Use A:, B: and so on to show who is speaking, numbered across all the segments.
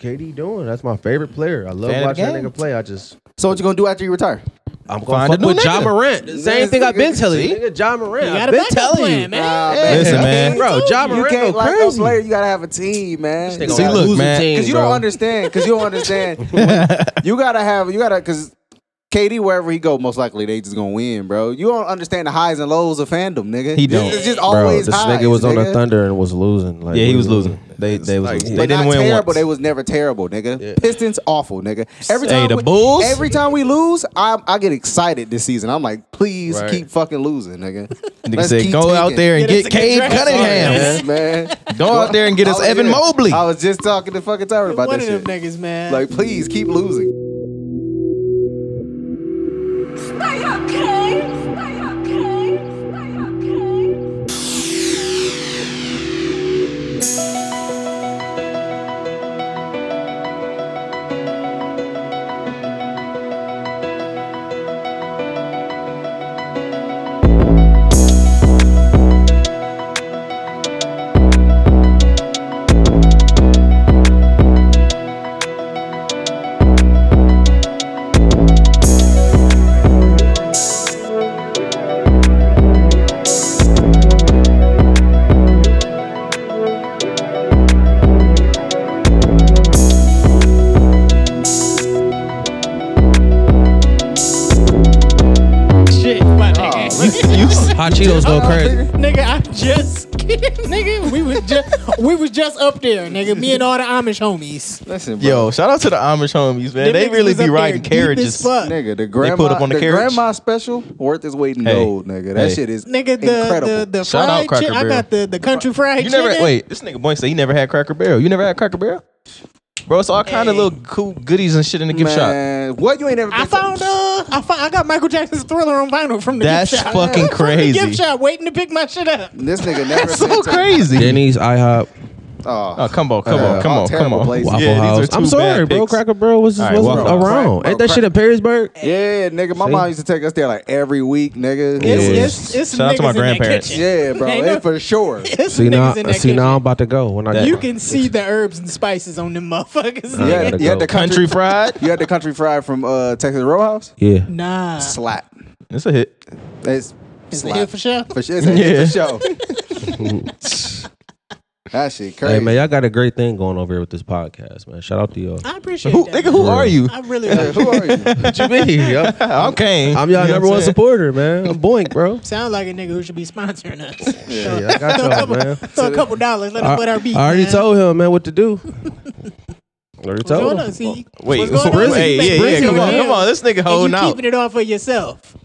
A: KD doing? That's my favorite player. I love
B: Fan of the
A: watching that
B: game.
A: nigga play. I just
B: So what you gonna do after you retire?
A: I'm
B: Find
A: gonna
B: a
A: fuck
B: new
A: with
B: nigga.
A: John Morant.
B: This
A: Same thing I've been
B: nigga-
A: telling you,
B: see?
A: nigga. John Morant.
C: You got
A: I've
C: a
A: been
C: backup
A: telling
C: plan,
A: you,
D: Uh,
C: man.
B: Listen,
D: man.
A: bro. John
D: You
A: Morant go
D: can't like no
A: crazy.
D: player. You gotta have a team, man.
A: This nigga
B: See,
A: on a
B: look,
A: losing
B: man.
A: team,
D: Because you
A: bro.
D: don't understand. Because you don't understand. you gotta have. You gotta because KD wherever he go, most likely they just gonna win, bro. You don't understand the highs and lows of fandom, nigga.
B: He
D: It's-
B: don't.
D: It's just always
A: Bro, this
D: highs,
A: nigga was on the
D: nigga.
A: Thunder and was losing. Like,
B: Yeah, he was
A: what-
B: losing. They they was
A: Like, but
B: losing. they
D: But
B: didn't
D: not
B: win
D: terrible.
B: once.
D: They was never terrible, nigga.
A: Yeah.
D: Pistons awful, nigga. Every
B: Hey,
D: time
B: the
D: we,
B: Bulls?
D: Every time we lose, I I get excited this season. I'm like, please
A: Right.
D: keep fucking losing, nigga.
B: Nigga
D: Let's
B: said,
D: keep
B: go out
D: taking."
B: there and
C: Get us
B: get
C: a
B: Cade
C: contract.
B: Cunningham.
D: Yes, man.
B: Go out there and get
D: I
B: us
D: was-
B: Evan
D: yeah.
B: Mobley.
D: I was just talking to fucking Tyron about
C: One
D: that
C: of them
D: shit.
C: niggas, man.
D: Like, please keep losing.
E: Stay up, King! Stay up, King! Stay up, King!
C: Shit,
D: uh,
C: my nigga.
A: Hot Cheetos go crazy.
C: Nigga, I just nigga, we was just we was just up there, nigga. Me and all the Amish homies.
D: Listen, bro.
B: Yo, shout out to the Amish homies, man.
C: Them
B: They
C: niggas
B: really
C: was up
B: be
C: there
B: riding
C: deep as
B: carriages.
C: fuck.
D: Nigga, the grandma,
B: put up on the
D: the,
B: carriage.
D: grandma special worth its weight in
B: Hey.
D: gold, nigga. That
B: Hey.
D: shit is
C: Nigga, the
D: incredible.
C: the, the
B: Shout out
C: fried
B: Cracker
C: chicken. I
B: Barrel.
C: got the, the country fried
B: You never
C: chicken.
B: wait. This nigga boy say he never had Cracker Barrel. You never had Cracker Barrel, bro. It's all kind of
C: Hey.
B: little cool goodies and shit in the gift shop.
D: Man, what you ain't ever?
C: I
D: been to-
C: found uh I found I got Michael Jackson's Thriller on vinyl from the
B: That's
C: gift shop.
B: fucking
C: From the
B: crazy.
C: gift shop waiting to pick my shit up.
D: This nigga never.
B: That's
D: been
B: so
D: to-
B: crazy.
A: Denny's, IHOP,
D: Oh,
B: Oh, come on, come
D: Uh,
B: on, come
D: all
B: on, come
D: terrible
B: on.
D: places.
A: Waffle
B: Yeah, these are
A: House.
B: two
A: I'm
B: bad
A: sorry, bro.
B: picks.
A: Cracker Barrel was just
B: All right,
A: wasn't
B: Waffle
D: House.
A: around.
D: Bro,
A: Ain't that
D: Crack-
A: shit in Perrysburg?
D: yeah, nigga. My
A: See?
D: mom used to take us there like every week, nigga.
C: It's
A: Yeah.
C: it's it's
B: Shout out to
C: niggas
B: my
C: in that
B: grandparents.
C: kitchen.
D: yeah, bro.
C: Ain't no-
D: It for sure.
C: It's
A: See
C: niggas
A: now,
C: in that
A: see
C: kitchen.
A: now, I'm about to go when I get
C: You
A: back.
C: can see the herbs and spices on them motherfuckers.
A: I gotta
D: You had, you had
A: go.
D: the
B: Country
D: country.
B: fried.
D: You had the country fried from uh, Texas Roadhouse.
A: Yeah,
C: Nah.
D: Slap.
B: It's a hit.
D: It's
C: Is it
D: slap.
C: here for sure?
D: For sure. It's a hit
B: Yeah.
D: for sure. that shit crazy.
A: hey man, y'all got a great thing going over here with this podcast, man. Shout out to y'all.
C: I appreciate
B: Who,
C: that.
B: nigga, who
A: For
B: are
A: real.
B: you?
C: I really
D: Yeah, who
C: appreciate
D: are you?
A: What you mean? I'm,
B: I'm Kane.
A: I'm
B: You
A: y'all
B: know
A: number
B: what
A: one
B: I'm saying?
A: supporter, man. I'm Boink, bro.
C: Sound like a nigga who should be sponsoring us.
A: Hey, I got y'all, man.
C: Throw a couple dollars. Let
A: I,
C: us put our beat.
A: I already
C: man.
A: told him, man, what to do. already
C: What's going
A: told
C: on?
A: him.
C: See,
B: Wait,
C: what's going on?
B: hey,
C: You
B: yeah, yeah,
C: making
B: come on,
C: deals,
B: come on. This nigga
C: and
B: holding
C: you
B: out.
C: keeping it all for yourself.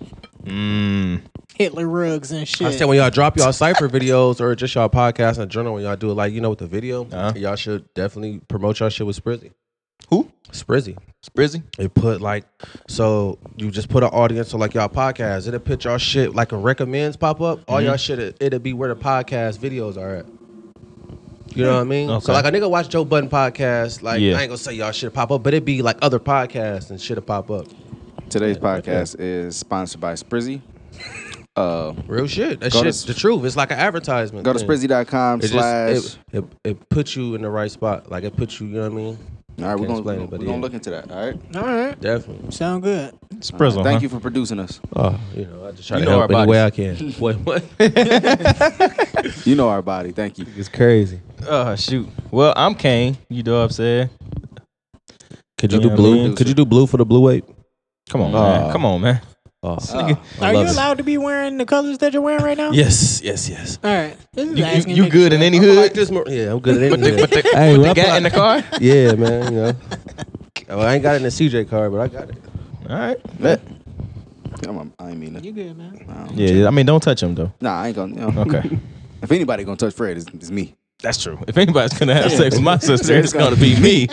B: Mm.
C: Hitler rugs and
A: I
C: shit.
A: said when y'all drop y'all cipher videos or just y'all podcast in general, when y'all do it like you know with the video,
B: Uh-huh.
A: y'all should definitely promote y'all shit with Sprizzy.
B: Who?
A: Sprizzy.
B: Sprizzy?
A: It put like so you just put an audience so like y'all podcast. It'll put y'all shit like a recommends pop up. All y'all shit it- it'll be where the podcast videos are at. You know what I mean?
B: Okay.
A: So like a nigga watch Joe Budden podcast, like
B: Yeah.
A: I ain't gonna say y'all shit pop up, but it'd be like other podcasts and shit'll pop up.
D: Today's podcast is sponsored by Sprizzy. Uh,
A: Real shit. That
D: Go to
A: shit's
D: s-
A: the truth. It's like an advertisement.
D: go to
A: thing.
D: sprizzy.com
A: It
D: slash.
A: just it, it it puts you in the right spot. Like it puts you, you know what I mean?
D: all right, we're
A: can't
D: gonna,
A: explain it,
D: we're
A: but
D: gonna
A: yeah.
D: look into that. All right.
C: all right,
A: Definitely.
C: sound good.
B: Sprizzle.
D: Thank
B: huh?
D: you for producing us.
A: Oh, you know, I just try
B: You
A: to
B: know
A: help
B: our
A: any way I can. Wait, what?
D: You know our body. Thank you.
A: it's crazy.
B: Oh, shoot. Well, I'm Kane. You know what I'm saying?
A: Could you
B: Yeah,
A: do blue?
B: man.
A: Could you do blue for the blue wave?
B: Come on,
A: Uh,
B: man. Come on, man.
A: Oh, I
C: Are you
A: love it.
C: allowed to be wearing the colors that you're wearing right now?
A: Yes, yes, yes.
C: All right. This is
B: You, you,
C: asking
B: you
C: niggas.
B: good in any
A: I'm
B: hood?
A: like this more- yeah, I'm good at
B: But the,
A: anything.
B: but the,
A: Hey,
B: but
A: when
B: the
A: I
B: guy
A: put-
B: in the car?
A: yeah, man, you know. Oh, I ain't got it in the CJ car, but I got it.
B: All right. Bet.
D: I'm a, I ain't mean
C: You
D: it.
C: good, man?
B: Yeah, yeah, I mean, don't touch him, though.
D: Nah, I ain't gonna. You know,
B: Okay.
D: If anybody gonna touch Fred, it's, it's me.
B: That's true. If anybody's going to have sex with my sister, it's going to be me.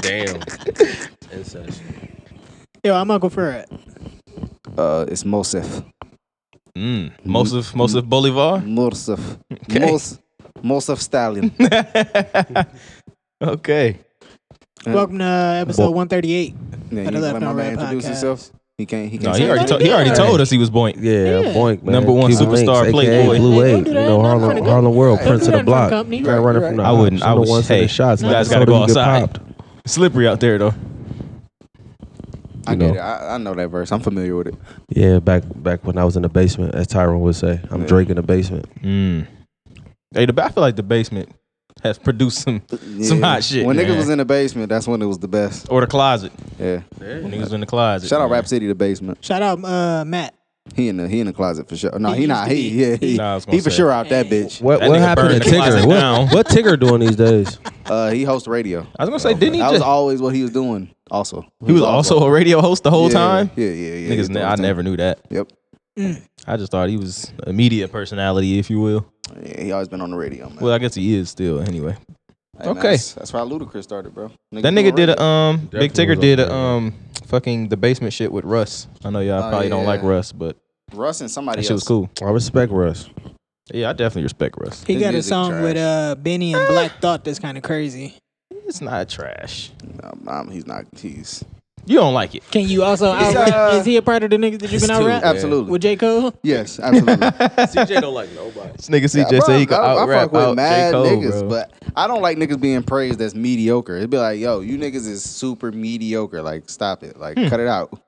A: Damn. Incest.
C: Yo, I'm Uncle Fred.
D: Uh, it's Mosef.
B: Mm. Mosef, Mosef Bolivar?
D: Morsef.
B: Okay.
D: Mos, Mosef Stalin.
B: Okay.
D: Yeah.
C: Welcome to episode
A: Well-
C: 138.
D: Yeah, you
C: Gotta let
D: let my
C: my
D: man
C: rap
D: introduce
C: podcast.
D: himself. He can't. He
B: No,
D: can't.
B: he
D: say
B: already,
D: that.
B: to- he already told us he was boink.
A: Yeah,
C: Yeah.
A: Boink, man.
B: Number one
A: Cuban
B: superstar
A: Links,
B: Playboy.
A: AKA Blue
C: Hey,
A: Wave.
C: don't do that.
A: You know,
C: Not in
A: Harlem,
C: front of-
A: Harlem World,
C: don't
A: Prince
C: do
A: of
C: that
A: the
C: in front
A: Block.
C: of company.
A: Right, running from the
B: I wouldn't- I
A: house. I'm
B: would-
A: the one
B: hey,
A: sitting in shots.
B: you
A: man.
B: guys gotta
A: So
B: go
A: you get
B: outside.
A: popped.
B: Slippery out there though.
D: I
A: You
D: get
A: know.
D: it. I, I know that verse. I'm familiar with it.
A: Yeah, back back when I was in the basement, as Tyron would say, I'm
D: Yeah.
A: Drake in the basement.
B: Mm. Hey, the, I feel like the basement has produced some some
D: Yeah.
B: hot shit.
D: When niggas
B: man.
D: was in the basement, that's when it was the best.
B: or the closet.
D: Yeah.
B: When niggas was in the closet.
D: Shout out
B: man.
D: Rap City, the basement.
C: Shout out uh, Matt.
D: He in the he in the closet for sure. No,
C: He
D: he, not.
C: used to be.
D: He yeah. He,
B: Nah, I was gonna
D: he for
B: say.
D: sure out that bitch.
A: What
B: That
A: what
B: nigga
A: happened
B: burned
A: to
B: the closet
A: Tigger? What,
B: down.
A: what Tigger doing these days?
D: Uh, he hosts radio.
B: I was gonna say, didn't he
D: That was
B: just?
D: always what he was doing. Also,
B: He was also a radio host the whole
D: Yeah,
B: time.
D: Yeah, yeah, yeah.
B: Niggas,
D: The
B: ne-
D: whole
B: I
D: time.
B: never knew that.
D: Yep.
B: I just thought he was a media personality, if you will.
D: Yeah, he always been on the radio, man.
B: Well, I guess he is still anyway.
D: Hey, man,
B: okay.
D: that's, that's why Ludacris started, bro.
B: That nigga did a um. Big
A: Definitely
B: Tigger
A: was
B: did
A: on
B: a
A: the
B: um. Fucking the basement shit with Russ. I know y'all
D: Oh,
B: probably don't
D: yeah.
B: like Russ, but
D: Russ and somebody
B: uh, that shit
D: else.
B: was cool.
A: I respect Russ.
B: Yeah, I definitely respect Russ.
C: He
D: His
C: got a
D: music
C: song
D: trash.
C: with uh, Benny and Black Thought that's kind of crazy.
B: It's not trash.
D: Um, um, he's not. He's
B: You don't like it.
C: Can you also
D: It's,
C: outrap?
D: uh,
C: is he a part of the niggas that you
B: it's
C: can
B: two,
C: outrap
B: yeah.
D: absolutely.
C: with J Cole?
D: yes, absolutely.
A: CJ don't like nobody.
B: This nigga CJ
D: Bro,
B: said he could
D: I, I
B: out
D: fuck
B: rap
D: with
B: out J
D: mad
B: Cole,
D: niggas,
B: bro.
D: but I don't like niggas being praised that's mediocre. It'd be like, yo, you niggas is super mediocre. Like, stop it. Like, cut it out.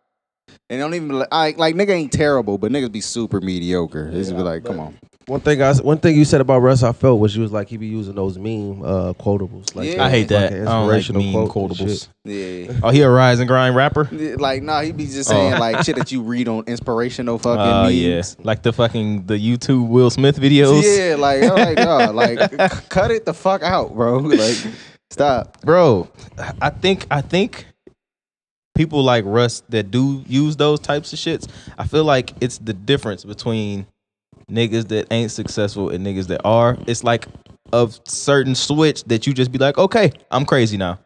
D: And don't even like, like nigga ain't terrible, but niggas be super mediocre. It's be like, come on.
A: One thing I s- one thing you said about Russ, I felt was you was like he be using those meme uh, quotables. Like
D: Yeah.
B: I hate that.
A: fucking
B: I don't like
A: inspirational
B: mean
A: quotes and
B: quotables.
A: shit.
D: Yeah.
B: Oh, he a rise and grind rapper.
D: Yeah, Like, nah, he be just saying
B: Oh.
D: like shit that you read on inspirational fucking
B: Oh yeah,
D: memes.
B: like the fucking the YouTube Will Smith videos.
D: Yeah, like, I'm like, nah, like, c- cut it the fuck out, bro. Like, stop.
B: bro. I think I think people like Russ that do use those types of shits. I feel like it's the difference between niggas that ain't successful and niggas that are. It's like a certain switch that you just be like, okay, I'm crazy now.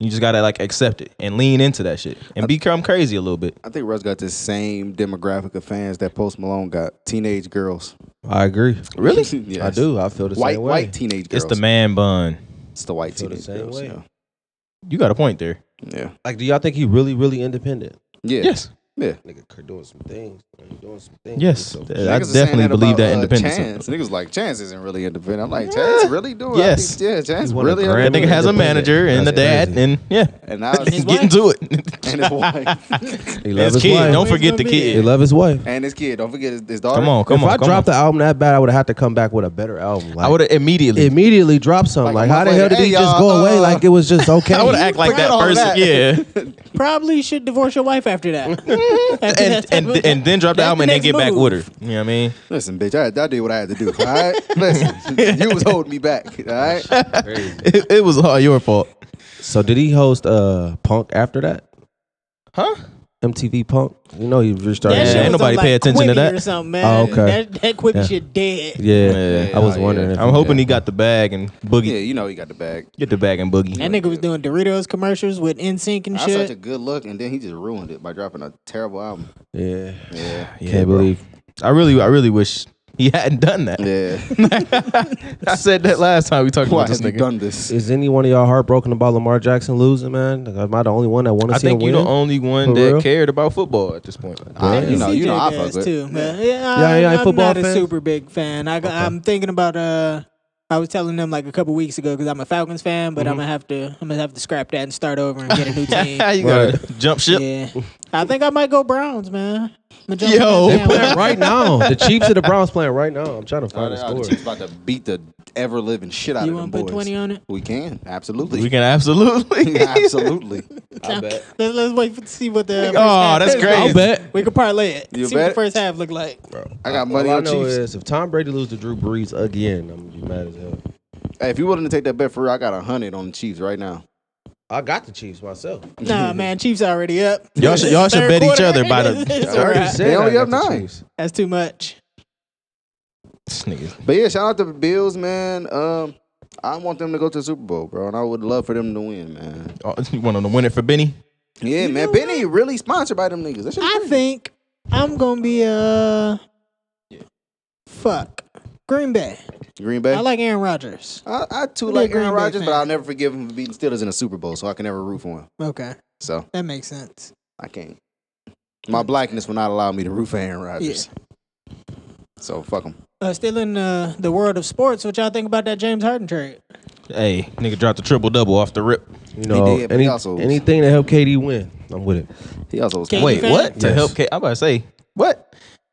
B: You just gotta like accept it and lean into that shit and become crazy a little bit.
D: I think Russ got the same demographic of fans that Post Malone got. Teenage girls.
A: I agree.
B: Really?
D: Yes.
A: I do. I feel the
D: white
A: same way.
D: white teenage girls.
B: It's the man bun.
D: It's the white
A: Feel the
D: teenage
A: same
D: girls.
A: way.
D: Yeah.
B: You got a point there.
D: yeah,
A: Like, do y'all think he really, really independent?
D: yeah,
B: Yes.
D: yeah.
A: Nigga Kurt doing some things. man, he doing some things.
B: Yes.
A: So-
B: Yeah, I
D: Niggas was saying
B: definitely believe
D: about,
B: that
D: uh,
B: independence.
D: Chance. Niggas like Chance isn't really independent. I'm like Chance really doing? I
B: Yes.
D: think- yeah, Chance
A: He won a
D: really.
A: Grammy.
B: That nigga
D: independent.
B: has a
A: Independent.
B: manager and
A: That's
B: a dad
A: crazy.
B: and yeah.
D: and now
C: And his
D: it's
B: Get
C: wife.
B: into it.
D: Oh, and his wife
A: He
B: His
A: love his
B: kid.
A: wife.
B: Don't forget the
C: gonna be-
A: He
B: kid.
A: love his wife.
D: and his kid. Don't forget his, his daughter.
B: Come on, come
A: if
B: on.
A: I
B: come
A: dropped
B: on.
A: the album that bad, I would have had to come back with a better album. Like,
B: I would have immediately.
A: immediately dropped something.
D: Like
A: Like, how the
D: a motherfucker,
A: hell did
D: "Hey,
A: he just
D: y'all,
A: go away
D: uh,
A: like it was just okay?
B: I would act like
D: Forget
B: that
D: all
B: person.
D: that.
B: Yeah.
C: Probably should divorce your wife after that. After
B: and,
C: that
B: and
C: type of-
B: and then drop the
C: That's
B: album and then
C: next
B: get back
C: move.
B: with her. You know what I mean?
D: Listen, bitch, I, I did what I had to do. All right, listen, you was holding me back. All right,
B: It, it was all your fault.
A: so did he host uh Punk after that?
B: Huh?
A: MTV Punk? You know he
C: That
A: restarted.
B: Yeah,
C: shit
B: ain't
C: was
B: nobody
C: on,
B: pay
C: like,
B: attention to
C: Quibi
B: that.
C: Or something, man.
A: Oh, okay.
C: That, that Quibi
A: Yeah.
C: shit dead.
A: yeah.
B: Yeah.
A: I was
D: Oh,
A: wondering.
D: yeah.
A: if
B: I'm
A: he-
B: hoping
A: yeah.
B: he got the bag and boogie.
D: yeah, you know he got the bag.
B: Get the bag and boogie.
C: That nigga was doing Doritos commercials with NSYNC and
D: That's such a
C: shit.
D: good look, and then he just ruined it by dropping a terrible album.
A: Yeah.
D: Yeah,
B: Yeah,
A: Can't
B: bro.
A: believe.
B: I really, I really wish he hadn't done that.
D: yeah.
B: I said that last time we talked
D: Why
B: about
D: have
B: this
D: you
B: nigga.
D: done this?
A: Is any one of y'all heartbroken about Lamar Jackson losing, man? Like, am I the only one that want
B: I
A: to see him
B: think
A: win?
B: you're the only one
A: For
B: that
A: real?
B: cared about football at this point.
D: I- you
A: Damn.
D: know, you know, I
C: CJ
D: fuck
C: does
D: with.
C: too, man. Yeah,
A: Yeah,
C: I,
A: yeah,
C: am
A: football
C: not a
A: fans?
C: super big fan. I, am thinking about uh, I was telling them like a couple weeks ago because I'm a Falcons fan, but I'm
B: Mm-hmm.
C: gonna have to, I'm gonna have to scrap that and start over and get a new team.
B: you gotta jump ship.
C: yeah, I think I might go Browns, man. I'ma jump
B: Yo.
C: on that
B: They
C: damn
A: playing
C: wagon.
A: right now. The Chiefs and the Browns playing right now. I'm trying to
D: Oh,
A: find
D: they- oh,
A: the
D: the
A: score.
D: Chiefs about to beat the ever living shit out
C: You
D: of them
C: want to
D: boys.
C: put 20 on it?
D: We can absolutely.
B: We can absolutely.
D: absolutely.
C: I bet. Let's, let's wait for, to see what the. first
B: Oh,
C: half
B: that's
C: is.
B: crazy.
A: I'll bet.
C: We could parlay it.
D: You
C: see what
D: bet?
C: the first half look like.
D: I got
A: All
D: money
A: I
D: on
A: know
D: Chiefs.
A: is if Tom Brady lose to Drew Brees again, I'm gonna be mad as hell.
D: Hey, if you're willing to take that bet for real, I got a hundred on the Chiefs right now.
A: I got the Chiefs myself.
C: Nah, man, Chiefs already up.
B: Y'all should- y'all should
C: Third
B: bet each
C: quarter.
B: other by the-
C: It's
D: Y'all
A: I already
C: alright.
A: said
D: They
A: I
D: only
A: got
D: up
A: the
D: nine.
A: Chiefs.
C: That's too much.
B: This nigga.
D: But yeah, shout out to the Bills, man. Um, I want them to go to the Super Bowl, bro, and I would love for them to win, man.
B: Oh, you want to win it for Benny?
D: Yeah, man.
C: know
D: Benny really sponsored by them niggas. That shit
C: I
D: crazy.
C: think I'm gonna be uh fuck Green Bay.
D: Green Bay.
C: I like Aaron Rodgers.
D: I, I too
C: I'm a
D: like
C: Green
D: Aaron
C: Bay
D: Rodgers, but
C: fan.
D: I'll never forgive him for beating Steelers in a Super Bowl, so I can never root for him.
C: Okay,
D: So
C: that makes sense.
D: I can't. My blackness will not allow me to root for Aaron Rodgers. So fuck him.
C: Uh, still in uh, the world of sports, what y'all think about that James Harden trade?
B: Hey, nigga dropped a triple double off the rip.
A: You know,
D: did, but he
A: any,
D: also was-
A: anything to help KD win, I'm with it.
D: He also was
C: Wait,
B: Wait,
C: fan?
B: what? To
A: Yes.
B: help K I'm about to say, what?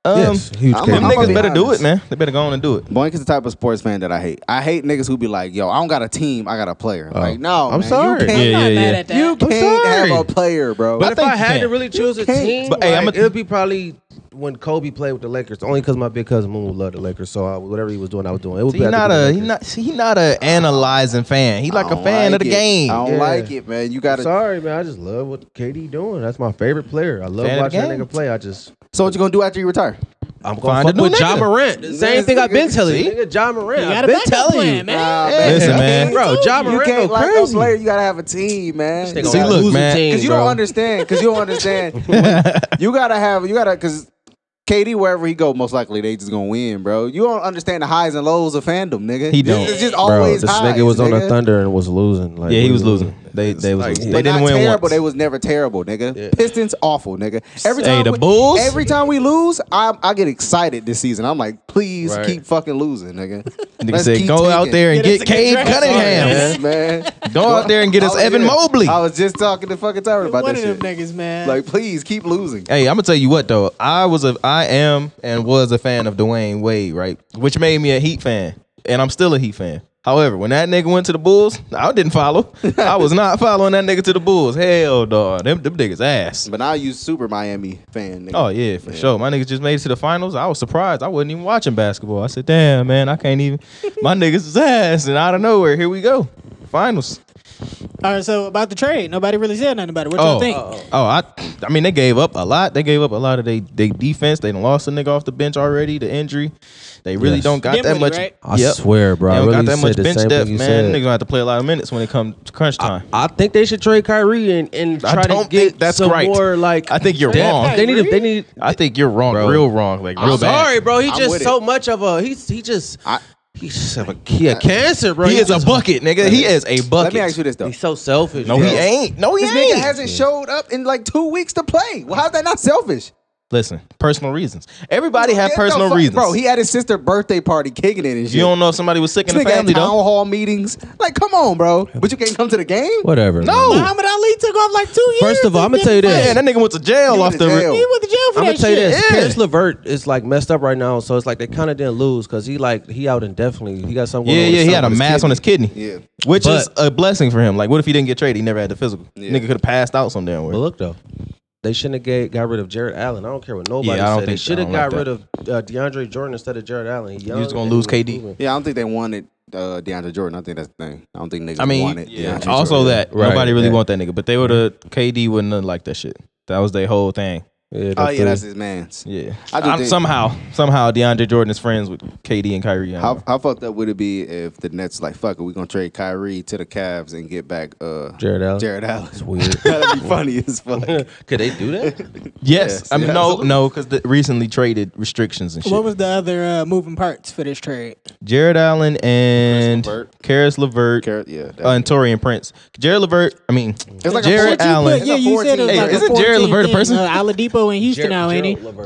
B: Um
A: yes, huge
D: I'm
A: KD.
B: them
D: I'ma
B: niggas
D: be
B: better do
D: honest.
B: it, man. They better go on and do it.
D: Boink is the type of sports fan that I hate. I hate niggas who be like, "Yo, I don't got a team. I got a player." Like, no,
A: I'm
D: Oh, man,
A: sorry.
D: You can't,
B: Yeah, yeah,
C: I'm not
B: yeah.
C: mad at that.
D: you can't
B: sorry.
D: have a player, bro.
A: But
B: I
A: if
B: think
A: I
B: you
A: had to
B: can.
A: really choose a
D: can't.
A: team,
B: But, hey,
A: like,
B: I'ma-
A: it would be probably when Kobe played with the Lakers, only because my big cousin Moon loved the Lakers. So I, whatever he was doing, I was doing. It would
B: See,
A: be
B: he
A: after
B: not
A: the
B: a he
A: Lakers.
B: not see, he not a analyzing fan. He like
D: I
B: a
D: don't
B: fan
D: like
B: of the
D: it.
B: game.
D: I don't
A: Yeah.
D: like it, man. You got to.
A: Sorry, man. I just love what KD doing. That's my favorite player. I love
B: Fan of the
A: watching that
B: game.
A: nigga play. I just
D: So what you gonna do after you retire?
A: I'm going
B: Find
A: to
B: a new
A: fuck with John
B: nigga.
A: Morant. The same thing I've been telling you,
B: See?
A: nigga. John Morant.
C: You got
A: I've
C: a
A: been
C: backup
A: telling
C: plan,
A: you, Uh,
C: man.
D: Nah,
B: Listen,
D: you
B: man.
D: can't-
A: bro. John
D: You
A: Morant go
D: can't like a
A: crazy.
D: player. You gotta have a team, man.
A: This nigga
B: See,
A: on a
B: look,
A: losing
B: man.
A: team,
D: Because you don't
A: bro.
D: understand. Because you don't understand. you gotta have. You gotta because KD wherever he go, most likely they just gonna win, bro. You don't understand the highs and lows of fandom, nigga.
B: He
D: It's-
B: don't.
D: It's just
A: Bro,
D: always
A: this
D: highs,
A: nigga was on the
D: nigga.
A: Thunder and was losing. Like,
B: yeah,
A: what
B: he was
A: do you-
B: losing. They they was
A: like-
B: losing.
D: But
B: They didn't
D: not
B: win
D: terrible.
B: once.
D: They was never terrible, nigga.
A: Yeah.
D: Pistons awful, nigga. Every
B: Hey,
D: time
B: the
D: we,
B: Bulls?
D: Every time we lose, I I get excited this season. I'm like, please
A: Right.
D: keep fucking losing, nigga.
B: Nigga
D: Let's
B: said,
D: keep
B: go out
D: taking."
B: there and
C: Get us
B: get
C: a good
B: Cade
C: draft pick.
B: Cunningham.
D: Yes, man.
B: Go out there and get
D: I
B: us
D: was-
B: Evan
D: yeah.
B: Mobley.
D: I was just talking to fucking Tyra about
C: One
D: that
C: of them
D: shit.
C: niggas, man.
D: Like, please keep losing.
B: Hey, I'm gonna tell you what though. I was a, I am, and was a fan of Dwayne Wade, right? Which made me a Heat fan, and I'm still a Heat fan. However, when that nigga went to the Bulls, I didn't follow. I was not following that nigga to the Bulls. Hell, dog, them them niggas ass.
D: But now you super Miami fan. Nigga.
B: Oh yeah, for sure. My niggas just made it to the finals. I was surprised. I wasn't even watching basketball. I said, "Damn, man, I can't even." My niggas is ass, and out of nowhere, here we go, finals.
C: All right, so about the trade, nobody really said nothing about it. What y'all think?
A: Uh,
B: oh, I, I mean, they gave up a lot. They gave up a lot of they, they defense. They done lost a nigga off the bench already. The injury, they really
A: Yes.
B: don't got
C: Dinwiddie,
B: that much.
C: right?
A: I swear, bro.
B: They
A: I
B: don't
A: really
B: got that
A: said
B: much
A: the
B: bench
A: same
B: depth,
A: thing you
B: man.
A: said.
B: Niggas gonna have to play a lot of minutes when it comes to crunch time.
A: I think they should trade Kyrie and, and
B: I
A: try to
B: don't
A: get
B: think that's
A: some
B: right.
A: more like
B: I think you're
A: depth.
B: wrong.
A: They need to- they need
B: I think you're wrong,
A: Bro.
B: real wrong, like real
A: I'm
B: bad.
A: sorry, bro. He
D: I'm with
A: just
D: it.
A: so much of a he's he just
D: I-
A: he's just have a he a cancer, bro.
B: He
A: He's
B: is a
A: just-
B: bucket, nigga. He is a bucket.
D: Let me ask you this though.
A: He's so selfish.
B: No,
A: bro.
B: he ain't. No, he
D: This
B: ain't.
D: nigga hasn't showed up in like two weeks to play. Well, how's that not selfish?
B: Listen, personal reasons. Everybody have
D: Get the
B: personal
D: fuck-
B: reasons.
D: Bro, he had his sister birthday party kicking it and shit.
B: you don't know if somebody was sick
D: this
B: in the
D: nigga
B: family,
D: had town
B: though.
D: hall meetings. Like, come on, bro. But you can't come to the game?
A: Whatever.
B: No.
A: man.
C: Muhammad Ali took off like two years.
A: First of all,
C: and
A: I'ma
C: didn't
A: tell you
C: play.
A: this.
B: Yeah, that nigga went to jail
D: He
B: off
D: went to
B: the.
D: jail.
C: He went to jail for
A: I'm
C: that
A: gonna tell you
C: shit.
A: this: Karis
B: Yeah.
A: LeVert is like messed up right now, so it's like they kind of didn't lose because he like he out indefinitely. He got something.
B: Yeah,
A: going on with
B: yeah, he had a
A: something with
B: mass on his kidney.
D: Yeah.
B: Which
A: But-
B: is a blessing for him. Like, what if he didn't get traded? He never had the physical.
D: Yeah.
B: Nigga could have passed out some damn
A: But
B: way.
A: look though, they shouldn't have get, got rid of Jared Allen. I don't care what nobody
B: Yeah, I don't
A: said. They
B: think-
A: should have
B: I don't
A: got
B: like
A: rid of uh, DeAndre Jordan instead of Jared Allen. He
B: You're just
A: young
B: gonna lose
A: and
B: KD.
A: moving.
D: Yeah, I don't think they wanted uh, DeAndre Jordan. I think that's the thing. I don't think niggas
B: I mean,
D: wanted
B: yeah,
D: DeAndre
B: also
D: Jordan.
B: that
A: Right,
B: nobody really
A: yeah.
B: want that nigga. But they would have KD wouldn't have liked that shit. That was their whole thing.
A: Yeah,
D: Oh, yeah,
A: three.
D: that's his man's.
B: Yeah.
D: I do
B: Um,
D: think-
B: somehow, somehow DeAndre Jordan is friends with KD and Kyrie. I don't
D: How,
B: know.
D: how fucked up would it be if the Nets like fuck it, we gonna trade Kyrie to the Cavs and get back uh
A: Jared Allen.
D: Jared Allen.
A: It's weird.
D: That'd be funny as fuck.
B: Uh,
A: Could they do that?
B: Yes,
D: Yes,
B: I mean
D: yeah,
B: no,
D: absolutely.
B: no, because the recently traded restrictions and shit.
C: What was the other uh, moving parts for this trade?
B: Jared Allen and
D: Karis LeVert.
B: Karis LeVert,
D: Jared- yeah, that-
B: uh, and Torian Prince. Jared Levert, I mean,
D: like a
B: Jared
C: What you
B: Allen.
C: put- yeah, you said it was
B: Hey,
C: like a
B: isn't Jared
C: 14
B: LeVert a
C: thing.
B: person?
C: Uh, Aladipo in Houston now, ain't he?
B: Gerald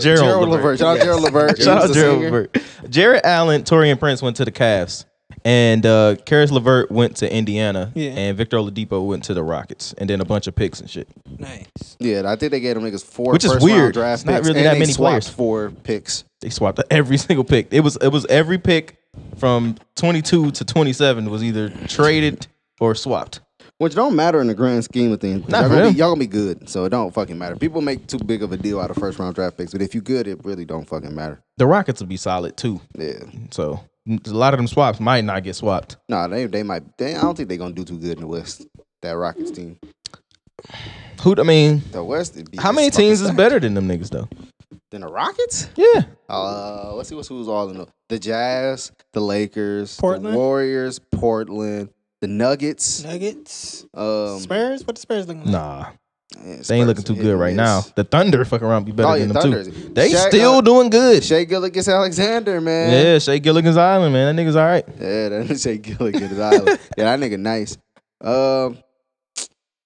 B: LeVert.
D: Gerald Levert. Shout out Gerald
B: Shout
D: Levert. He was
B: out
D: a
B: Gerald
D: singer.
B: Levert. Jared Allen, Torian Prince went to the Cavs, and uh, Karis Levert went to Indiana,
C: Yeah.
B: and Victor Oladipo went to the Rockets, and then a bunch of picks and shit.
C: Nice.
D: Yeah, I think they gave them niggas four
B: Which is
D: first round
B: weird.
D: draft
B: It's not
D: picks
B: really
D: and
B: that
D: they
B: many
D: swapped
B: players.
D: Four picks.
B: They swapped every single pick. It was it was every pick from 22 to 27 was either traded or swapped.
D: Which don't matter in the grand scheme of things.
B: Not for
D: y'all, gonna
B: them.
D: be, y'all gonna be good, so it don't fucking matter. People make too big of a deal out of first round draft picks, but if you good, it really don't fucking matter.
B: The Rockets would be solid too,
D: Yeah,
B: so a lot of them swaps might not get swapped.
D: nah, they they might. They, I don't think they're gonna do too good in the West. That Rockets team,
B: Who I mean,
D: the West. it'd Be
B: how many
D: fucking
B: teams is
D: stacked.
B: better than them niggas though?
D: than the Rockets?
B: Yeah,
D: Uh, let's see what's who's all in the, the Jazz, the Lakers,
C: Portland?
D: the Warriors, Portland, the Nuggets,
C: Nuggets,
D: um,
C: Spurs. What the Spurs looking like?
B: nah.
D: yeah,
B: They ain't looking
D: Spurs.
B: too
D: It
B: good right
D: is.
B: now. The Thunder fuck around be better
D: Oh, yeah,
B: than them too.
D: Thunders.
B: They
D: Shaq,
B: still
D: uh,
B: doing good.
D: Shea Gilligan's Alexander, man.
B: Yeah, Shea Gilligan's Island, man. That nigga's all right.
D: Yeah, that nigga say Gilligan is Island. yeah, that nigga nice. Um,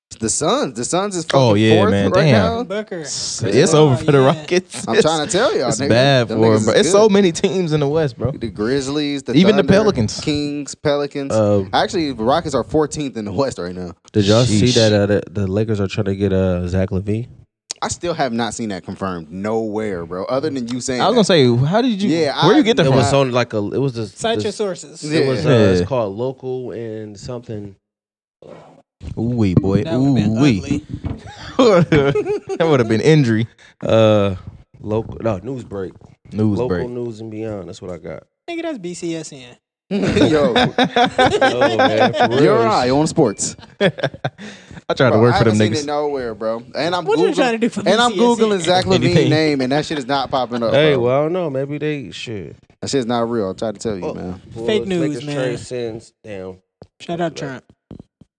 D: it's The Suns. The Suns is fucking
B: Oh, yeah,
D: fourth
B: man,
D: right
B: damn.
D: now.
C: Booker.
B: It's, it's over for the
C: yeah.
B: Rockets.
D: I'm trying to tell y'all,
B: It's
D: nigga.
B: bad
D: Them
B: for
D: niggas
B: them,
D: is
B: bro. It's
D: good.
B: so many teams in the West, bro.
D: The Grizzlies, the
B: Even the
D: Thunder,
B: Pelicans.
D: Kings, Pelicans.
A: Uh,
D: Actually, the Rockets are 14th in the West right now.
A: Did y'all see
B: Sheesh.
A: that uh, the, the Lakers are trying to get uh, Zach Levine?
D: I still have not seen that confirmed nowhere, bro. Other than you saying,
B: I was gonna say, how did you?
D: Yeah,
B: where
D: I-
B: you get that
A: It
B: from?
A: was on like a it was this,
C: Cite your
A: this
C: sources.
D: Yeah.
A: it was uh, it's
B: Yeah.
A: called local and something.
B: Ooh wee, boy.
C: That
B: Ooh
C: would've been
B: wee.
C: ugly.
B: that would have been injury.
A: Uh, local no news break.
B: News
A: local
B: break.
A: news and beyond. That's what I got.
C: Nigga, that's BCSN.
D: that, yo,
A: Oh, man, for real.
D: you're right on sports.
B: I tried to
D: Bro,
B: work
D: I
B: for them
D: haven't
B: niggas.
D: seen it nowhere, bro. And I'm
C: What
D: Googling,
C: you trying to do for
D: And I'm
C: BCSN?
D: googling Zach Levine
B: Anything.
D: name, and that shit is not popping up.
A: Hey,
D: bro.
A: well I don't know. Maybe they should.
D: that shit's not real. I'm trying to tell you,
B: Oh.
D: man.
C: Fake news,
A: Lakers
C: man.
A: trade Since damn,
C: Shout out Trump.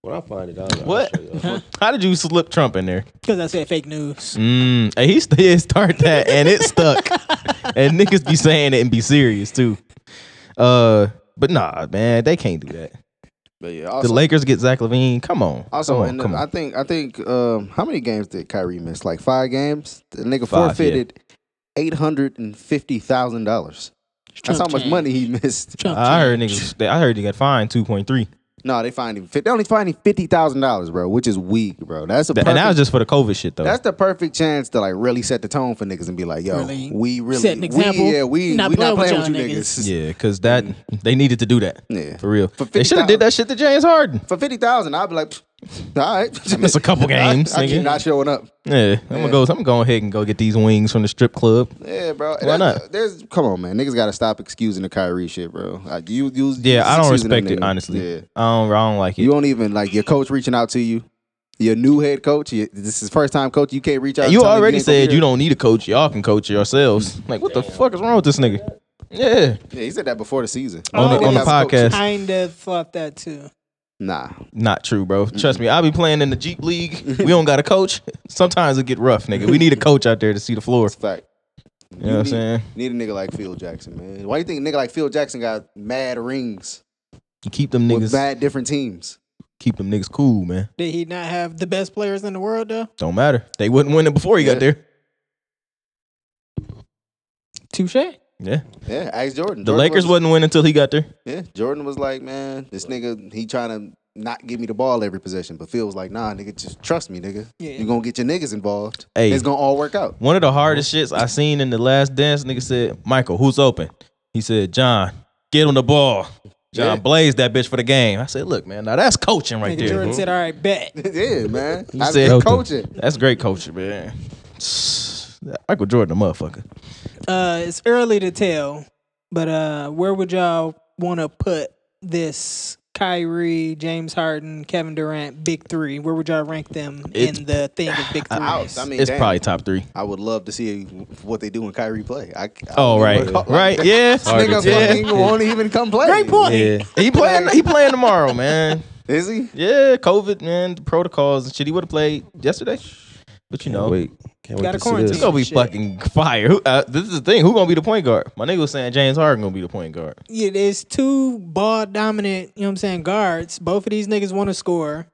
A: when I find it, I'll,
B: What?
A: I'll show you.
B: How did you slip Trump in there?
C: Because I said fake news.
B: Mm, hey, he st- he start that and it stuck. and niggas be saying it and be serious too. Uh, but nah, man, they can't do that.
D: But yeah,
B: the
D: also,
B: Lakers get Zach Levine. Come on.
D: also
B: come
D: in
B: on,
D: the-
B: come
D: I
B: on.
D: think I think um, how many games did Kyrie miss? Like five games. The nigga
B: Five, yeah.
D: forfeited eight hundred and fifty thousand dollars. That's how
C: Trump
D: much
C: change.
D: money he missed.
C: Trump
B: I
C: change.
B: heard niggas. I heard he got fined two point three,
D: No, they fined him. fif- They only fined him fifty thousand dollars, bro, which is weak, bro. That's a perfect,
B: and that was just for the COVID shit though.
D: that's the perfect chance to like really set the tone for niggas and be like, yo,
C: Really
D: we really
C: set an example.
D: We, yeah, we
C: Not
D: we not
C: playing
D: playing
C: with
D: with you
C: y'all
D: niggas.
B: yeah, because that they needed to do that.
D: Mm. Yeah.
B: for real.
D: For
B: they should have
D: 50,000.
B: did that shit to James Harden.
D: For fifty thousand, I'd be like, all right,
B: Miss a couple games,
D: I, I keep
B: nigga.
D: not showing up.
B: Yeah, I'm gonna go. I'm gonna go ahead and go get these wings from the strip club.
D: Yeah, bro. Why
B: not?
D: There's come on, man. Niggas gotta stop excusing the Kyrie shit, bro. Like you, you
B: Yeah, I don't
D: excusing them
B: respect it
D: niggas.
B: honestly.
D: Yeah.
B: I don't. I don't like it.
D: You don't even like your coach reaching out to you. Your new head coach. You, this is first time coach. You can't reach out.
B: you
D: and tell him
B: already
D: ain't gonna
B: said
D: be
B: you
D: there.
B: don't need a coach. Y'all can coach yourselves. Like, what the fuck is wrong with this nigga? Yeah,
D: Yeah, he said that before the season.
B: on
C: Oh,
B: the on the
D: As coach.
B: podcast,
C: Kind of thought that too.
D: Nah,
B: not true, bro. Trust me, I be playing in the Jeep League. We don't got a coach. Sometimes it get rough, nigga. We need a coach out there to see the floor.
D: it's a fact.
B: You know what I'm saying?
D: Need a nigga like Phil Jackson, man. Why you think a nigga like Phil Jackson got mad rings
B: Keep them
D: with
B: niggas,
D: mad different teams?
B: keep them niggas cool, man.
C: Did he not have the best players in the world though?
B: Don't matter. They wouldn't win it before he
D: Yeah.
B: got there.
C: Touche.
B: Yeah,
D: Yeah, ask Jordan.
B: the
D: Jordan
B: Lakers
D: was,
B: wouldn't win until he got there.
D: Yeah, Jordan was like, man, this nigga, he trying to not give me the ball every possession, but Phil was like, nah, nigga, just trust me, nigga.
C: Yeah.
D: you gonna get your niggas involved.
B: Hey.
D: It's gonna all work out.
B: One of the hardest shits I seen in the last dance, nigga said, Michael, who's open? He said, John, get on the ball. John
D: Yeah.
B: blazed that bitch for the game. I said, look, man, now that's coaching right
C: Nigga
B: there.
C: Jordan said, "All right, bet."
D: yeah, man.
B: He
D: I've
B: said-
D: been coaching.
B: That's great coaching, man. Michael Jordan, the motherfucker.
C: Uh, it's early to tell, but uh, where would y'all want to put this Kyrie, James Harden, Kevin Durant, Big Three? Where would y'all rank them
B: It-
C: in the thing of Big Three?
D: Out. I mean,
B: It's
D: damn.
B: probably top three.
D: I would love to see what they do when Kyrie play. I, I
B: Oh, right. Right, yeah.
A: Hard
D: Nigga
A: to tell.
D: fucking won't even come play.
C: Great point.
A: Yeah,
B: He playing he playing tomorrow, man.
D: Is he?
B: Yeah, COVID, man, the protocols and shit. He would have played yesterday. But you know,
A: wait, can't wait
C: Gotta
A: to see
C: quarantine.
B: It's
A: this.
B: gonna be
C: Shit.
B: fucking fire. Who, uh, this is the thing. Who gonna be the point guard? My nigga was saying James Harden gonna be the point guard.
C: Yeah, there's two ball dominant. You know what I'm saying? Guards. Both of these niggas want to score.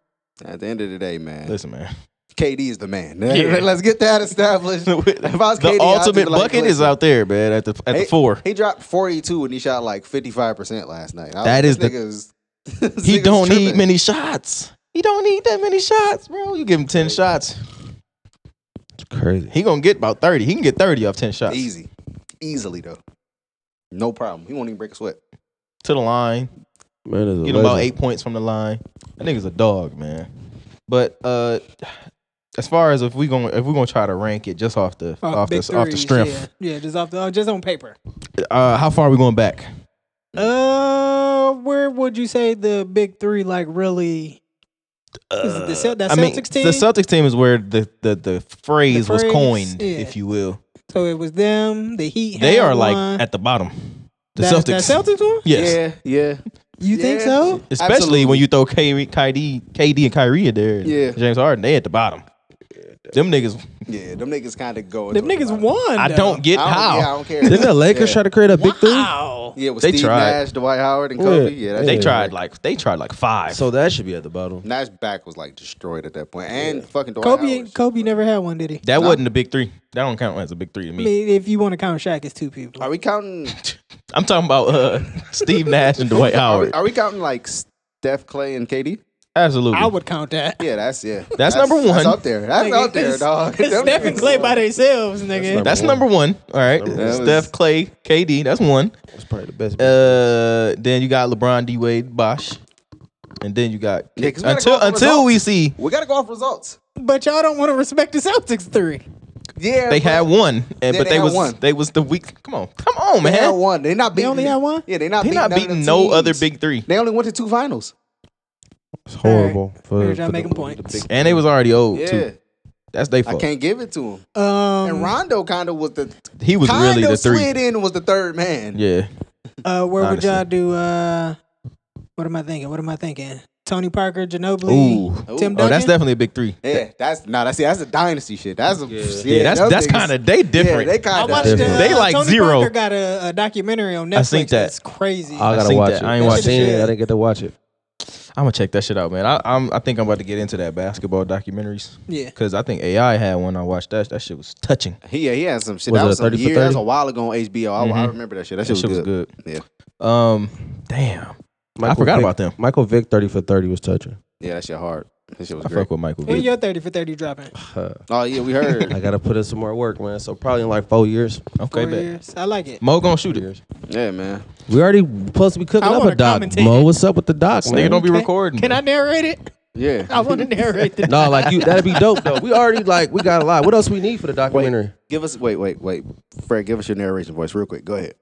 D: At the end of the day, man,
B: Listen, man.
D: KD is the man. Let's get that established. if I was
B: the
D: KD, I'd just
B: ultimate
D: be like,
B: bucket is
D: listen,
B: out there, man. At the at
D: he-
B: the four,
D: He dropped 42 and he shot like 55% last night. I
B: That
D: was
B: is the-
D: like, this nigga's- this
B: he
D: nigga's
B: don't need
D: tripping.
B: many shots. He don't need that many shots, bro. You give him ten shots,
A: It's crazy.
B: he gonna get about thirty. He can get thirty off ten shots
D: Easy. Easily, though. No problem. He won't even break a sweat.
B: to the line.
A: Man, is a
B: Get him about
A: legend.
B: eight points from the line. That nigga's a dog, man. But uh, as far as if we gonna if we gonna try to rank it just off the off the
C: Big
B: off the
C: Threes,
B: strength,
C: Yeah, yeah just off the oh, just on paper.
B: uh, how far are we going back?
C: Uh, where would you say the Big Three like really? Is it the Cel- that
B: Uh, I mean,
C: Celtics team?
B: the Celtics team is where the the, the, phrase,
C: The
B: was
C: phrase,
B: coined,
C: yeah.
B: if you will.
C: so it was them. The Heat.
B: They
C: had
B: are like
C: one.
B: at the bottom. The
C: that,
B: Celtics.
C: That Celtics one.
B: Yes.
D: Yeah,
C: You
D: Yeah.
C: think so?
B: Especially when you throw KD, KD, KD and Kyrie in there. and
D: Yeah.
B: James Harden, they at the bottom. Them niggas,
D: Yeah, them niggas kind of go.
C: Them niggas won.
B: I
C: though.
B: don't get how.
D: Yeah, I don't care.
A: Didn't the Lakers
D: yeah.
A: try to create a big three?
C: Wow.
D: Yeah, with
B: They
D: Steve
B: tried.
D: Nash, Dwight Howard, and Kobe.
A: Yeah,
D: Yeah, that's
B: They
A: Yeah.
B: tried like they tried like five.
A: So that should be at the bottom.
D: Nash back was like destroyed at that point, and fucking Dwight
C: Kobe.
D: Howard.
C: Kobe never had one, did he?
B: that wasn't the big three. That don't count as a big three to
C: I
B: me.
C: mean, if you want to count Shaq, it's two people.
D: Are we counting?
B: I'm talking about uh, Steve Nash and Dwight
D: Are we,
B: Howard.
D: are we counting like Steph, Clay, and KD?
B: Absolutely.
C: I would count that.
D: Yeah, that's yeah.
B: That's number
D: That's
B: one.
D: up there. That's
C: Nigga,
D: up there,
C: it's-
D: dog.
C: it's
D: Them
C: Steph and
D: niggas-
C: Clay by themselves, nigga.
B: That's number one. All right.
A: Number
D: one. That was-
B: Steph, Clay, KD. That's one.
A: That's probably the best.
B: Uh, then you got LeBron, D Wade, Bosh, and then you got
D: Yeah, 'cause we gotta
B: until
D: go off
B: until we
D: results.
B: see
D: we gotta go off results.
C: But y'all don't want to respect the Celtics three.
D: Yeah,
B: they
D: but-
B: had one, and
D: Yeah,
B: but
D: they
B: they,
D: had
B: was
D: one.
B: they was the weak. Come on, come on,
D: They
B: man.
D: had one. They not beating.
C: only had one?
D: Yeah, they not.
B: They
D: beating
B: not
D: none of the
B: beating no
D: teams.
B: other big three,
D: They only went to two finals.
A: It's horrible. For,
C: Heard y'all
A: for
C: making
A: the,
C: points.
A: the big-
B: and they was already old
D: Yeah,
B: too. That's they
D: I
B: fault.
D: can't give it to them. And
C: Um,
D: Rondo kind of was the
B: He Mm. was
D: kind
B: really
D: of
B: the three.
D: slid in and was the third man.
B: Yeah,
C: uh, where would
B: honestly.
C: y'all do? Uh, what am I thinking? What am I thinking? Tony Parker, Ginobili,
B: Ooh.
C: Tim Duncan.
B: Oh, that's definitely a big three.
D: Yeah, that's no, that's that's a dynasty shit. That's a yeah.
B: Yeah, that's
D: them
B: that's
D: niggas-
B: kind of they different.
D: Yeah, they kind
C: I
D: of
C: watched
A: That's
C: uh,
A: different.
B: They like
C: Tony
B: zero.
C: Parker got a, a documentary on Netflix.
B: I think that-
C: That's crazy.
A: I gotta
B: seen
A: watch
B: that.
A: it.
B: I ain't watched
A: seen
C: it.
A: I didn't get to watch it.
B: I'm gonna check that shit out, man. I, I'm I think I'm about to get into that basketball documentaries
C: yeah.
B: because I think AI had one. I watched that. That shit was touching.
D: He, yeah, he had some shit.
A: Was
D: that
A: it
D: was
A: a
D: some
A: 30 for
D: years. That was
A: 30?
D: a while ago on HBO. I, I remember that shit.
B: Mm-hmm. That
D: That shit,
B: shit was
D: was
B: good.
D: good. Yeah,
B: Um, damn, I forgot
A: Vick-
B: about them.
A: Michael Vick, thirty for thirty, was touching.
D: yeah, that shit hard. That shit was
B: I
D: great.
B: fuck with Michael.
C: When
B: Vick.
C: your thirty for thirty dropping?
D: Oh yeah, we heard.
A: I gotta put in some more work, man. So probably in like four years.
B: Okay,
C: Four
B: bet.
C: years. I like it.
B: Mo gonna shoot it.
D: yeah, man.
A: We already supposed to be cooking
C: I
A: up
C: wanna
A: a doc.
C: commentate.
A: Mo, what's up with the doc,
B: Nigga,
A: man?
B: don't be
C: Can-
B: recording.
C: Can I narrate it?
D: Yeah.
C: I want to narrate the
A: no, like you, that'd be dope though. We already like we got a lot. What else we need for the documentary?
D: Give us wait, wait, wait. Fred, give us your narration voice real quick. Go ahead.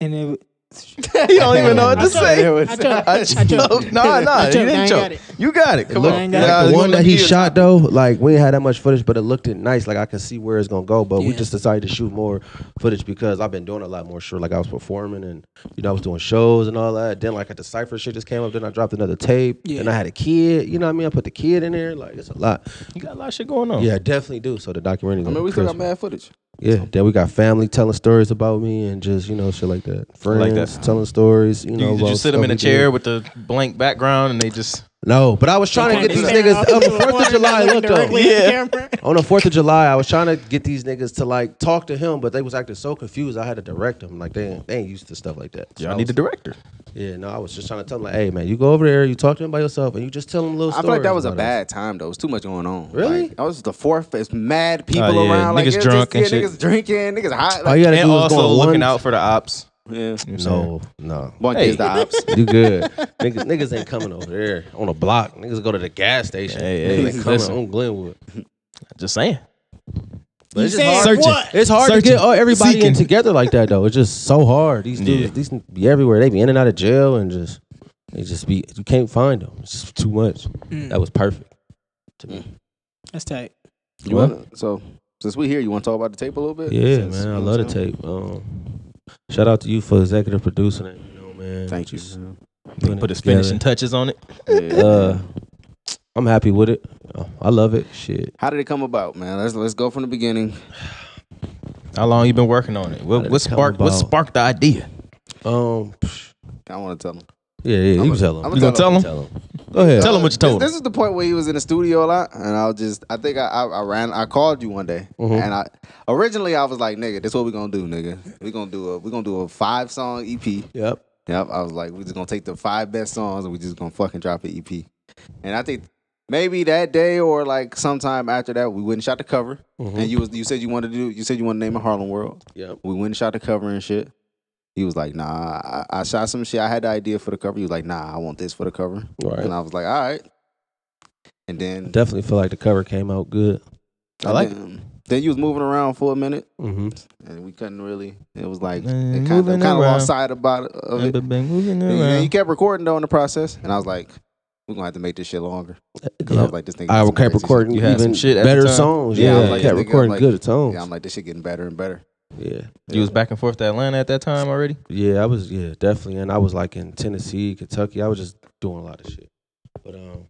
C: And it,
B: you don't even know what to
C: I
B: say.
D: It was-
C: I tried.
B: I
C: I
B: choked.
C: choked.
B: Nah, nah,
C: I
B: you
C: choked. I
B: didn't
C: ain't
B: choke.
C: got it.
B: You got it. Come
C: looked-
B: on.
C: I ain't
B: Nah,
C: got it.
A: like
B: you
A: the one
B: wanna
A: that he
B: be a-
A: shot though, like we ain't had that much footage, but it looked it nice. Like I can see where it's gonna go. But we
C: Yeah.
A: just decided to shoot more footage because I've been doing a lot more. Sure, like I was performing and you know I was doing shows and all that. Then like at the cipher shit just came up. Then I dropped another tape.
C: Yeah.
A: Then I had a kid. You know what I mean? I put the kid in there. Like it's a lot.
B: You got a lot of shit going on.
A: Yeah, I definitely do. So the documentary.
D: I mean, we took out mad footage.
A: Yeah, then we got family telling stories about me and just you know shit like that. Friends
B: like that.
A: telling stories. You
B: You,
A: know,
B: did you
A: about
B: sit them in
A: stuff
B: a
A: we
B: chair
A: did.
B: with the blank background and they just
A: No, but I was trying to
C: Kinda
A: get these
C: stand
A: niggas
C: up
A: on the
C: to
A: Fourth of
C: corner,
A: July.
C: looking
A: Look though,
C: directly at the
B: Yeah.
C: camera.
A: on the Fourth of July, I was trying to get these niggas to like talk to him, but they was acting so confused. I had to direct them. Like they ain't, they ain't used to stuff like that. So
B: y'all
A: I
B: need the
A: was-
B: director.
A: Yeah, no, I was just trying to tell them like, hey man, you go over there, you talk to him by yourself, and you just tell him little.
D: I feel like that
A: stories
D: was a
A: about us.
D: bad time though. It was too much going on.
A: Really?
D: Like, that was the fourth. It's mad people
B: Oh, yeah.
D: around. Like
B: Niggas
D: it was
B: drunk
D: just,
B: and
D: yeah,
B: shit.
D: Niggas drinking. Niggas hot.
A: All
D: Like,
A: you gotta
B: And
A: do is
B: also
A: go
B: looking
A: once.
B: out for the ops.
D: yeah.
A: No, no.
D: One
B: Hey.
D: is the ops.
A: You good. niggas, niggas ain't coming over there on a block. Niggas go to the gas station.
B: Hey,
A: niggas
B: hey,
A: ain't coming
B: listen.
A: on Glenwood.
B: Just saying.
A: But it's just
C: saying
A: hard.
C: what?
A: It's hard to
B: Searching.
A: get all everybody in
B: Seeking.
A: together like that though. It's just so hard. These dudes,
B: Yeah.
A: these n- be everywhere. They be in and out of jail and just they just be you can't find them. It's just too much.
C: Mm,
A: That was perfect to me.
C: that's tight.
D: You wanna, so since we here, you want to talk about the tape a little bit?
A: Yeah,
D: Since-
A: man.
D: you
A: I
D: know
A: love the
D: what I'm
A: tape. Um, shout out to you for executive producing it. You know, man.
D: saying? Thank
A: Just
D: you.
A: putting it
B: Put his
A: together.
B: finishing touches on it.
D: Yeah.
A: Uh, I'm happy with it. Oh, I love it. Shit.
D: How did it come about, man? Let's let's go from the beginning.
B: How long you been working on it?
A: How
B: What,
A: did
B: what
A: it come
B: sparked what
A: about?
B: sparked the idea?
A: Um. psh,
D: I want to tell him.
A: Yeah, yeah.
D: I'ma-
A: You tell him.
D: I'ma
B: You gonna tell him?
A: Tell him. Go ahead.
B: Tell him what you told him.
D: This, this is the point where he was in the studio a lot, and I was just, I think I, I, I ran, I called you one day,
B: Mm-hmm.
D: and I originally I was like, nigga, this what we gonna do, nigga. We gonna do a, we gonna do a five song EP.
A: Yep.
D: Yep. I was like, we just gonna take the five best songs and we just gonna fucking drop an EP. And I think maybe that day or like sometime after that, we went and shot the cover.
B: Mm-hmm.
D: And you was you said you wanted to do you said you wanted to name it Harlem World.
A: Mm-hmm. Yep.
D: We went and shot the cover and shit. He was like, nah, I, I shot some shit. I had the idea for the cover. He was like, nah, I want this for the cover.
A: Right.
D: And I was like, all right. And then
A: Definitely feel like the cover came out good.
B: I like
D: then, it. Then you was moving around for a minute,
A: Mm-hmm.
D: and we couldn't really. It was like
B: Man,
D: it kind of
B: moving
D: kind of
B: around.
D: lost sight about it- of it.
B: Been moving
D: And, and you
B: around.
D: kept recording though in the process, and I was like, "We're gonna have to make this shit longer." Because I was like, "This thing."
A: I kept recording
B: You had
A: even
B: some shit at the
A: better
B: time.
A: songs.
D: Yeah, I
A: Yeah,
D: was
A: I
D: like,
A: kept
D: nigga, I'm
A: recording
D: like-
A: good
D: Yeah, I'm
A: tones.
D: like, "This shit getting better and better."
A: Yeah,
B: You was back and forth to Atlanta at that time already.
A: yeah, I was yeah definitely, and I was like in Tennessee, Kentucky. I was just doing a lot of shit, but um,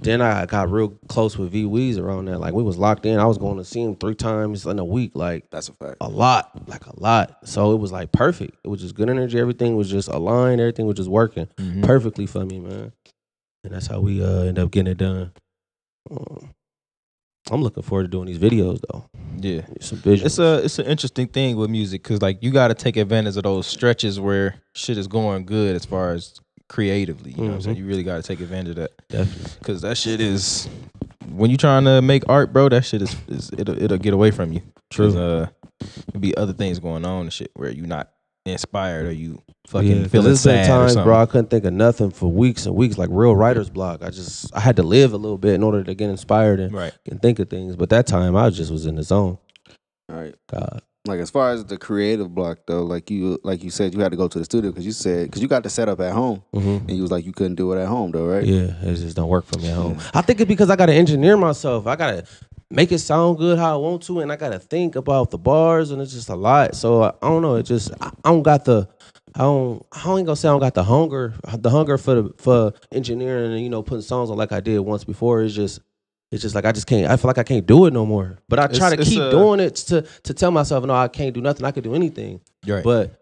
A: Then I got real close with V Weez around that. Like we was locked in. I was going to see him three times in a week. Like
D: That's a fact.
A: a lot, like a lot. So it was like perfect. It was just good energy. Everything was just aligned. Everything was just working perfectly for me, man. And that's how we uh, end up getting it done. Um, I'm looking forward to doing these videos though.
B: Yeah.
A: Some vision.
B: It's a it's an interesting thing with music because like you got to take advantage of those stretches where shit is going good as far as creatively. You know what I'm saying? You really got to take advantage of that
A: Mm-hmm. Definitely.
B: because that shit is when you trying to make art, bro. That shit is, is it'll, it'll get away from you. 'Cause, Uh, there'll be other things going on and shit where you're not inspired or you fucking
A: Yeah, 'cause
B: feeling
A: there's been
B: sad or
A: times,
B: something.
A: bro. I couldn't think of nothing for weeks and weeks, like real writer's block. I just I had to live a little bit in order to get inspired and,
B: Right.
A: and think of things. But that time, I just was in the zone.
D: All right.
A: God,
D: Like as far as the creative block though, like you like you said, you had to go to the studio because you said because you got the setup at home,
A: Mm-hmm.
D: and you was like you couldn't do it at home though, right?
A: yeah, it just don't work for me at home. I think it's because I gotta engineer myself. I gotta make it sound good how I want to, and I gotta think about the bars, and it's just a lot. So I, I don't know. It just I, I don't got the. I don't. I ain't gonna say I don't got the hunger, the hunger for the for engineering and you know putting songs on like I did once before. It's just, it's just like I just can't. I feel like I can't do it no more. But I try
B: It's-
A: to
B: it's
A: keep
B: a-
A: doing it to to tell myself, no, I can't do nothing. I could do anything.
B: Right.
A: But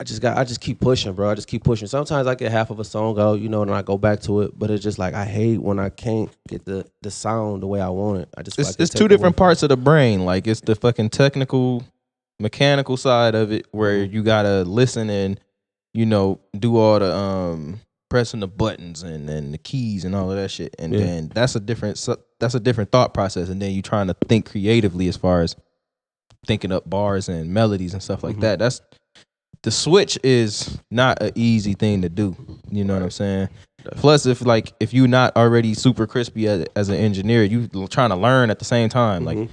A: I just got I just keep pushing, bro. I just keep pushing. Sometimes I get half of a song out, you know, and I go back to it. But it's just like I hate when I can't get the the sound the way I want it. I just feel
B: it's,
A: like it
B: it's
A: take
B: two
A: away
B: different
A: from-
B: parts of the brain. Like it's the fucking technical, mechanical side of it where
A: Mm-hmm.
B: you gotta listen and you know do all the um pressing the buttons and and the keys and all of that shit. And
A: Yeah.
B: then that's a different su- that's a different thought process. And then you trying to think creatively as far as thinking up bars and melodies and stuff
A: Mm-hmm.
B: like that. That's the switch is not an easy thing to do. You know what I'm saying? Plus, if like if you're not already super crispy as, as an engineer, you l- trying to learn at the same time. Like,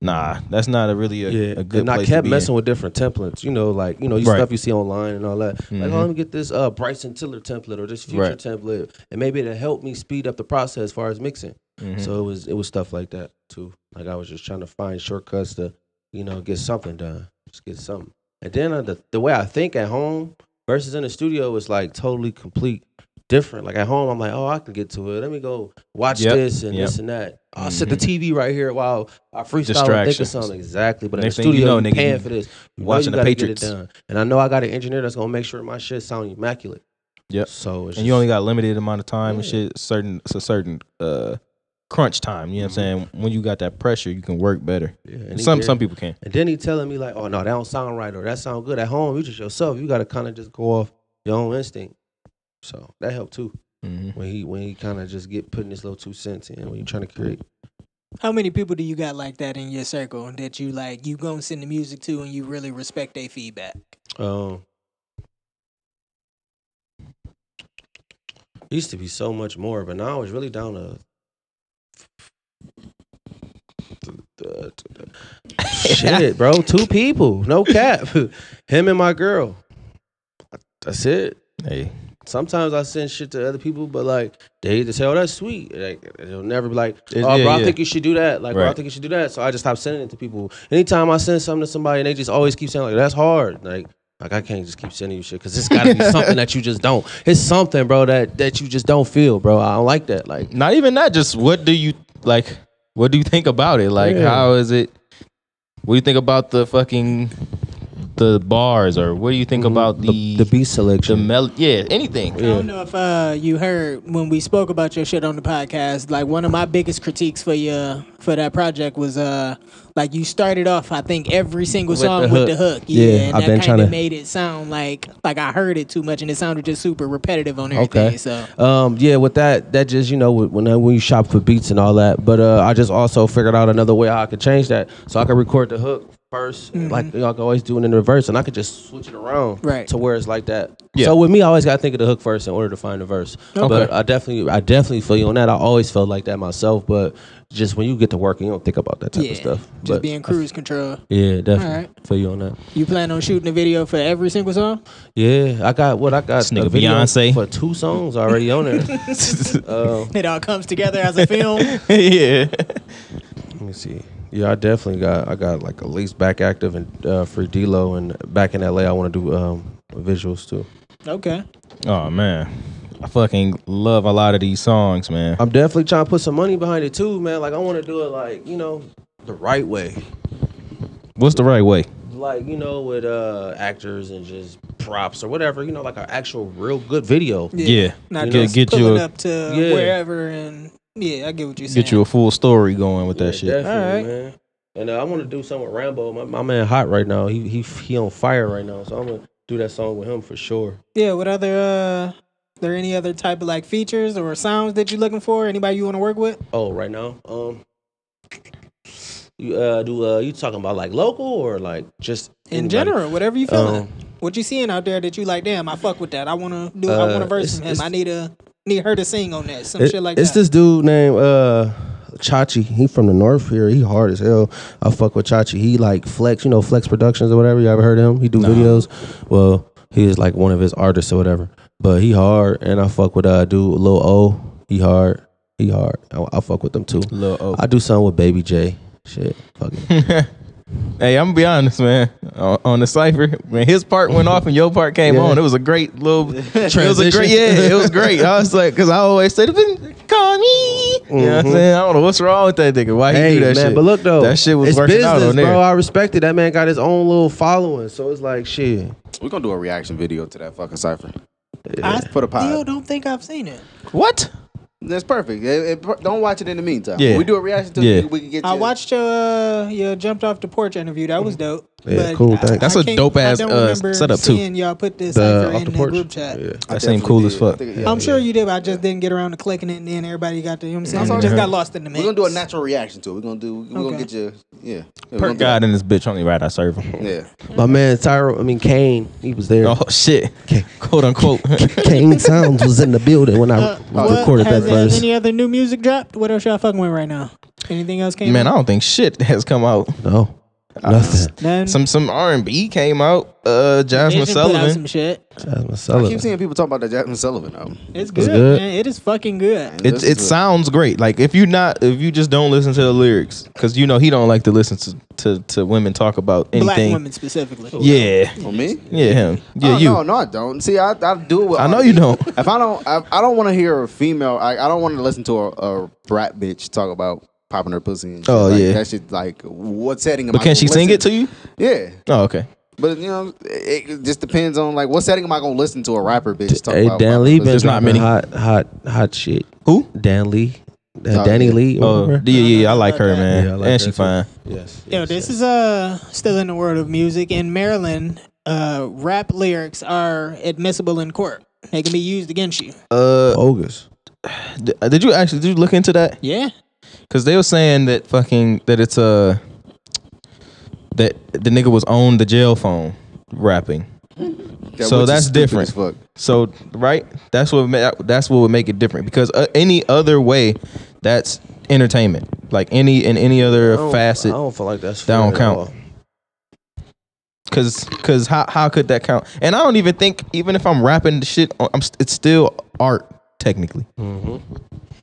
B: nah, that's not a really a,
A: Mm-hmm. Yeah,
B: a good
A: and I
B: place
A: kept
B: to be
A: messing
B: in.
A: with different templates, you know, like you know, you
B: Right.
A: stuff you see online and all that. Like,
B: Mhm.
A: oh, let me get this uh, Bryson Tiller template or this Future
B: Right.
A: template, and maybe it'll help me speed up the process as far as mixing.
B: Mhm.
A: So it was it was stuff like that too. Like I was just trying to find shortcuts to, you know, get something done. Just get something. And then uh, the the way I think at home versus in the studio is like totally complete different. Like at home, I'm like, oh, I can get to it. Let me go watch
B: Yep,
A: this and
B: yep. Mm-hmm.
A: this and that. I'll set the TV right here while I freestyle and think of
B: Distractions.
A: something. Exactly. But in the
B: Next thing you
A: studio, you
B: know, nigga,
A: paying
B: you
A: for this. You know
B: watching
A: you
B: the
A: gotta
B: Patriots.
A: Get it done. And I know I got an engineer that's gonna make sure my shit sound immaculate.
B: Yep.
A: So it's
B: and you
A: just-
B: only got limited amount of time and
A: Yeah.
B: shit. Certain it's a certain uh crunch time. You know what I'm saying? When you got that pressure, you can work better.
A: Yeah, Mm-hmm. and
B: And
A: he
B: some
A: did.
B: some people can.
A: And then he telling me like, oh no, that don't sound right or that sound good at home. You just yourself. You gotta kind of just go off your own instinct. So that helped too.
B: hmm
A: When he when he kind of just get putting his little two cents in when you're trying to create.
C: How many people do you got like that in your circle that you like you gonna send the music to and you really respect their feedback?
A: Um, used to be so much more, but now it's really down to. Shit, bro. Two people, no cap. Him and my girl. That's it.
B: Hey,
A: sometimes I send shit to other people, but like they just say, "Oh, that's sweet." Like they'll never be like, "Oh,
B: It-
A: bro,
B: yeah,
A: I
B: yeah.
A: think you should do that." Like, bro, I
B: Right.
A: think you should do that. So I just stop sending it to people. Anytime I send something to somebody, and they just always keep saying like, "That's hard." Like. Like I can't just keep sending you shit because it's gotta be something that you just don't. It's something, bro, that that you just don't feel, bro. I don't like that. Like
B: not even that. Just what do you like? What do you think about it? Like,
A: Yeah.
B: how is it? What do you think about the fucking the bars, or what do you think about Mm-hmm. the
A: the beat
B: the
A: selection,
B: mel? Yeah, anything.
C: I don't know if uh, you heard when we spoke about your shit on the podcast. Like one of my biggest critiques for your for that project was uh like you started off I think every single
A: the
C: song with the
A: hook.
C: hook. Yeah,
A: Yeah,
C: and
A: I've
C: that
A: been
C: kind of
A: tryna-
C: made it sound like like I heard it too much and it sounded just super repetitive on everything. So
A: Um, yeah, with that, that just you know with- when I- when you shop for beats and all that. But uh, I just also figured out another way how I could change that, so I could record the hook 1st like you know, I could always do it in reverse, and I could just switch it around
C: Mm-hmm. Right.
A: to where it's like that.
B: Yeah.
A: So with me, I always got to think of the hook first in order to find the verse. But I definitely, I definitely feel you on that. I always felt like that myself, but just when you get to working, you don't think about that type
C: yeah,
A: of stuff.
C: just
A: But-
C: being cruise control.
A: yeah, definitely
C: All right.
A: feel you on that.
C: You plan on shooting a video for every single song?
A: Yeah, I got what I got.
B: This nigga
A: a video
B: Beyonce.
A: for two songs already on there. uh,
C: It all comes together as a film.
B: yeah.
A: Let me see. Yeah, I definitely got I got like at least back active and uh, free D'Lo and back in LA. I want to do um, visuals too.
C: Okay.
B: Oh man, I fucking love a lot of these songs, man.
A: I'm definitely trying to put some money behind it too, man. Like I want to do it like you know the right way,
B: What's the right way?
A: like you know with uh actors and just props or whatever. You know, like an actual real good video.
B: Yeah.
C: Not
B: Get-
C: just
B: get you
C: pulling
B: a-
C: up to
A: Yeah.
C: wherever and yeah, I get what you're saying.
B: Get you a full story going with
A: Yeah,
B: that shit.
A: Definitely,
C: Alright.
A: man. And uh, I want to do something with Rambo. My, my man hot right now. He he he on fire right now. So I'm gonna do that song with him for sure.
C: yeah, what other uh are there any other type of like features or sounds that you're looking for? Anybody you want to work with?
A: Oh, right now. Um, you uh do uh you talking about like local or like just
C: In
A: anybody?
C: general, whatever you feeling.
A: Um,
C: what you seeing out there that you like, damn, I fuck with that. I wanna do I
A: Uh,
C: want a verse
A: it's-
C: from him.
A: it's-
C: I need a need her to sing on that. Some
A: It-
C: shit like
A: it's
C: that.
A: this dude named uh Chachi. He from the north here. He hard as hell. I fuck with Chachi. He like Flex, you know, Flex Productions or whatever. You ever heard of him? He do videos. Well, he is like one of his artists or whatever. But he hard, and I fuck with uh dude Lil O. He hard. He hard. I, I fuck with them too.
B: Lil O.
A: I do something with Baby J. Shit, fuck it.
B: Hey, I'm gonna be honest, man. On, on the cipher, when his part went off and your part came
A: Yeah.
B: on, it was a great little It was a
A: Transition.
B: great, yeah, it was great. I was like, because I always say, "Call me." You know what I'm saying? I don't know what's wrong with that nigga. Why he
A: Mm-hmm. Hey
B: do
A: man,
B: that shit?
A: but look though,
B: that shit was
A: it's
B: working
A: business,
B: out on
A: bro.
B: there.
A: I respect it. That man got his own little following, so it's like shit.
D: We're gonna do a reaction video to that fucking cipher.
C: I
D: For the pod.
C: still don't think I've seen it.
B: What?
D: That's perfect. It- it- per- don't watch it in the meantime.
B: Yeah.
D: We do a reaction to
B: Yeah.
D: it. We can get.
C: I
D: you-
C: watched your uh, your jumped off the porch interview. That was dope.
A: Mm-hmm. Yeah, cool, thanks.
B: That's
C: a
B: a dope-ass, uh, setup, too.
C: Seeing y'all put this
A: The
C: cipher
A: off
C: in the,
A: the porch.
C: group chat.
A: Yeah.
D: I
B: That seemed
D: definitely
B: cool
D: did.
B: as fuck.
D: I think- yeah.
C: I'm sure you did, but I just didn't get around to clicking it, and then everybody got the. You know what I'm saying? It just got lost in the mix.
D: We're gonna do a natural reaction to it. We're gonna do. We're gonna
C: Okay.
D: get you. Yeah. Yeah, we're gonna
B: Perk
D: do
B: God in this bitch only right I serve him.
D: that. Yeah.
A: My man Tyro, I mean Kane, he was there.
B: Oh shit, quote unquote.
A: Kane Sounds was in the building when I
C: Uh, What-
A: recorded that
C: has, has
A: verse.
C: any other new music dropped? What else y'all fucking with right now? Anything else came?
B: Man, I
C: out?
B: don't think shit has come out.
A: no, nothing.
C: None?
B: Some some R and B came out. Uh, Jasmine
C: Vision put out
B: Sullivan.
C: some shit.
A: Jasmine
D: I
A: Sullivan.
D: keep seeing people talking about that Jasmine Sullivan album.
C: It's good,
A: good.
C: man. It is fucking good.
B: It
D: This
B: it
D: is a-
B: sounds great. Like if you not if you just don't listen to the lyrics, because you know he don't like to listen to to, to women talk about anything.
C: Black women specifically.
B: Yeah,
D: For me?
B: yeah, him. Yeah,
D: oh,
B: you.
D: No, no, I don't. See, I, I do it. With
B: I know you don't.
D: If I don't, I, I don't want to hear a female. I, I don't want to listen to a, a brat bitch talk about popping her pussy. And shit.
B: Oh,
D: Like,
B: yeah.
D: that shit. Like what setting? Am
B: But
D: I
B: can she
D: gonna
B: sing it to
D: listen-
B: you?
D: Yeah,
B: Oh, okay.
D: but you know, it, it just depends on like what setting am I gonna listen to a rapper bitch talk
A: hey,
D: about?
A: Dan
D: popping
A: Lee
D: pussy?
A: been
B: Oh, There's not
A: dropping
B: many.
A: hot, hot, hot shit.
B: Who?
A: Dan Lee, uh,
D: Oh,
A: Danny
D: yeah.
A: Lee.
B: Oh, yeah,
A: remember?
B: yeah, yeah. I like
C: about
B: her,
C: that.
B: man.
A: Yeah, I like
B: and
A: her
B: she
A: too.
B: fine.
A: Yes.
C: Yo,
A: yes,
C: this
A: yes.
C: is uh still in the world of music in Maryland. Uh, rap lyrics are admissible in court. They can be used against you.
B: Uh,
A: bogus.
B: d- Uh, did you actually did you look into that?
C: Yeah,
B: Because they were saying that fucking that it's uh, that the nigga was on the jail phone rapping.
D: That
B: so
D: witch is
B: that's
D: stupid
B: different.
D: as fuck.
B: So right, that's what ma- that's what would make it different because uh, any other way, that's entertainment. Like any in any other
A: I don't-
B: facet,
A: I don't feel like that's
B: That don't
A: fair at
B: count.
A: all.
B: Cause, cause how how could that count? And I don't even think even if I'm rapping the shit, on- I'm st- it's still art technically.
A: Hmm.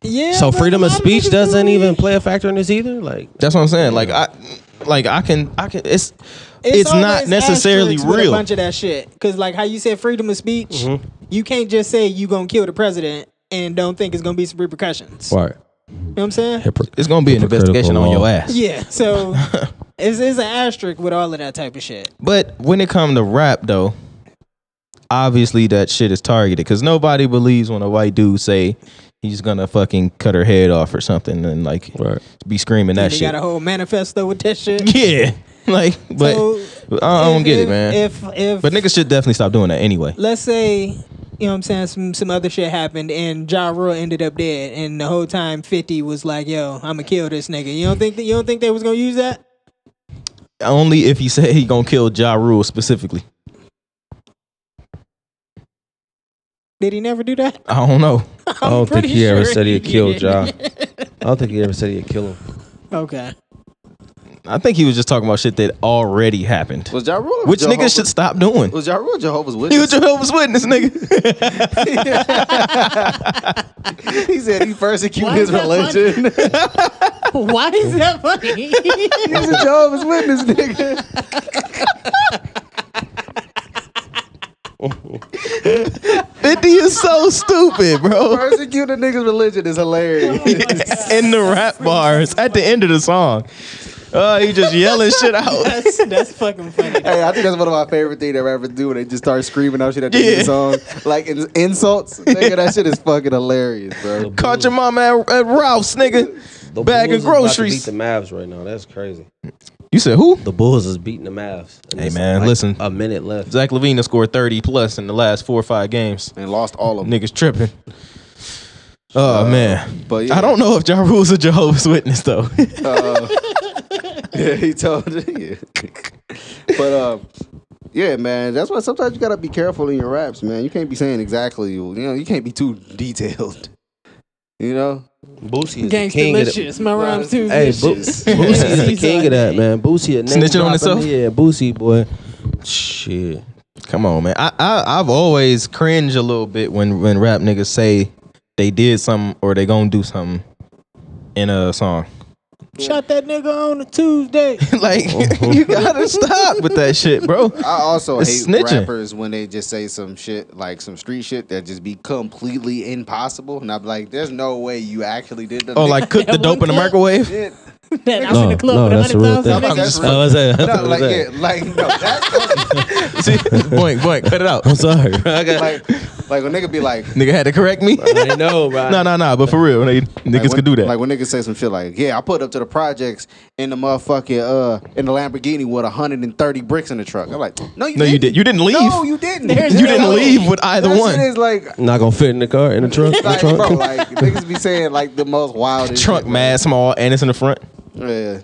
C: yeah.
A: So
C: but a
A: freedom of
C: lot
A: speech
C: niggas
A: doesn't
C: do it.
A: even play a factor in this either. Like
B: That's what I'm saying. Like I, like I can I can. It's it's, not
C: always
B: necessarily
C: asterisks with A
B: real. Mm-hmm.
C: bunch of that shit, because like how you said freedom of speech, you can't just say you gonna kill the president and don't think it's gonna be some repercussions.
A: right.
C: You know what I'm saying?
B: it's gonna be an investigation on your ass.
C: Yeah. So it's it's an asterisk with all of that type of shit.
B: But when it come to rap though, obviously that shit is targeted because nobody believes when a white dude say he's gonna fucking cut her head off or something and like
A: Right.
B: be screaming that
C: And you
B: shit.
C: got a whole manifesto with that shit.
B: yeah, like but
C: So,
B: I don't
C: if-
B: get
C: if-
B: it, man.
C: If if
B: But niggas should definitely stop doing that anyway.
C: let's say you know what I'm saying some some other shit happened and Ja Rule ended up dead and the whole time 50 was like yo I'm gonna kill this nigga you don't think that, you don't think they was gonna use that
B: Only if he said he gonna kill Ja Rule specifically.
C: did he never do that
B: I don't know.
A: I don't think
C: pretty
A: he Oh, ever
C: sure
A: said he'd
C: he
A: kill
C: did.
A: Ja. I don't think he ever said he'd kill him.
C: okay
B: I think he was just talking about shit that already happened,
D: Was Ja Rule or
B: which
D: Jehovah-
B: niggas should stop doing.
D: Was Ja Rule or Jehovah's
B: You
D: Witness?
B: a Jehovah's Witness, nigga.
D: he said he persecuted
C: Why is
D: his
C: that funny?
D: religion. He's
C: why is that funny
D: a Jehovah's Witness nigga.
B: Fifty is so stupid, bro.
D: Persecute a nigga's religion is hilarious.
B: In the rap bars at the end of the song. Uh, he just yelling shit out.
C: That's, that's fucking funny.
D: hey, I think that's one of my favorite things they ever do when they just start screaming out shit at the end of the song. Like in- insults. Nigga, that shit is fucking hilarious, bro.
B: Caught your mama at, at Ralph's, nigga.
A: The
B: Bag
A: Bulls is about to
B: of groceries.
A: beat the Mavs right now. That's crazy.
B: You said who?
A: The Bulls is beating the Mavs. And
B: Hey,
A: it's
B: man, listen.
A: A minute left.
B: Zach Levine has scored 30 plus in the last four or five games.
D: And lost all of them.
B: Niggas tripping. Oh man.
D: But yeah,
B: I don't know if Ja Rule's a Jehovah's Witness though.
D: Yeah, he told you. but um, yeah, man, that's why sometimes you gotta be careful in your raps, man. You can't be saying exactly, you know, you can't be too detailed. You know,
A: Boosie is the king of the,
C: Gangstalicious. My rhymes too.
A: Hey, Bo-
D: Delicious.
A: Boosie is the
C: He's
A: king
C: like-
A: of that, man. Boosie a name
B: Snitching on
A: dropper.
B: himself?
A: Yeah, Boosie boy. Shit.
B: Come on, man. I, I I've always cringe a little bit when when rap niggas say they did something or they gonna do something in a song.
C: Shot that nigga on a Tuesday.
B: like you gotta stop with that shit, bro.
D: I also
B: It's
D: hate
B: snitching.
D: rappers when they just say some shit like some street shit that just be completely impossible, and I'm like, there's no way you actually did that.
B: Oh, like cook the dope in the microwave.
D: Shit.
C: Man, I'm in the club with
A: that's a real thing.
C: 100,000
A: I'm
C: niggas.
D: That's
A: just,
D: real.
A: I was saying-
D: No, like
A: I
D: yeah, like no, that's
B: See, boink, boink, cut it out.
A: am sorry. bro. I got.
D: like like a nigga be like.
B: Nigga had to correct me.
A: I know, bro.
B: No, no, no. But for real, they, niggas
D: like when,
B: could do that.
D: Like when niggas say some shit like, "Yeah, I put up to the projects in the motherfucking uh in the Lamborghini with 130 bricks in the truck." I'm like, "No, you
B: no,
D: didn't.
B: you did. You didn't leave.
D: No, you didn't.
C: There's
B: you
C: no
B: didn't
C: way.
B: leave with either
D: that
B: one.
D: shit is like,
A: Not gonna fit in the car in the trunk. in the
D: like,
A: trunk.
D: bro, like niggas be saying like the most wildest
B: Trunk
D: shit,
B: mad small and it's in the front.
D: Yeah.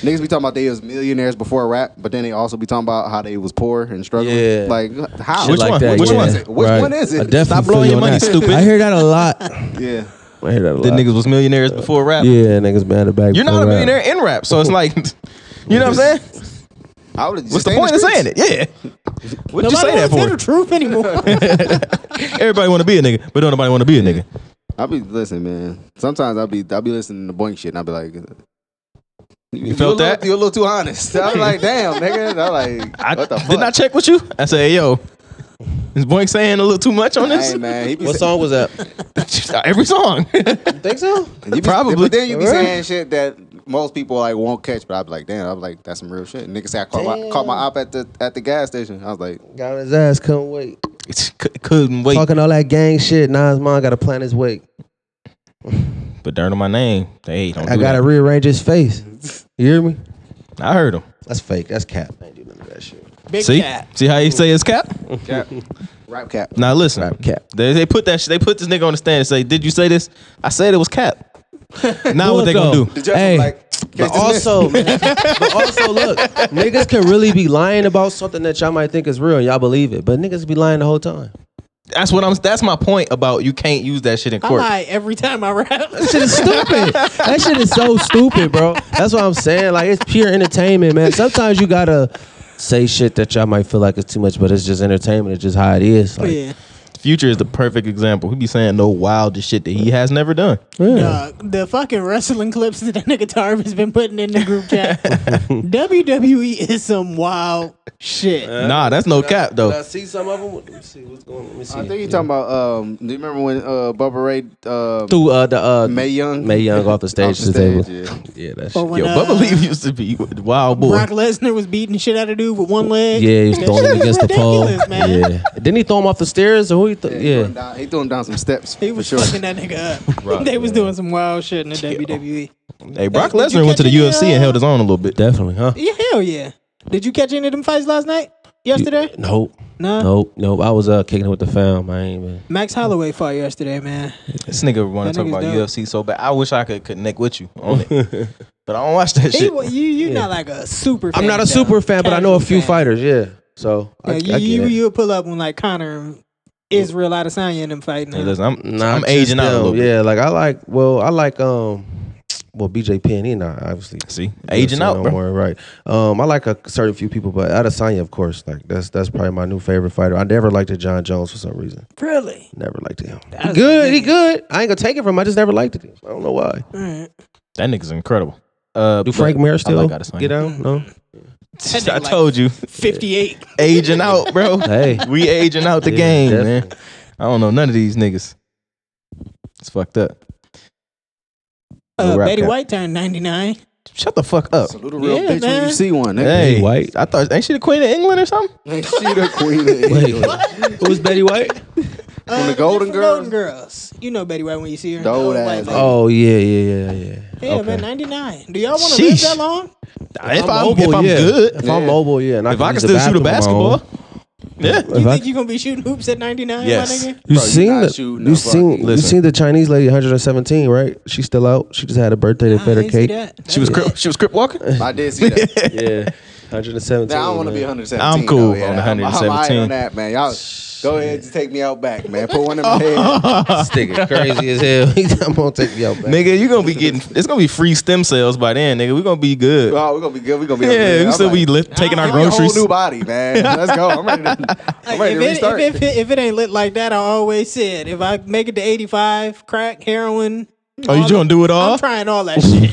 D: Niggas be talking about they was millionaires before rap, but then they also be talking about how they was poor and struggling.
A: Yeah.
D: Like how?
A: Shit
B: Which
A: like
B: one?
A: That,
B: Which
A: yeah.
B: one is
D: it? Which
A: Right.
D: one is it?
A: I definitely
B: Stop blowing
A: feel you
B: your
A: on
B: money,
A: that.
B: stupid.
A: I hear that a lot. I
D: Yeah.
A: hear that a lot.
B: The niggas was millionaires before rap.
A: Uh, yeah, niggas mad at back.
B: You're not a millionaire in rap, so it's like, you know what I'm saying?
D: I would have
B: What's the point of saying it? Yeah. What'd you
C: Nobody
B: say that
C: wants to hear
B: for?
C: the truth anymore.
B: Everybody want to be a nigga, but don't nobody want to be a nigga.
D: I'll be listen, man. Sometimes I'll be I'll be listening to boink shit and I'll be like, you,
B: felt
D: a
B: that?
D: Little, you're a little too honest. I'm like, damn, nigga. I'm like,
B: I,
D: what the fuck?
B: didn't I check with you? I said, hey, yo, is Boink saying a little too much on this?
D: Hey man, he be
A: What
D: saying,
A: song was that?
B: Every song.
A: think so?
D: you be,
B: Probably.
D: But then you be
A: Right.
D: saying shit that most people like won't catch. But I be like, damn. I was like, that's some real shit. Nigga said I caught my
A: Damn.
D: caught my op at the at the gas station. I was like,
A: Got on his ass, couldn't wait.
B: C- couldn't wait.
A: Talking all that gang shit. Now his mom got to plan his wake.
B: But darn on my name. Hey, don't
A: I
B: do
A: got to
B: that.
A: rearrange his face. You hear me?
B: I heard him.
A: That's fake. That's cap. I ain't do none of that shit.
C: Big
B: See?
C: cat.
B: See how you say it's cap?
D: rap cap.
B: Now listen.
A: Mm-hmm. Rap cap.
B: They, they put that sh- they put this nigga on the stand and say, Did you say this? I said it was cap. now what they gonna do?
D: The judge
A: Hey,
D: was like,
A: But
D: "Case dismissed."
A: also, man, but also, look, niggas can really be lying about something that y'all might think is real and y'all believe it, but niggas be lying the whole time.
B: That's what I'm that's my point about you can't use that shit in
C: I
B: court.
C: lie every time I rap. Oh,
A: That shit is stupid. that shit is so stupid, bro. That's what I'm saying. Like it's pure entertainment, man. Sometimes you gotta say shit that y'all might feel like it's too much, but it's just entertainment. It's just how it is. Like,
C: yeah.
B: Future is the perfect example. He be saying no wildest shit that he has never done.
C: Dog, the fucking wrestling clips that that nigga Tarv has been putting in the group chat. WWE is some wild shit.
A: Uh,
B: nah, that's no cap though.
A: see some of them? Let me see what's going. Let me see.
D: I think you talking about. Um, do you remember when uh, Bubba Ray, uh,
A: through uh, the uh,
D: May Young,
A: May Young off the stage
D: off
A: to
D: the
A: the
D: stage?
A: table.
D: Yeah.
A: Yeah, that
C: Or
A: shit.
C: when,
B: Yo,
C: uh,
B: Bubba Lee used to be a wild boy.
C: Brock Lesnar was beating the shit out of dude with one leg.
A: Yeah, he was
C: That
A: throwing
C: shit
A: him
C: was
A: against the pole.
C: ridiculous, man.
A: Yeah, didn't he throw him off the stairs or who? He th-
D: He threw
A: yeah,
D: him down, he threw him down some steps.
C: He was
D: for sure.
C: fucking that nigga up. they was doing some wild shit in the E. WWE.
B: hey, Brock
C: Did you
B: Lesnar went to the
C: catch any,
B: UFC
C: uh,
B: and held his own a little bit.
A: definitely, huh?
C: Yeah, hell yeah. Did you catch any of them fights last night? Yesterday?
A: Nope,
C: No.
A: nope, nope. I was uh kicking it with the fam. I ain't even.
C: Max Holloway fought yesterday, man.
B: This nigga want
C: That
B: to talk
C: nigga's
B: about
C: dope.
B: UFC so bad. I wish I could connect with you on it, but I don't watch that
C: He,
B: shit.
C: wa- you you not like a super. fan,
A: I'm not
C: though.
A: a super fan, but I know a
C: Casual
A: few
C: fan.
A: fighters. Yeah, so I,
C: Yeah,
A: I
C: you
A: get
C: you,
A: it.
C: you would pull up when like Connor and Israel Adesanya and them fighting.
B: Hey, listen, I'm
A: Nah,
B: I'm
A: just
B: aging out a
A: them.
B: little bit.
A: Yeah, like I like. Well, I like. Um, well, BJ Penn, he not obviously
B: See, aging
A: UFC
B: out,
A: no
B: bro.
A: more, right? Um, I like a certain few people, but Adesanya, of course, like that's that's probably my new favorite fighter. I never liked a John Jones for some reason.
C: really.
A: Never liked him. He
C: That's
A: good. He
C: nigga.
A: good. I ain't gonna take it from. him. I just never liked him. I don't know why.
B: That nigga's incredible. Uh,
A: Do Frank Mir still
B: like Adesanya.
A: get out? No.
C: nigga
B: I
C: like-
B: told you,
C: Fifty eight.
B: aging out, bro.
A: Hey.
B: we aging out the
A: Yeah,
B: game,
A: definitely.
B: man. I don't know none of these niggas. It's fucked up.
C: Uh,
B: The rap
C: Betty
B: guy.
C: White turned 99.
B: Shut the fuck up.
D: Salute a real bitch
C: Yeah,
D: when
C: man.
D: you see one. nigga.
B: Hey,
A: Betty White.
B: I thought ain't she the queen of England or something?
D: Ain't she the queen of England?
A: Who's Betty White?
D: From the
C: Uh,
D: Golden
C: from
D: Girls.
C: Golden Girls. You know Betty White when you see her.
D: The old
C: White
D: ass.
C: lady.
A: Oh yeah, yeah, yeah, yeah.
C: Yeah,
A: Okay.
C: man, 99. Do y'all want to live
B: Sheesh.
C: that long?
B: If I'm, if I'm
A: yeah.
B: good,
A: if
B: if,
A: I'm
D: Yeah.
A: mobile, yeah. And I
B: I can
A: use
B: still
A: the
B: shoot a
A: bathroom on my
B: basketball,
A: own.
B: yeah.
A: If
C: You
A: I-
C: think you going to be shooting hoops at 99,
B: Yes.
C: my nigga?
A: You
D: Bro, you
A: seen
D: not
A: the
D: shooting
A: you
D: no
A: seen
D: fucking-
A: you seen the Chinese lady 117 right? She's still out. She just had a birthday. They
C: I
A: fed her
C: ain't see
A: cake.
C: that. That's
B: She was
C: it.
B: crip, she was crip walking.
D: I did see that.
A: Yeah, 117.
D: Now I don't want to be
A: man.
D: 117.
B: I'm cool
D: though, yeah.
B: on
D: I'm- I'm high
B: 117.
D: on that, man. Y'all go ahead and take me out back, man. Put one in my head.
A: This nigga crazy as hell. I'm gonna take y'all back.
B: Nigga, you gonna be getting it's gonna be free stem cells by then, nigga. We're gonna be good.
D: Oh, we're gonna be good. We're gonna be
B: yeah, we
D: I'm
B: still
D: like,
B: be lift, taking our
D: give me a
B: groceries. Oh,
D: Whole new body, man. Let's go. I'm ready to, I'm
C: Like,
D: ready
C: if,
D: to
C: it,
D: restart.
C: if, it, if it ain't lit like that, I always said, if I make it to 85, crack, heroin,
A: Oh,
B: Are you gonna do it all?
C: I'm trying all that shit.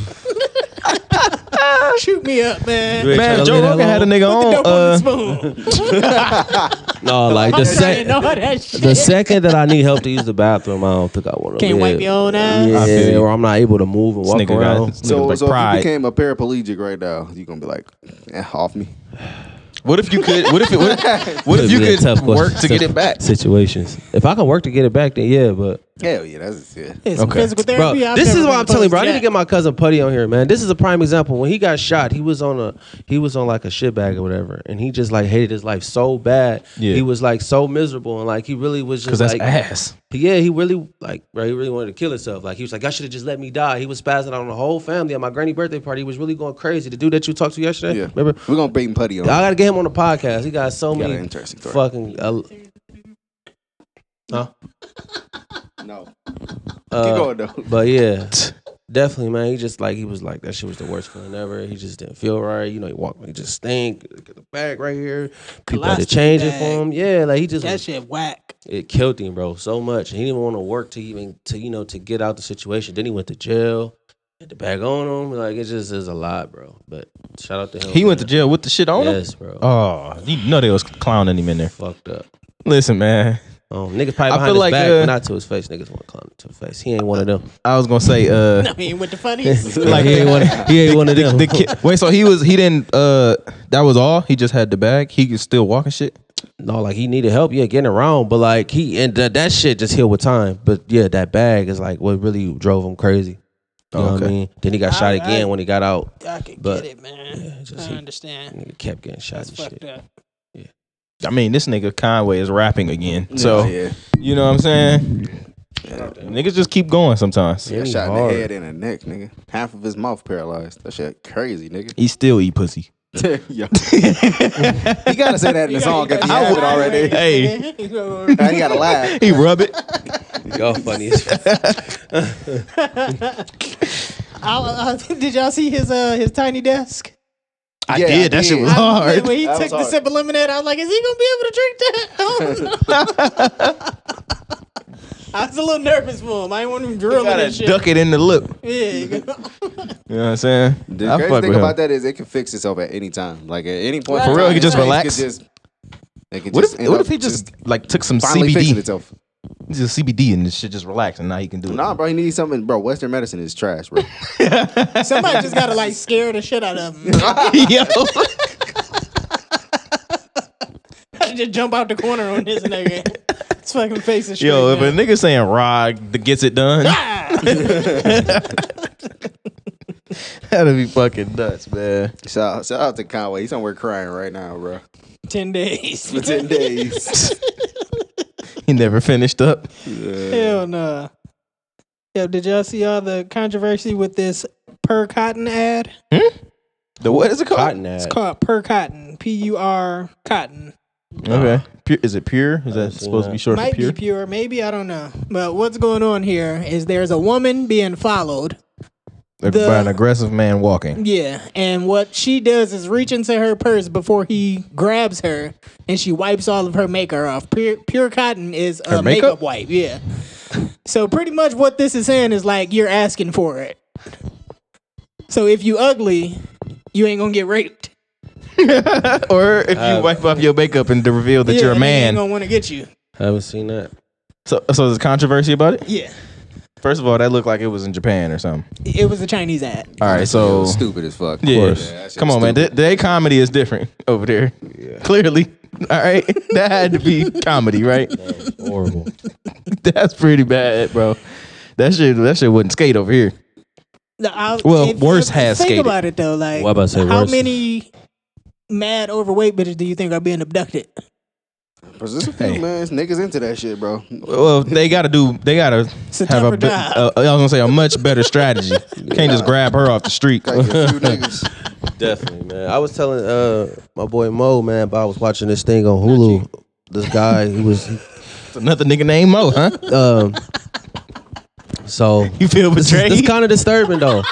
C: Shoot me up, man.
A: Man,
B: Man,
A: Tryna
B: Joe
A: leave that
B: Rogan had a
A: alone.
B: nigga
C: Put the
B: on.
C: dope
B: uh,
C: on the spoon.
A: No, like the
C: I'm trying
A: second
C: all that shit.
A: the second that I need help to use the bathroom, I don't think I want to.
C: Can't wipe your own eyes?
B: I feel
A: Yeah,
B: you.
A: or I'm not able to move and
B: this
A: walk
B: nigga got
A: around.
B: this nigga
D: so,
B: like
D: so
B: pride.
D: if you became a paraplegic right now, you're gonna be like, eh, off me.
B: what if you could? What if? What if, what if you
A: It'd be a
B: could
A: tough
B: work
A: question.
B: to get
A: Tough
B: it back?
A: Situations. If I can work to get it back, then yeah. But
D: Hell yeah, that's it.
C: It's some physical
A: bro,
C: therapy. I've
A: this
C: never
A: is
C: been
A: what I'm telling you, bro. I
C: opposed
A: need to get my cousin Putty on here, man. This is a prime example. When he got shot, he was on a he was on like a shit bag or whatever, and he just like hated his life so bad.
B: Yeah.
A: He was like so miserable, and like he really was
B: Because
A: just
B: that's
A: like
B: ass.
A: Yeah, he really like bro, he really wanted to kill himself. Like he was like, Y'all should have just let me die. He was spazzing out on the whole family at my granny birthday party. He was really going crazy. The dude that you talked to yesterday,
D: Yeah,
A: remember?
D: we're gonna bring Putty on.
A: I gotta get him on the podcast. He got so
D: Got an
A: many
D: interesting story.
A: fucking uh, huh?
D: No, keep
A: Uh,
D: going though.
A: But yeah, definitely, man. He just like he was like that. Shit was the worst feeling ever. He just didn't feel right. You know, he walked, he just stink. Get the bag right here. People had to
C: Plastic
A: change it
C: bag.
A: for him. Yeah, like he just
C: that
A: was-
C: shit whack.
A: it killed him, bro, so much. And he didn't want to work to even to you know to get out the situation. Then he went to jail. Had the bag on him. Like it just is a lot, bro. But shout out to him.
B: He went to
A: man.
B: jail with the shit on him.
A: Yes, bro.
B: Oh, you know they was clowning him in there.
A: Fucked up.
B: Listen, man.
A: Um, niggas probably
B: I
A: behind
B: feel
A: his
B: like,
A: back,
B: uh,
A: but not to his face. Niggas want to clown to his face. He ain't one of them.
B: I was gonna say, uh,
C: I mean, with the funnies.
B: Like
A: he ain't one. He ain't one of them.
B: the kid. Wait, so he was he didn't. Uh, that was all. He just had the bag. He could still walk and shit.
A: No, like he needed help, yeah, getting around. But like he and that that shit just healed with time. But yeah, that bag is like what really drove him crazy. You know what I
B: Okay.
A: mean? Then he got
C: I-
A: shot again
C: I-
A: when he got out.
C: I could
A: But-
C: get it, man.
A: Yeah, just
C: I
A: he-
C: understand.
A: Nigga kept getting shot
C: That's
A: and
C: fucked
A: shit.
C: up.
B: I mean, this nigga Conway is rapping again. So
D: yeah, yeah.
B: you know what I'm saying. Niggas just keep going sometimes.
D: He got
A: Ooh,
D: shot in
A: hard.
D: the head and the neck, nigga. Half of his mouth paralyzed. That shit crazy, nigga.
B: He still eat pussy.
D: Yo. he gotta say that in the song if he
C: I
D: have it
C: would-
D: already.
B: Hey.
C: You know,
D: And he gotta laugh.
B: He rub it.
A: Y'all funny as fuck.
C: I'll- uh, did y'all see his uh his tiny desk?
B: I
D: Yeah,
B: did.
D: I
B: That shit
D: did.
B: was
D: I-
B: hard.
C: When he
D: That
C: took
D: was
C: the
D: hard.
C: sip of lemonade, I was like, is he gonna be able to drink that? I don't know. I was a little nervous for him. I didn't want him
B: You
C: drilling and
B: gotta
C: shit.
B: duck it in the lip. You
C: Yeah, you go-
B: know what I'm saying?
D: The
B: I
D: crazy
B: fuck
D: thing
B: with him.
D: about that is it can fix itself at any time. Like at any point.
C: For
D: in
C: real,
D: time,
C: it can just
D: it
B: relax?
D: just- it can
B: What
D: just
B: if
D: end
B: what
D: up
B: if he just like took some
D: finally fixing
B: CBD,
D: itself?
B: just CBD, and this shit just relax, and now he can do it.
D: Nah, bro, he needs something, bro. Western medicine is trash, bro.
C: Somebody just gotta like scare the shit out of him.
B: Yo,
C: just jump out the corner on this nigga. His fucking face is straight.
B: yo, if
C: now.
B: a nigga saying "Rod" gets it done, that'd be fucking nuts, man.
D: shout, out, shout out to Conway. He's somewhere crying right now, bro.
C: ten days.
D: For ten days.
B: He never finished up.
C: Hell no. Yo, did y'all see all the controversy with this per cotton ad?
B: The what is it called?
A: Cotton ad.
C: It's called per cotton. P U R cotton.
B: Okay, pure, Uh, is it pure? Is that
A: seen
B: supposed to
A: that.
B: be short
C: Might
B: for pure?
C: be pure, maybe I don't know. But what's going on here is there's a woman being followed. the-
B: By an aggressive man walking.
C: Yeah, and what she does is reach into her purse before he grabs her, and she wipes all of her makeup off. Pure, pure cotton is a
B: Her makeup?
C: makeup? wipe. Yeah. So pretty much what this is saying is like you're asking for it. So if you ugly, you ain't gonna get raped.
D: Uh,
B: Or if you wipe off your makeup and to reveal that
C: Yeah,
B: you're a
C: and they ain't
B: man.
C: gonna want to get you.
A: Haven't seen that.
B: So, so there's controversy about it.
C: Yeah,
B: First of all, that looked like it was in Japan or something.
C: it was a Chinese ad.
B: All right, so
D: stupid as fuck.
B: yeah,
D: Yeah, that shit
B: come on, man. Th-
D: stupid.
B: Their comedy is different over there. Clearly, all right, that had to be comedy, right?
A: Horrible.
B: That's pretty bad, bro. That shit, that shit wouldn't skate over here.
C: No, I'll-
B: Well, worse has
C: Think
B: skated.
C: about it though. Like,
A: What about say
C: how
A: worse?
C: many mad overweight bitches do you think are being abducted?
D: But there's a few,
B: Hey.
D: man. It's niggas into that shit, bro.
B: Well, they gotta do. They gotta
C: a
B: have
C: tougher
B: a. bit-
C: job.
B: uh, I was gonna say a much better strategy. Can't just grab her off the street.
D: Like, a few niggas.
A: Definitely, man. I was telling uh my boy Mo, man, but I was watching this thing on Hulu. This guy, he was
B: Another nigga named Mo, huh?
A: um so
B: You feel
A: This
B: betrayed?
A: is kind of disturbing though.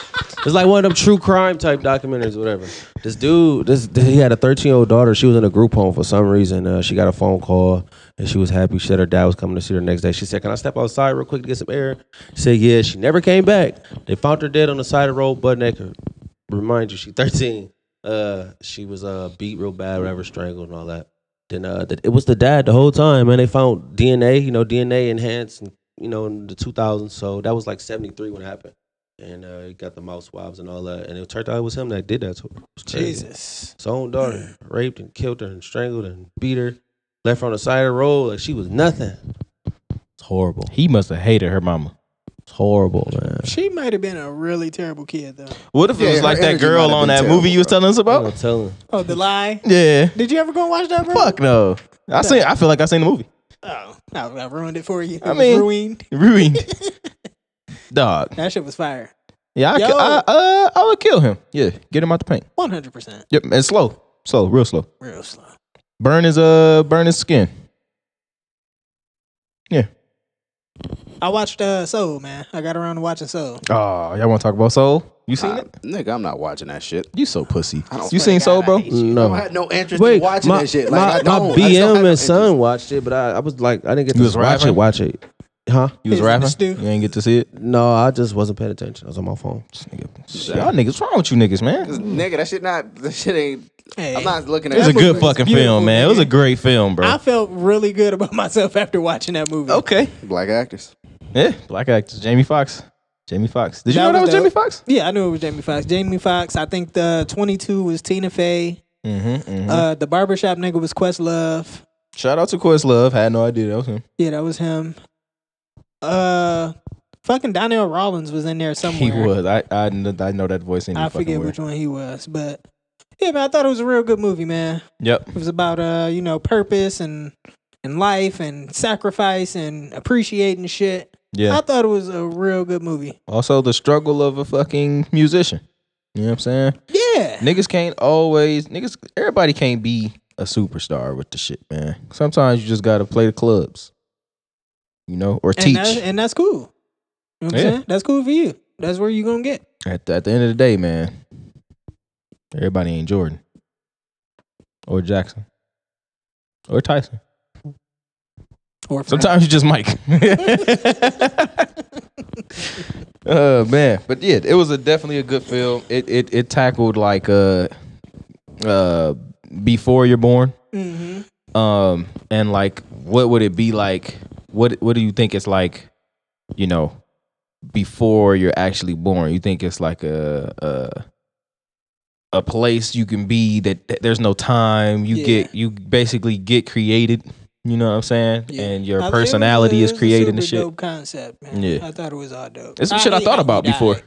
A: It's like one of them true crime type documentaries, whatever. This dude, this he had a 13 year old daughter. She was in a group home for some reason. Uh, she got a phone call and she was happy. She said her dad was coming to see her the next day. She said, "Can I step outside real quick to get some air?" She said, "Yeah." She never came back. They found her dead on the side of the road, butt naked. Remind you, she 13. Uh, she was uh beat real bad, whatever, strangled and all that. Then uh, th- it was the dad the whole time, man. They found DNA, you know, DNA enhanced, and, you know, in the 2000s. So that was like 73 when it happened. And uh, he got the mouth swabs and all that. And it turned out it was him that did that to her. It was crazy.
C: Jesus.
A: His own daughter raped and killed her and strangled and beat her, left her on the side of the road like she was nothing. It's horrible.
B: he must have hated her mama.
A: It's horrible, man.
C: She might have been a really terrible kid though.
B: What if it
D: Yeah,
B: was
D: her
B: like that
D: energy might
B: girl
D: have
B: on
D: been
B: that
D: terrible,
B: movie you was
D: bro.
B: telling us
A: I'm
B: about?
A: not telling.
C: Oh, the lie.
B: Yeah.
C: Did you ever go and watch that, bro?
B: Fuck no. I seen. I feel like I seen the movie.
C: Oh, I, I ruined it for you. It
B: I
C: was
B: mean-
C: ruined.
B: Ruined. Dog.
C: That shit was fire.
B: Yeah. I, ki-
C: Yo.
B: I, uh, I would kill him. Yeah. Get him out the paint.
C: One hundred percent.
B: Yep. And slow. Slow. Real slow.
C: Real slow.
B: Burn his uh. Burn his skin. Yeah.
C: I watched uh Soul, man. I got around to watching Soul.
B: Oh, y'all want to talk about Soul? You seen
D: Nah,
B: it?
D: nigga, I'm not watching that shit.
B: You so pussy.
D: don't
B: You seen
D: swear to
B: Soul,
D: God, I
B: bro?
D: hate I
A: No.
D: don't have no interest in
A: Oh. Wait,
D: watching
A: my,
D: that shit.
A: my,
D: Like, I
A: my
D: don't. I just don't have
A: BM
D: no
A: and son
D: interest.
A: watched it, but I, I was like, I didn't get
B: You
A: to
B: was
A: watch
B: rapping?
A: it. Watch it, huh?
B: You was
C: Is it the
B: rapping.
C: stew?
B: You ain't get to see it.
A: No, I just wasn't paying attention. I was on my phone.
B: Shit, Y'all niggas, what's wrong with you niggas, man?
D: 'Cause, Nigga, that shit not. That shit ain't.
C: Hey,
D: I'm not looking at.
B: It was a
D: that
B: good
D: movie.
B: fucking
C: beautiful,
B: film, man. It was a
C: nigga.
B: great film, bro.
C: I felt really good about myself after watching that movie.
B: okay.
D: Black actors.
B: Yeah, black actors. Jamie Foxx. Jamie Foxx. Did you
C: That
B: know that was
C: was
B: Jamie
C: dope.
B: Foxx?
C: Yeah, I knew it was Jamie Foxx. Jamie Foxx. I think the 22 was Tina Fey.
B: Mm-hmm,
C: Uh, the barbershop nigga was Questlove.
B: Shout out to Questlove. Had no idea that was him.
C: Yeah, that was him. Uh, fucking Donnell Rollins was in there
B: He
C: somewhere.
B: was. I I, kn- I know that voice. Ain't
C: I
B: even fucking
C: forget
B: weird.
C: which one he was, but yeah, man, I thought it was a real good movie, man.
B: Yep.
C: It was about uh, you know, purpose and and life and sacrifice and appreciating shit.
B: Yeah.
C: I thought it was a real good movie.
B: Also, the struggle of a fucking musician. You know what I'm saying?
C: Yeah.
B: Niggas can't always. Niggas. Everybody can't be a superstar with the shit, man. Sometimes you just gotta play the clubs. You know, or
C: and
B: teach.
C: that's, and that's cool. You know what
B: Yeah.
C: I'm saying? That's cool for you. That's where you gonna get.
B: At the, at the end of the day, man, everybody ain't Jordan or Jackson or Tyson.
C: Or
B: Sometimes you just Mike. oh man, but yeah, it was a definitely a good film. It it it tackled like uh uh before you're born,
C: hmm
B: um, and like what would it be like? What what do you think it's like? You know, before you're actually born, you think it's like a a a place you can be that, that there's no time. You
C: Yeah.
B: get you basically get created. You know what I'm saying?
C: Yeah.
B: And your personality is created and shit.
C: Dope concept, man.
B: Yeah.
C: Yeah, I thought it was all dope.
B: It's some shit I
C: hate
B: thought
C: how
B: about
C: he
B: before.
C: died.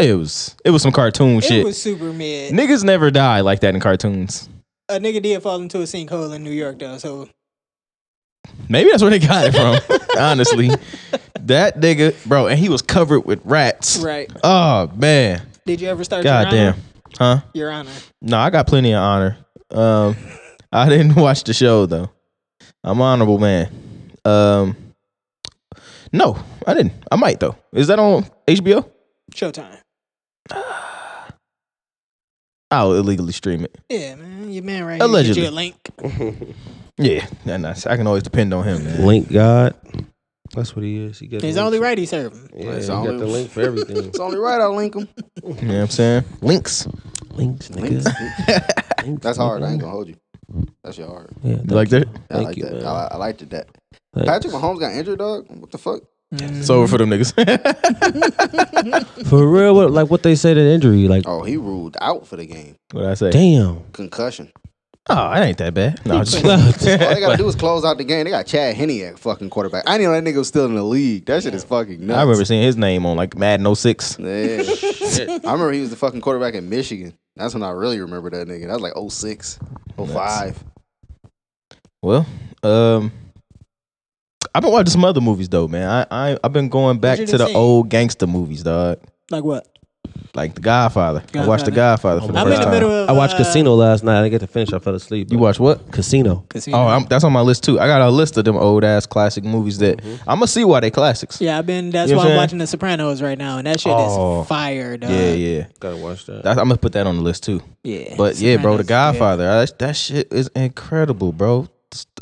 B: It was it was some cartoon
C: It
B: shit.
C: was super mid.
B: Niggas never die like that in cartoons.
C: a nigga did fall into a sinkhole in New York though, so
B: Maybe that's where they got it from. honestly, that nigga, bro, and he was covered with rats.
C: right.
B: Oh man,
C: Did you ever start?
B: god
C: your
B: damn,
C: honor?
B: huh?
C: Your honor.
B: No, I got plenty of honor. Um, I didn't watch the show though. I'm an honorable man. Um, no, I didn't. I might though. Is that on HBO?
C: Showtime.
B: I'll illegally stream it.
C: Yeah, man. Your man right here.
B: Allegedly.
C: Allegedly. You a link.
B: Yeah, and I, I can always depend on him, man.
A: Link God. That's what he is. He got
C: He's
A: the
C: only
A: link.
C: right he serving.
A: Yeah,
D: It's
A: he got
D: only-
A: the link for everything.
D: It's only right. I'll link them.
B: You know what I'm saying? Links.
A: Links, nigga. Links,
D: That's hard. I
A: nigga.
D: ain't gonna hold you. That's your hard.
A: Yeah,
B: You like that?
D: I
A: Thank
D: like
A: you,
D: that.
A: man.
D: I, I liked it. That Patrick Mahomes got injured, dog. What the fuck?
C: Mm,
B: It's over for them niggas.
A: For real, what, like what they say to the injury, like
D: Oh, he ruled out for the game.
B: what I say?
A: damn.
D: Concussion.
B: Oh, it ain't that bad. No, I'm just
D: All they gotta do is close out the game. They got Chad Henney at fucking quarterback. I didn't know that nigga was still in the league. That shit is fucking nuts.
B: I remember seeing his name on like Madden 06.
D: Yeah. I remember he was the fucking quarterback in Michigan. That's when I really remember that nigga. That was like 06, 05.
B: Well, um, I've been watching some other movies though, man. I, I I've been going back
C: you
B: to the
C: been seeing?
B: old gangster movies, dog.
C: Like what?
B: Like The Godfather. I watched The Godfather for the
C: I'm in
B: first
C: the
B: time.
C: middle of.
A: I watched
C: uh,
A: Casino last night. I didn't get to finish. I fell asleep.
B: You
A: but-
B: watch what?
A: Casino?
C: Casino.
B: Oh, I'm, that's on my list too. I got a list of them old ass classic movies that I'm gonna see why they classics.
C: Yeah, I've been. That's
B: You know what
C: why I'm
B: I'm saying?
C: watching The Sopranos right now, and that shit
B: Oh.
C: is fire, dog.
B: yeah, yeah.
A: Gotta watch that.
B: That's, I'm gonna put that on the list too.
C: yeah.
B: But yeah, bro, The
C: Sopranos,
B: Godfather. I, that shit is incredible, bro.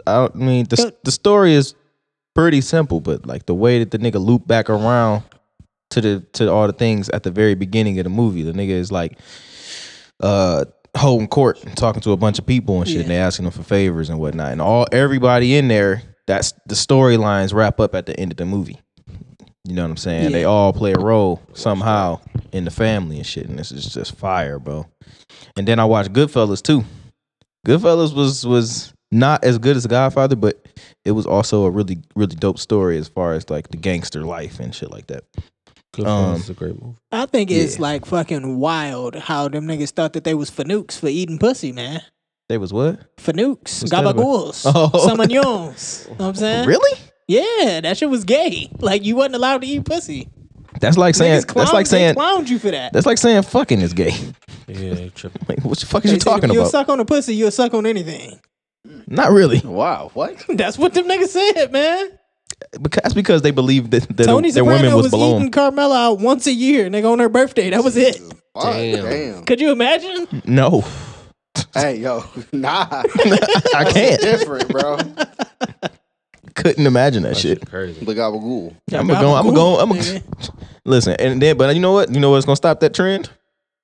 B: I mean, the the story is pretty simple, but like the way that the nigga loop back around to the to all the things at the very beginning of the movie, the nigga is like, uh. Holding court and talking to a bunch of people and shit, and they asking them for favors and whatnot, and all everybody in there. That's the storylines wrap up at the end of the movie. You know what I'm saying? They all play a role somehow in the family and shit, and this is just fire, bro. And then I watched Goodfellas too. Goodfellas was was not as good as Godfather, but it was also a really really dope story as far as like the gangster life and shit like that.
A: Goodfellas
B: um,
A: is a great movie.
C: yeah. I think it's like fucking wild how them niggas thought that they was fanooks for eating pussy, man.
B: They was what?
C: Fanooks,
B: that about?
C: gabagools,
B: Oh.
C: samagnons. know what I'm saying?
B: Really?
C: Yeah, that shit was gay. Like you wasn't allowed to eat pussy.
B: That's like saying
C: Niggas clowned,
B: that's like
C: they
B: saying
C: clowned you for that.
B: that's like saying fucking is gay.
A: Yeah, tripping.
B: Like what the fuck is
C: They
B: you
C: said
B: talking
C: if You'll
B: about?
C: suck on a pussy, you'll suck on anything.
B: Not really.
D: Wow, what?
C: That's what them niggas said, man.
B: Because that's because they believed that, that
C: Tony
B: their
C: Soprano
B: women was,
C: was
B: below 'em.
C: eating Carmela out once a year, nigga, on her birthday. That was it.
D: Fuck,
A: Damn.
D: damn.
C: Could you imagine?
B: No,
D: Hey, yo, nah.
B: I can't.
D: Different, bro.
B: Couldn't imagine that shit.
A: Crazy.
D: The gabagool.
B: I'm gonna go. I'm gonna go. I'm gonna listen. And then, but you know what? You know what's gonna stop that trend?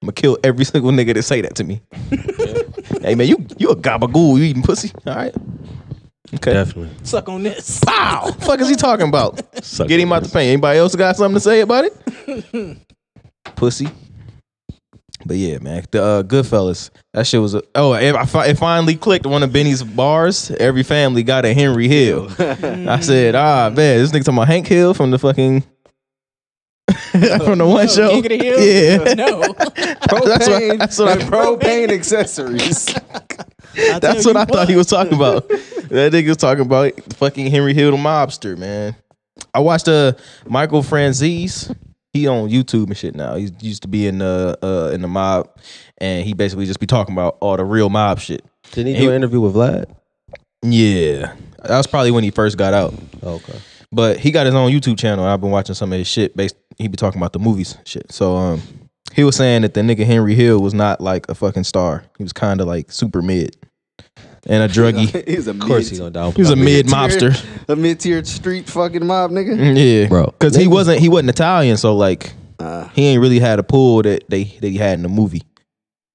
B: I'm gonna kill every single nigga that say that to me. hey man, you you a gabagool? You eating pussy? All right. Okay.
A: Definitely.
C: Suck on this.
B: Pow! Fuck is he talking about?
A: Suck
B: Get him
A: on
B: out the paint. Anybody else got something to say about it? Pussy. But yeah, man, the uh, Goodfellas. That shit was. A, oh, it, I fi- it finally clicked. One of Benny's bars. Every family got a Henry Hill. I said, ah, man, this nigga talking about Hank Hill from the fucking from the one show.
C: Oh, King of the Hill?
B: Yeah,
C: No.
B: that's
D: Propane
B: what, that's what I,
D: and propane accessories.
B: that's what I thought he was talking about. that nigga was talking about fucking Henry Hill, the mobster, man. I watched uh Michael Franzese. He on YouTube and shit now. He used to be in the uh, in the mob, and he basically just be talking about all the real mob shit.
A: Didn't he do an interview with Vlad?
B: Yeah, that was probably when he first got out.
A: Oh, Okay.
B: But he got his own YouTube channel. I've been watching some of his shit. Based, he be talking about the movies and shit. So um, he was saying that the nigga Henry Hill was not like a fucking star. He was kind of like super mid and a druggie.
D: He's a
A: Of course he
D: mid-
A: gonna downplay.
B: He was a
A: it.
B: mid mobster.
D: A mid-tier street fucking mob nigga.
B: Yeah,
A: Bro.
B: Because he wasn't he wasn't Italian, so like
D: Uh.
B: he ain't really had a pull that they that he had in the movie.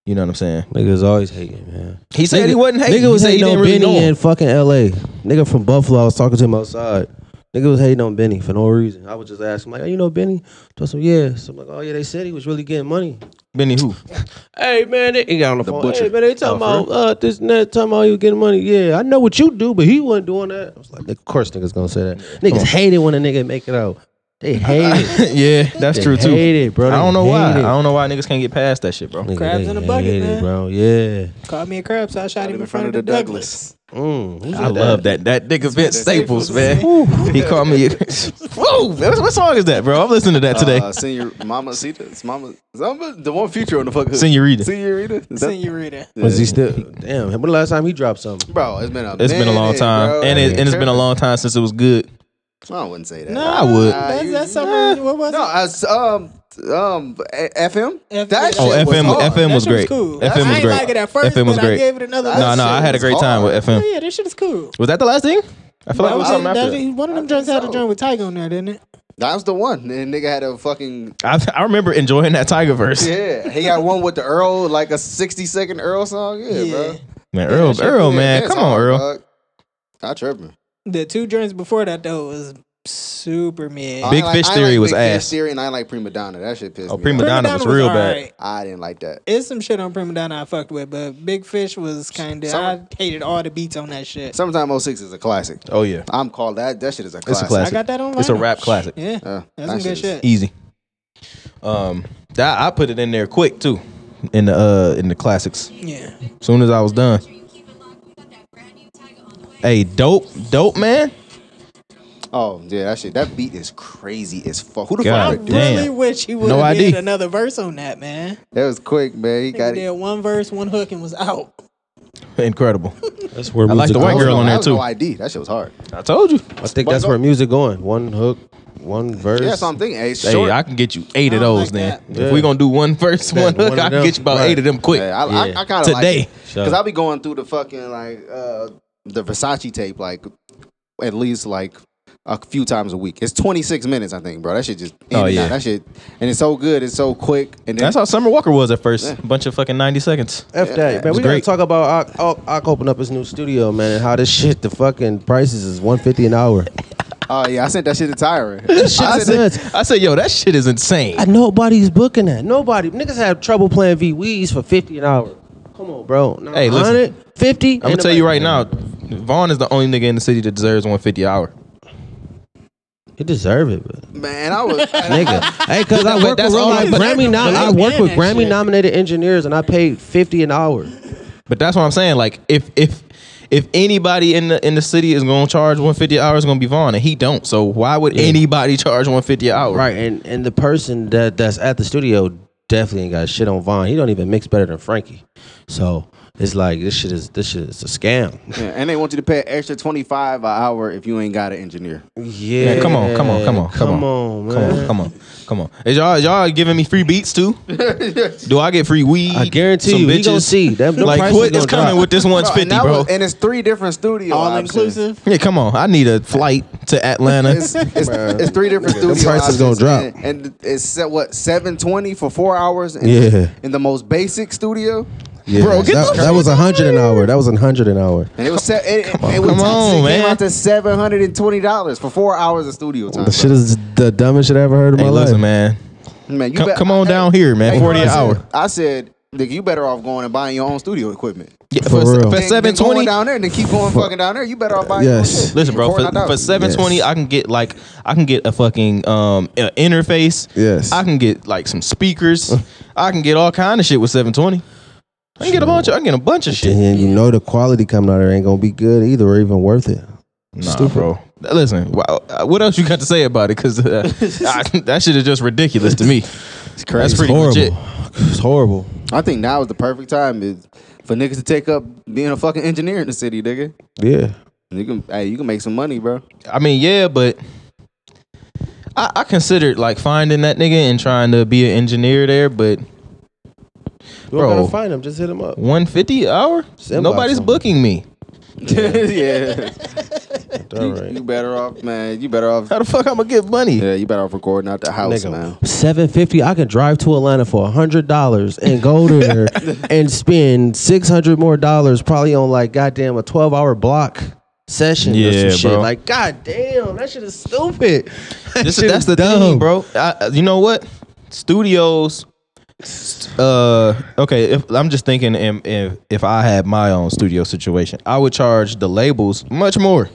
B: You know what I'm saying?
A: Niggas always hating, man.
B: He said he wasn't hating.
A: Nigga was
B: he said he
A: hating on
B: didn't really know
A: Benny
B: him.
A: in fucking L.A. Nigga from Buffalo. I was talking to him outside. Nigga was hating on Benny for no reason. I was just asking, like, oh, you know Benny? Told him, yeah. So I'm like, oh yeah, they said he was really getting money.
B: Benny who?
A: Hey man, they, he got on the, phone.
D: butcher.
A: Hey man, they talking about uh, this and that, talking about you getting money. Yeah, I know what you do, but he wasn't doing that. I was like, of course niggas gonna say that. Niggas hate it when a nigga make it out. They hate it.
B: yeah, that's
A: They
B: true too.
A: hate it, bro.
B: I
A: They
B: don't know why.
A: hate it.
B: I don't know why niggas can't get past that shit, bro.
A: Nigga,
C: Crabs
A: they
C: in a bucket,
A: hate it,
C: man.
A: bro. Yeah.
C: Caught me a crab, so I shot him in front of the Douglas.
A: Mm, who's
B: I
A: that?
B: love that. That nigga Vince Staples, man. He called me. Whoa, what, what song is that, bro? I'm listening to that today.
D: Uh, senior mama, see this, mama, Zamba- the one future on the fucking
B: Senorita.
D: Senorita. Is that-
C: Senorita.
A: Was he still? Damn. When the last time he dropped something?
D: Bro, it's been a
B: it's been a long
D: minute,
B: time,
D: bro.
B: and it, and it's been a long time since it was good.
D: I wouldn't say that.
C: No,
B: I would.
C: That's,
D: you-
C: that's something. What was
D: No,
C: it?
D: I was, um um A- FM.
C: F-
D: That
C: Oh,
D: shit was
B: FM
D: hard.
B: FM was
C: That
B: great.
C: shit cool.
B: FM was
C: I ain't
B: great.
C: like it at first,
B: FM was
C: but I
B: great.
C: gave it another.
D: Nah,
B: No, no,
D: shit
B: I had a
D: was
B: great time
D: hard.
B: with FM.
C: Oh, yeah, this shit is cool.
B: Was that the last thing? I feel like it was
C: That was
B: something
C: it.
B: after.
C: That-
B: that.
C: one of them joints had a joint with Tygo in there, didn't it?
D: That was the one. The nigga had a fucking
B: I, I remember enjoying that Tiger verse.
D: yeah. He got one with the Earl, like a sixty second Earl song. Yeah,
C: Yeah.
D: bro.
B: Man, Earl,
D: That shit
B: Earl,
D: was-
B: man,
D: that's
B: come on,
D: hard,
B: Earl.
D: dog. I tripping.
C: The two joints before that though was super mid.
D: I
B: Big
D: like-
B: Fish
D: I
B: Theory
D: like
B: was
D: Big
B: ass.
D: Fish Theory and I like Prima Donna. That shit pissed
B: Oh,
D: me.
B: Prima
D: off.
B: Donna was real bad.
C: alright.
D: I didn't like that.
C: It's some shit on Prima Donna I fucked with, but Big Fish was kind of. I
D: Some-
C: hated all the beats on that shit.
D: Sometimes 06 is a classic.
B: Oh yeah,
D: I'm called that. That shit is a classic.
B: it's a
C: I
B: classic.
C: got that on.
B: It's a
C: vinyl.
B: rap classic. E.
C: Yeah,
D: Yeah,
C: that's
D: that
C: some good
D: shit is-
C: shit.
B: Easy. Um, that I put it in there quick too, in the uh in the classics.
C: Yeah,
B: Soon as I was done. Hey, dope, dope man.
D: Oh yeah, that shit. That beat is crazy as fuck. Who the
B: God
D: fuck?
C: I
D: would do that?
B: damn.
C: really wish he would
B: No
C: have did
B: ID.
C: another verse on that man.
D: That was quick, man. He
C: Nigga
D: got
C: did
D: it.
C: one verse, one hook, and was out.
B: Incredible.
A: That's where
B: I like
A: music
B: the white
A: going.
B: girl on
D: That
B: there
D: was No
B: too.
D: ID. That shit was hard.
B: I told you.
A: I think that's where music going. One hook, one verse.
D: Yeah, so I'm thinking. Hey,
B: Hey,
D: short.
B: I can get you eight of
C: I don't
B: those
C: like
B: then.
C: that.
A: Yeah.
B: If we gonna do one first,
A: That
B: one hook,
A: one of
B: I can
A: them.
B: get you about
A: Right.
B: eight of them quick.
D: Yeah, I,
A: Yeah.
D: I, I kind of
B: Today.
A: Sure.
D: because I'll be going through the fucking like uh, the Versace tape like at least like a few times a week. It's 26 minutes, I think, bro. That shit just
B: Oh,
D: in and out.
B: yeah.
D: that shit, and it's so good, it's so quick, and then,
B: That's how Summer Walker was at first. Bunch of fucking ninety seconds.
A: F that, man.
B: It's
A: We gotta
B: great.
A: talk about Ock, Ock, Ock open up his new studio, man, and how this shit, the fucking prices is one fifty an hour.
D: oh yeah, I sent that shit to Tyron.
B: I said, I said, yo, that shit is insane.
A: I- nobody's booking that. Nobody. Niggas have trouble playing VWEs for fifty an hour. Come on, bro. Now,
B: Hey, listen.
A: 150?
B: I'm gonna tell you right now, Vaughn is the only nigga in the city that deserves 150 hour.
A: You deserve it, but
D: man, I was
A: nigga. hey, cause I
B: But
A: work with
B: that's
A: real
B: all
A: life
B: I'm-
A: Grammy. nom- I work with
C: Yeah,
A: Grammy
C: shit.
A: nominated engineers, and I pay fifty an hour.
B: But that's what I'm saying. Like, if if if anybody in the in the city is gonna charge 150 hours, gonna be Vaughn, and he don't. So why would anybody charge 150 hour?
A: Right, and and the person that that's at the studio definitely ain't got shit on Vaughn. He don't even mix better than Frankie. So it's like this shit is this shit is a scam.
D: Yeah, and they want you to pay an extra 25 an hour if you ain't got an engineer.
A: Yeah,
B: Yeah, come on, come on, come on, come,
A: on,
B: come on,
A: man.
B: come on, come on. Is y'all is y'all giving me free beats too? Do I get free weed?
A: I guarantee
B: some
A: you, we
B: bitches?
A: gonna see. Them- them
B: like,
A: prices
B: quick is
A: gonna drop.
B: coming with this
D: Bro,
B: 150,
D: and, that
B: bro.
D: was- and it's three different studio
C: All
D: options.
C: inclusive.
B: yeah, come on. I need a flight to Atlanta.
D: It's, it's, it's three different
A: Them
D: studio
A: prices
D: options,
A: gonna drop.
D: and, and it's set, what 720 for four hours in,
A: Yeah.
D: in the most basic studio
A: Yeah,
B: Bro, get
A: that,
B: the-
A: that was a hundred an hour. That was a hundred an hour.
D: and it was set, it, it, it was
B: come on,
D: it
B: man.
D: came out to 720 dollars for four hours of studio time
A: The shit
D: bro.
A: is the dumbest shit I ever heard in my
B: Hey,
A: life.
B: listen, man.
D: man, you
B: Come,
D: bet-
B: come on
D: hey,
B: down here, man.
D: hey,
B: 40
D: I
B: an
D: said-
B: hour.
D: I said nigga, you better off going and buying your own studio equipment
B: Yeah,
A: For
B: for
A: real.
B: for
A: Then-
D: Than- than
B: 720
D: going down there and then keep going fucking down there you better off buying your
A: Yes.
D: own shit.
B: Listen, bro.
D: For
B: For,
D: $49.
B: for seven twenty,
A: Yes.
B: I can get like I can get a fucking um uh, interface.
A: Yes.
B: I can get like some speakers. I can get all kind of shit with seven twenty. I can get a bunch. Of, I can get a bunch of shit.
A: And you know the quality coming out of it ain't gonna be good either, or even worth it.
B: Nah, bro. Listen, wow, uh, what else you got to say about it? Because uh, I- that shit is just ridiculous to me. It's crazy. That's
A: It's
B: pretty
A: horrible.
B: legit.
A: It's horrible.
D: I think now is the perfect time is for niggas to take up being a fucking engineer in the city, nigga.
A: Yeah.
D: You can, hey, you can make some money, bro.
B: I mean, yeah, but I, I considered like finding that nigga and trying to be an engineer there, but
A: You don't
B: Bro.
A: gotta find him. Just hit him up.
B: one fifty hour,
A: Send
B: nobody's
A: box on.
B: booking me.
D: Yeah,
A: All
D: you
A: right.
D: better off, man. You better off.
B: How the fuck I'm gonna get money?
D: Yeah, you better off recording out the house, man.
A: Nigga, seven fifty. I can drive to Atlanta for hundred dollars and go there and spend six hundred more dollars, probably on like goddamn a twelve hour block session or
B: Yeah,
A: some shit.
B: bro.
A: Like goddamn, that shit is stupid. That
B: This
A: shit
B: is that's the thing, bro. I, I- you know what? Studios. Uh, okay. If I'm just thinking, if, if if I had my own studio situation, I would charge the labels much more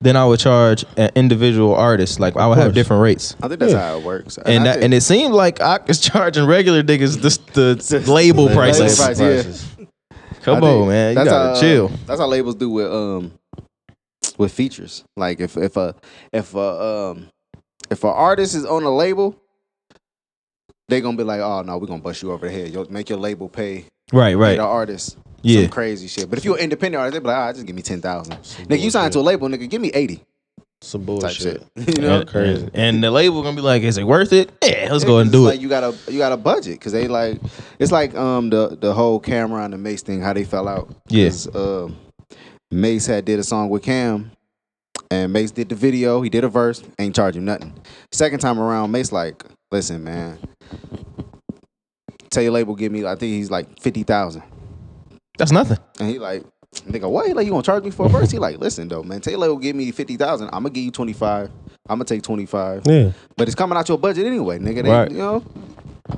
B: than I would charge an individual artist. Like I would have
A: course.
B: different rates.
D: I think that's how it works.
B: And
D: I
B: that, and it seemed like I was charging regular niggas this, the label prices.
D: price, yeah. I
B: Come
D: think
B: on, man, you
D: that's
B: gotta
D: how,
B: chill.
D: That's how labels do with um with features. Like if if a if a um if an artist is on a label, they gonna be like, oh no, we're gonna bust you over the head. You'll make your label pay
B: Right,
D: pay
B: right.
D: the artist.
B: Yeah.
D: Some crazy shit. But if you're an independent artist, they be like, all right, just give me 10000 Nigga, you signed to a label, nigga, give me 80
A: Some
D: type
A: bullshit.
D: shit. You know?
B: And- And, and the label gonna be like, "Is it worth it? Yeah, let's go ahead and
D: It's
B: do
D: like
B: it."
D: You got a you got a budget because they like it's like um the the whole Cameron and Mace thing how they fell out. 'Cause, um, Mace had did a song with Cam, and Mace did the video. He did a verse, ain't charge him nothing. Second time around, Mace like, listen, man, tell your label give me. I think he's like fifty thousand,
B: That's nothing.
D: and he like, Nigga, what? He Like you gonna charge me for a verse? He like, listen though, man. Taylor will give me fifty thousand. I'm gonna give you twenty five. I'm gonna take twenty five.
A: Yeah.
D: But it's coming out your budget anyway, nigga. They,
B: Right.
D: You know,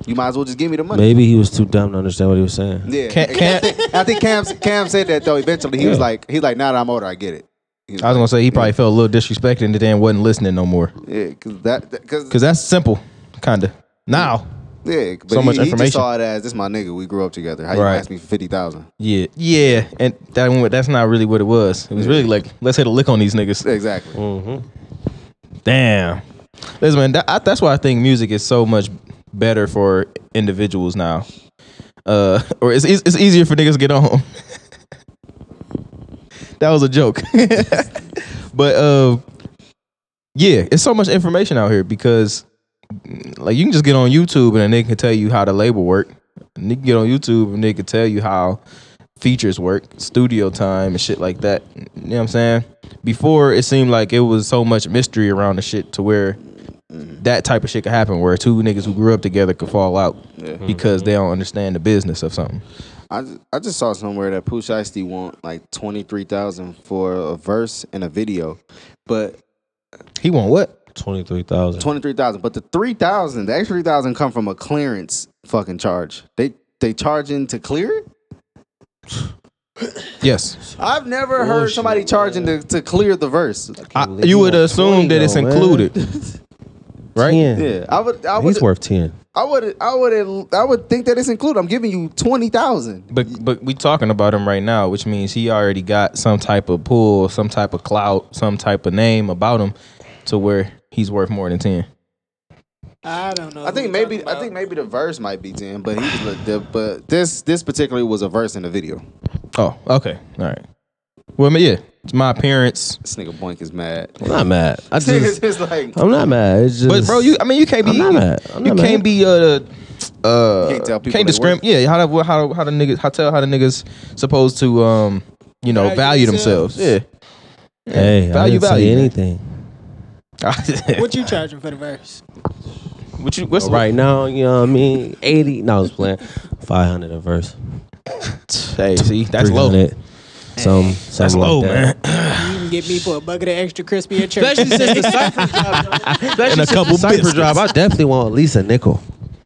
D: you might as well just give me the money.
A: Maybe he was too dumb to understand what he was saying.
D: Yeah,
B: Can- can-
D: I think, I think Cam Cam said that though. Eventually, he was like, he's like, now that I'm older, I get it. He
B: I was gonna say he probably felt a little disrespected and then wasn't listening no more.
D: yeah, because that because
B: Cause that's simple, kinda. Now,
D: yeah, but
B: so
D: he,
B: much
D: he
B: information.
D: just saw it as this my nigga. We grew up together. How you
B: Right.
D: ask me for fifty thousand?
B: yeah, yeah, and that one- that's not really what it was. It was really like let's hit a lick on these niggas.
D: Exactly.
B: Mm. Damn. Listen, man, that, I, that's why I think music is so much better for individuals now. Uh, or it's, it's, it's easier for niggas to get on. that was a joke. but uh, yeah, it's so much information out here because like you can just get on YouTube and they can tell you how the label work. And you can get on YouTube and they can tell you how features work, studio time and shit like that. You know what I'm saying? Before it seemed like it was so much mystery around the shit to where that type of shit could happen where two niggas who grew up together could fall out because they don't understand the business of something.
D: I just, I just saw somewhere that Pooh Shiesty want like twenty three thousand for a verse and a video, but
B: He want what?
A: Twenty three thousand.
D: twenty three thousand. But the three thousand, the extra three thousand, come from a clearance fucking charge. They they charging to clear it.
B: Yes.
D: I've never heard somebody charging to, to clear the verse.
B: I, you would assume that it's included, right?
A: Ten.
D: Yeah, I would. I would.
A: He's worth ten.
D: I would. I would. I would think that it's included. I'm giving you twenty thousand.
B: But but we talking about him right now, which means he already got some type of pull, some type of clout, some type of name about him, to where he's worth more than ten.
C: I don't know.
D: I think
C: who you're
D: maybe.
C: talking
D: I think
C: about.
D: maybe the verse might be ten, but he was the, but this this particularly was a verse in the video.
B: Oh, okay, all right. Well, I mean, yeah, it's my appearance.
D: This nigga Boink is mad.
A: I'm not mad. I
D: Niggas
A: just,
D: is like
A: I'm not mad. It's just,
B: But bro, you I mean you can't be
A: I'm not mad. I'm
B: you
A: not mad.
B: can't be uh uh
D: Can't tell people
B: can't
D: they
B: discrim
D: work.
B: yeah how the how how the niggas how tell how the niggas supposed to um you know
C: Value
B: value,
C: themselves.
B: themselves yeah
A: hey, I
B: Value,
A: didn't
B: value,
A: say
B: man.
A: anything.
C: What you charging for the verse?
B: what you what's
A: Right now, you know what I mean? Eighty. No, I was playing. Five hundred a verse.
B: hey see that's low
A: 300. Some, some
B: that's low
A: like that.
B: man
C: You can get me for a bucket of extra crispy at church.
A: Especially since the cipher job. And a couple cipher job. I definitely want at least a nickel.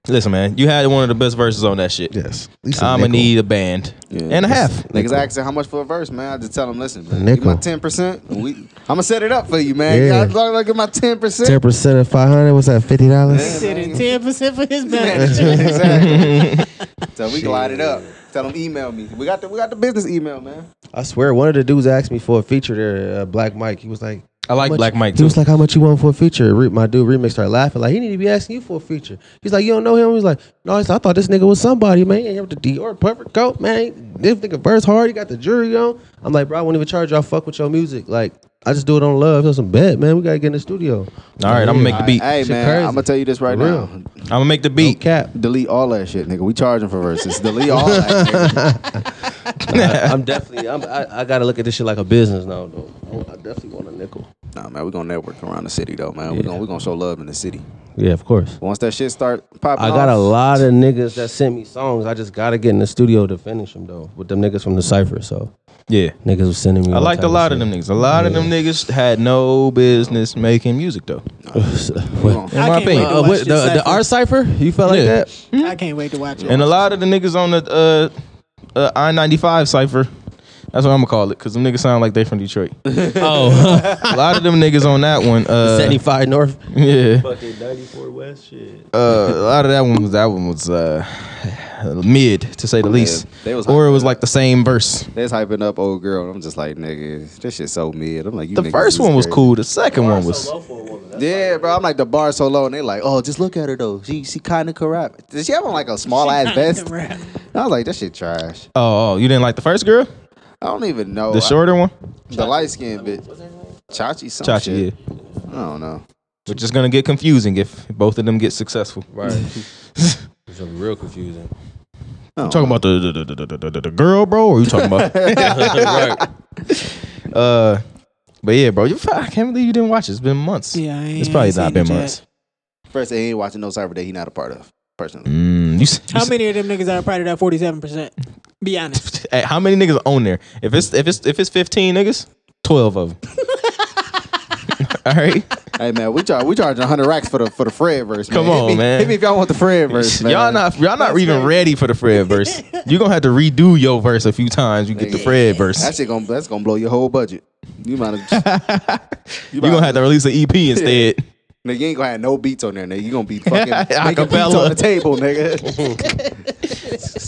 B: listen man you had one of the best verses on that shit
A: Yes. At least a
B: I'm gonna
A: nickel.
B: need a band and a half
D: niggas asking how much for a verse, man. I just tell them, listen, man, give
A: Nickel.
D: my ten percent. We I'ma set it up for you, man.
A: Yeah.
D: Yeah. As long as I get my ten percent.
A: Ten percent of five hundred. What's that? Fifty dollars.
C: Sitting ten percent for his manager.
D: exactly. so we glide it up. Tell them email me. We got the we got the business email, man.
A: I swear, one of the dudes asked me for a feature there, uh, Black Mike. He was like,
B: I like
A: "How much-"
B: Black Mike,
A: He was
B: too.
A: like, "How much you want for a feature?" Re- my dude remix started laughing, like he need to be asking you for a feature. He's like, "You don't know him?" He's like, "No, I thought this nigga was somebody, man. He got the Dior perfect coat, man. This nigga verse hard. He got the jury on." I'm like, "Bro, I won't even charge y'all. Fuck with your music. Like, I just do it on love. That's some bet, man. We gotta get in the studio.
B: all right I'm gonna make the beat
D: Hey
A: Shit
D: man,
A: crazy.
D: I'm gonna tell you this right
A: For
D: now.
A: real.
B: I'm gonna make the
A: No
B: beat
A: cap.
D: Delete all that shit, nigga. We charging for verses. Delete all that. Nigga.
A: I, am definitely. I'm, I, I gotta look at this shit like a business now, though. I definitely want a nickel.
D: Nah, man, we gonna network around the city though, man. We gonna we gonna show love in the city.
A: Yeah, of course.
D: Once that shit start popping,
A: I got a
D: off,
A: lot of niggas that sent me songs. I just gotta get in the studio to finish them though, with them niggas from the cipher. So
B: yeah
A: niggas was sending me.
B: I liked a lot of them niggas a lot of them niggas had no business making music though
A: niggas.
D: we gonna-
B: in
C: I
B: my
C: can't
B: opinion
C: wait to watch
A: the,
C: this
A: the
C: cipher.
A: R cipher? You felt like
B: Yeah.
A: that?
C: I can't wait to watch it.
B: And a lot of the niggas on the uh, uh, I ninety five cipher, that's what I'm gonna call it, cause them niggas sound like they from Detroit.
A: Oh,
B: a lot of them niggas on that one, uh,
A: 75 North.
B: yeah,
A: Fucking 94 West shit.
B: uh, a lot of that one was that one was uh, mid to say the least,
D: they was
B: or it
D: hyped
B: was
D: up.
B: like the same verse.
D: They was hyping up old girl. and I'm just like, nigga, this shit so mid. I'm like, you
B: The
D: niggas
B: first
D: is
B: one was
D: crazy.
B: cool, the second
C: Oh,
B: one was
D: Yeah, bro. I'm like the bar so low, and they like, oh, just look at her though. She she kind of corrupt. Does she have on like a small ass vest?
C: Right.
D: I was like, that shit trash.
B: oh, oh you didn't like the first girl,
D: I don't even know.
B: the shorter one,
D: I, the light skinned bitch, Chachi, some
B: Chachi,
D: shit.
B: yeah.
D: I don't know.
B: Which is gonna get confusing if both of them get successful. Right.
A: It's gonna be real confusing.
D: No.
B: talking about the the, the, the, the, the, the girl, bro, or you talking about? Uh, but yeah, bro, you, I can't believe you didn't watch it. It's been months.
C: Yeah, I ain't-
B: it's probably
C: ain't
B: not
C: seen
B: been
C: it yet.
B: months.
D: First, they ain't watching no cyber day. He not a part of personally.
B: Mm, you, s- you
C: How
B: s-
C: many of them niggas are probably that forty-seven percent? Be honest.
B: Hey, how many niggas on there? If it's if it's if it's fifteen niggas, twelve of them. All right,
D: Hey man, we charge we charging hundred racks for the for the Fred verse.
B: Come
D: Hit
B: on,
D: me-
B: man.
D: Hit me if y'all want the Fred verse, man.
B: y'all not y'all not even ready for the Fred verse. You gonna have to redo your verse a few times. You get the Fred
D: That
B: verse.
D: shit gonna that's gonna blow your whole budget. You might have
B: You gonna have to release an EP instead.
D: nigga, you ain't gonna have no beats on there, nigga. You gonna be fucking making beats
B: Acapella.
D: on the table, nigga.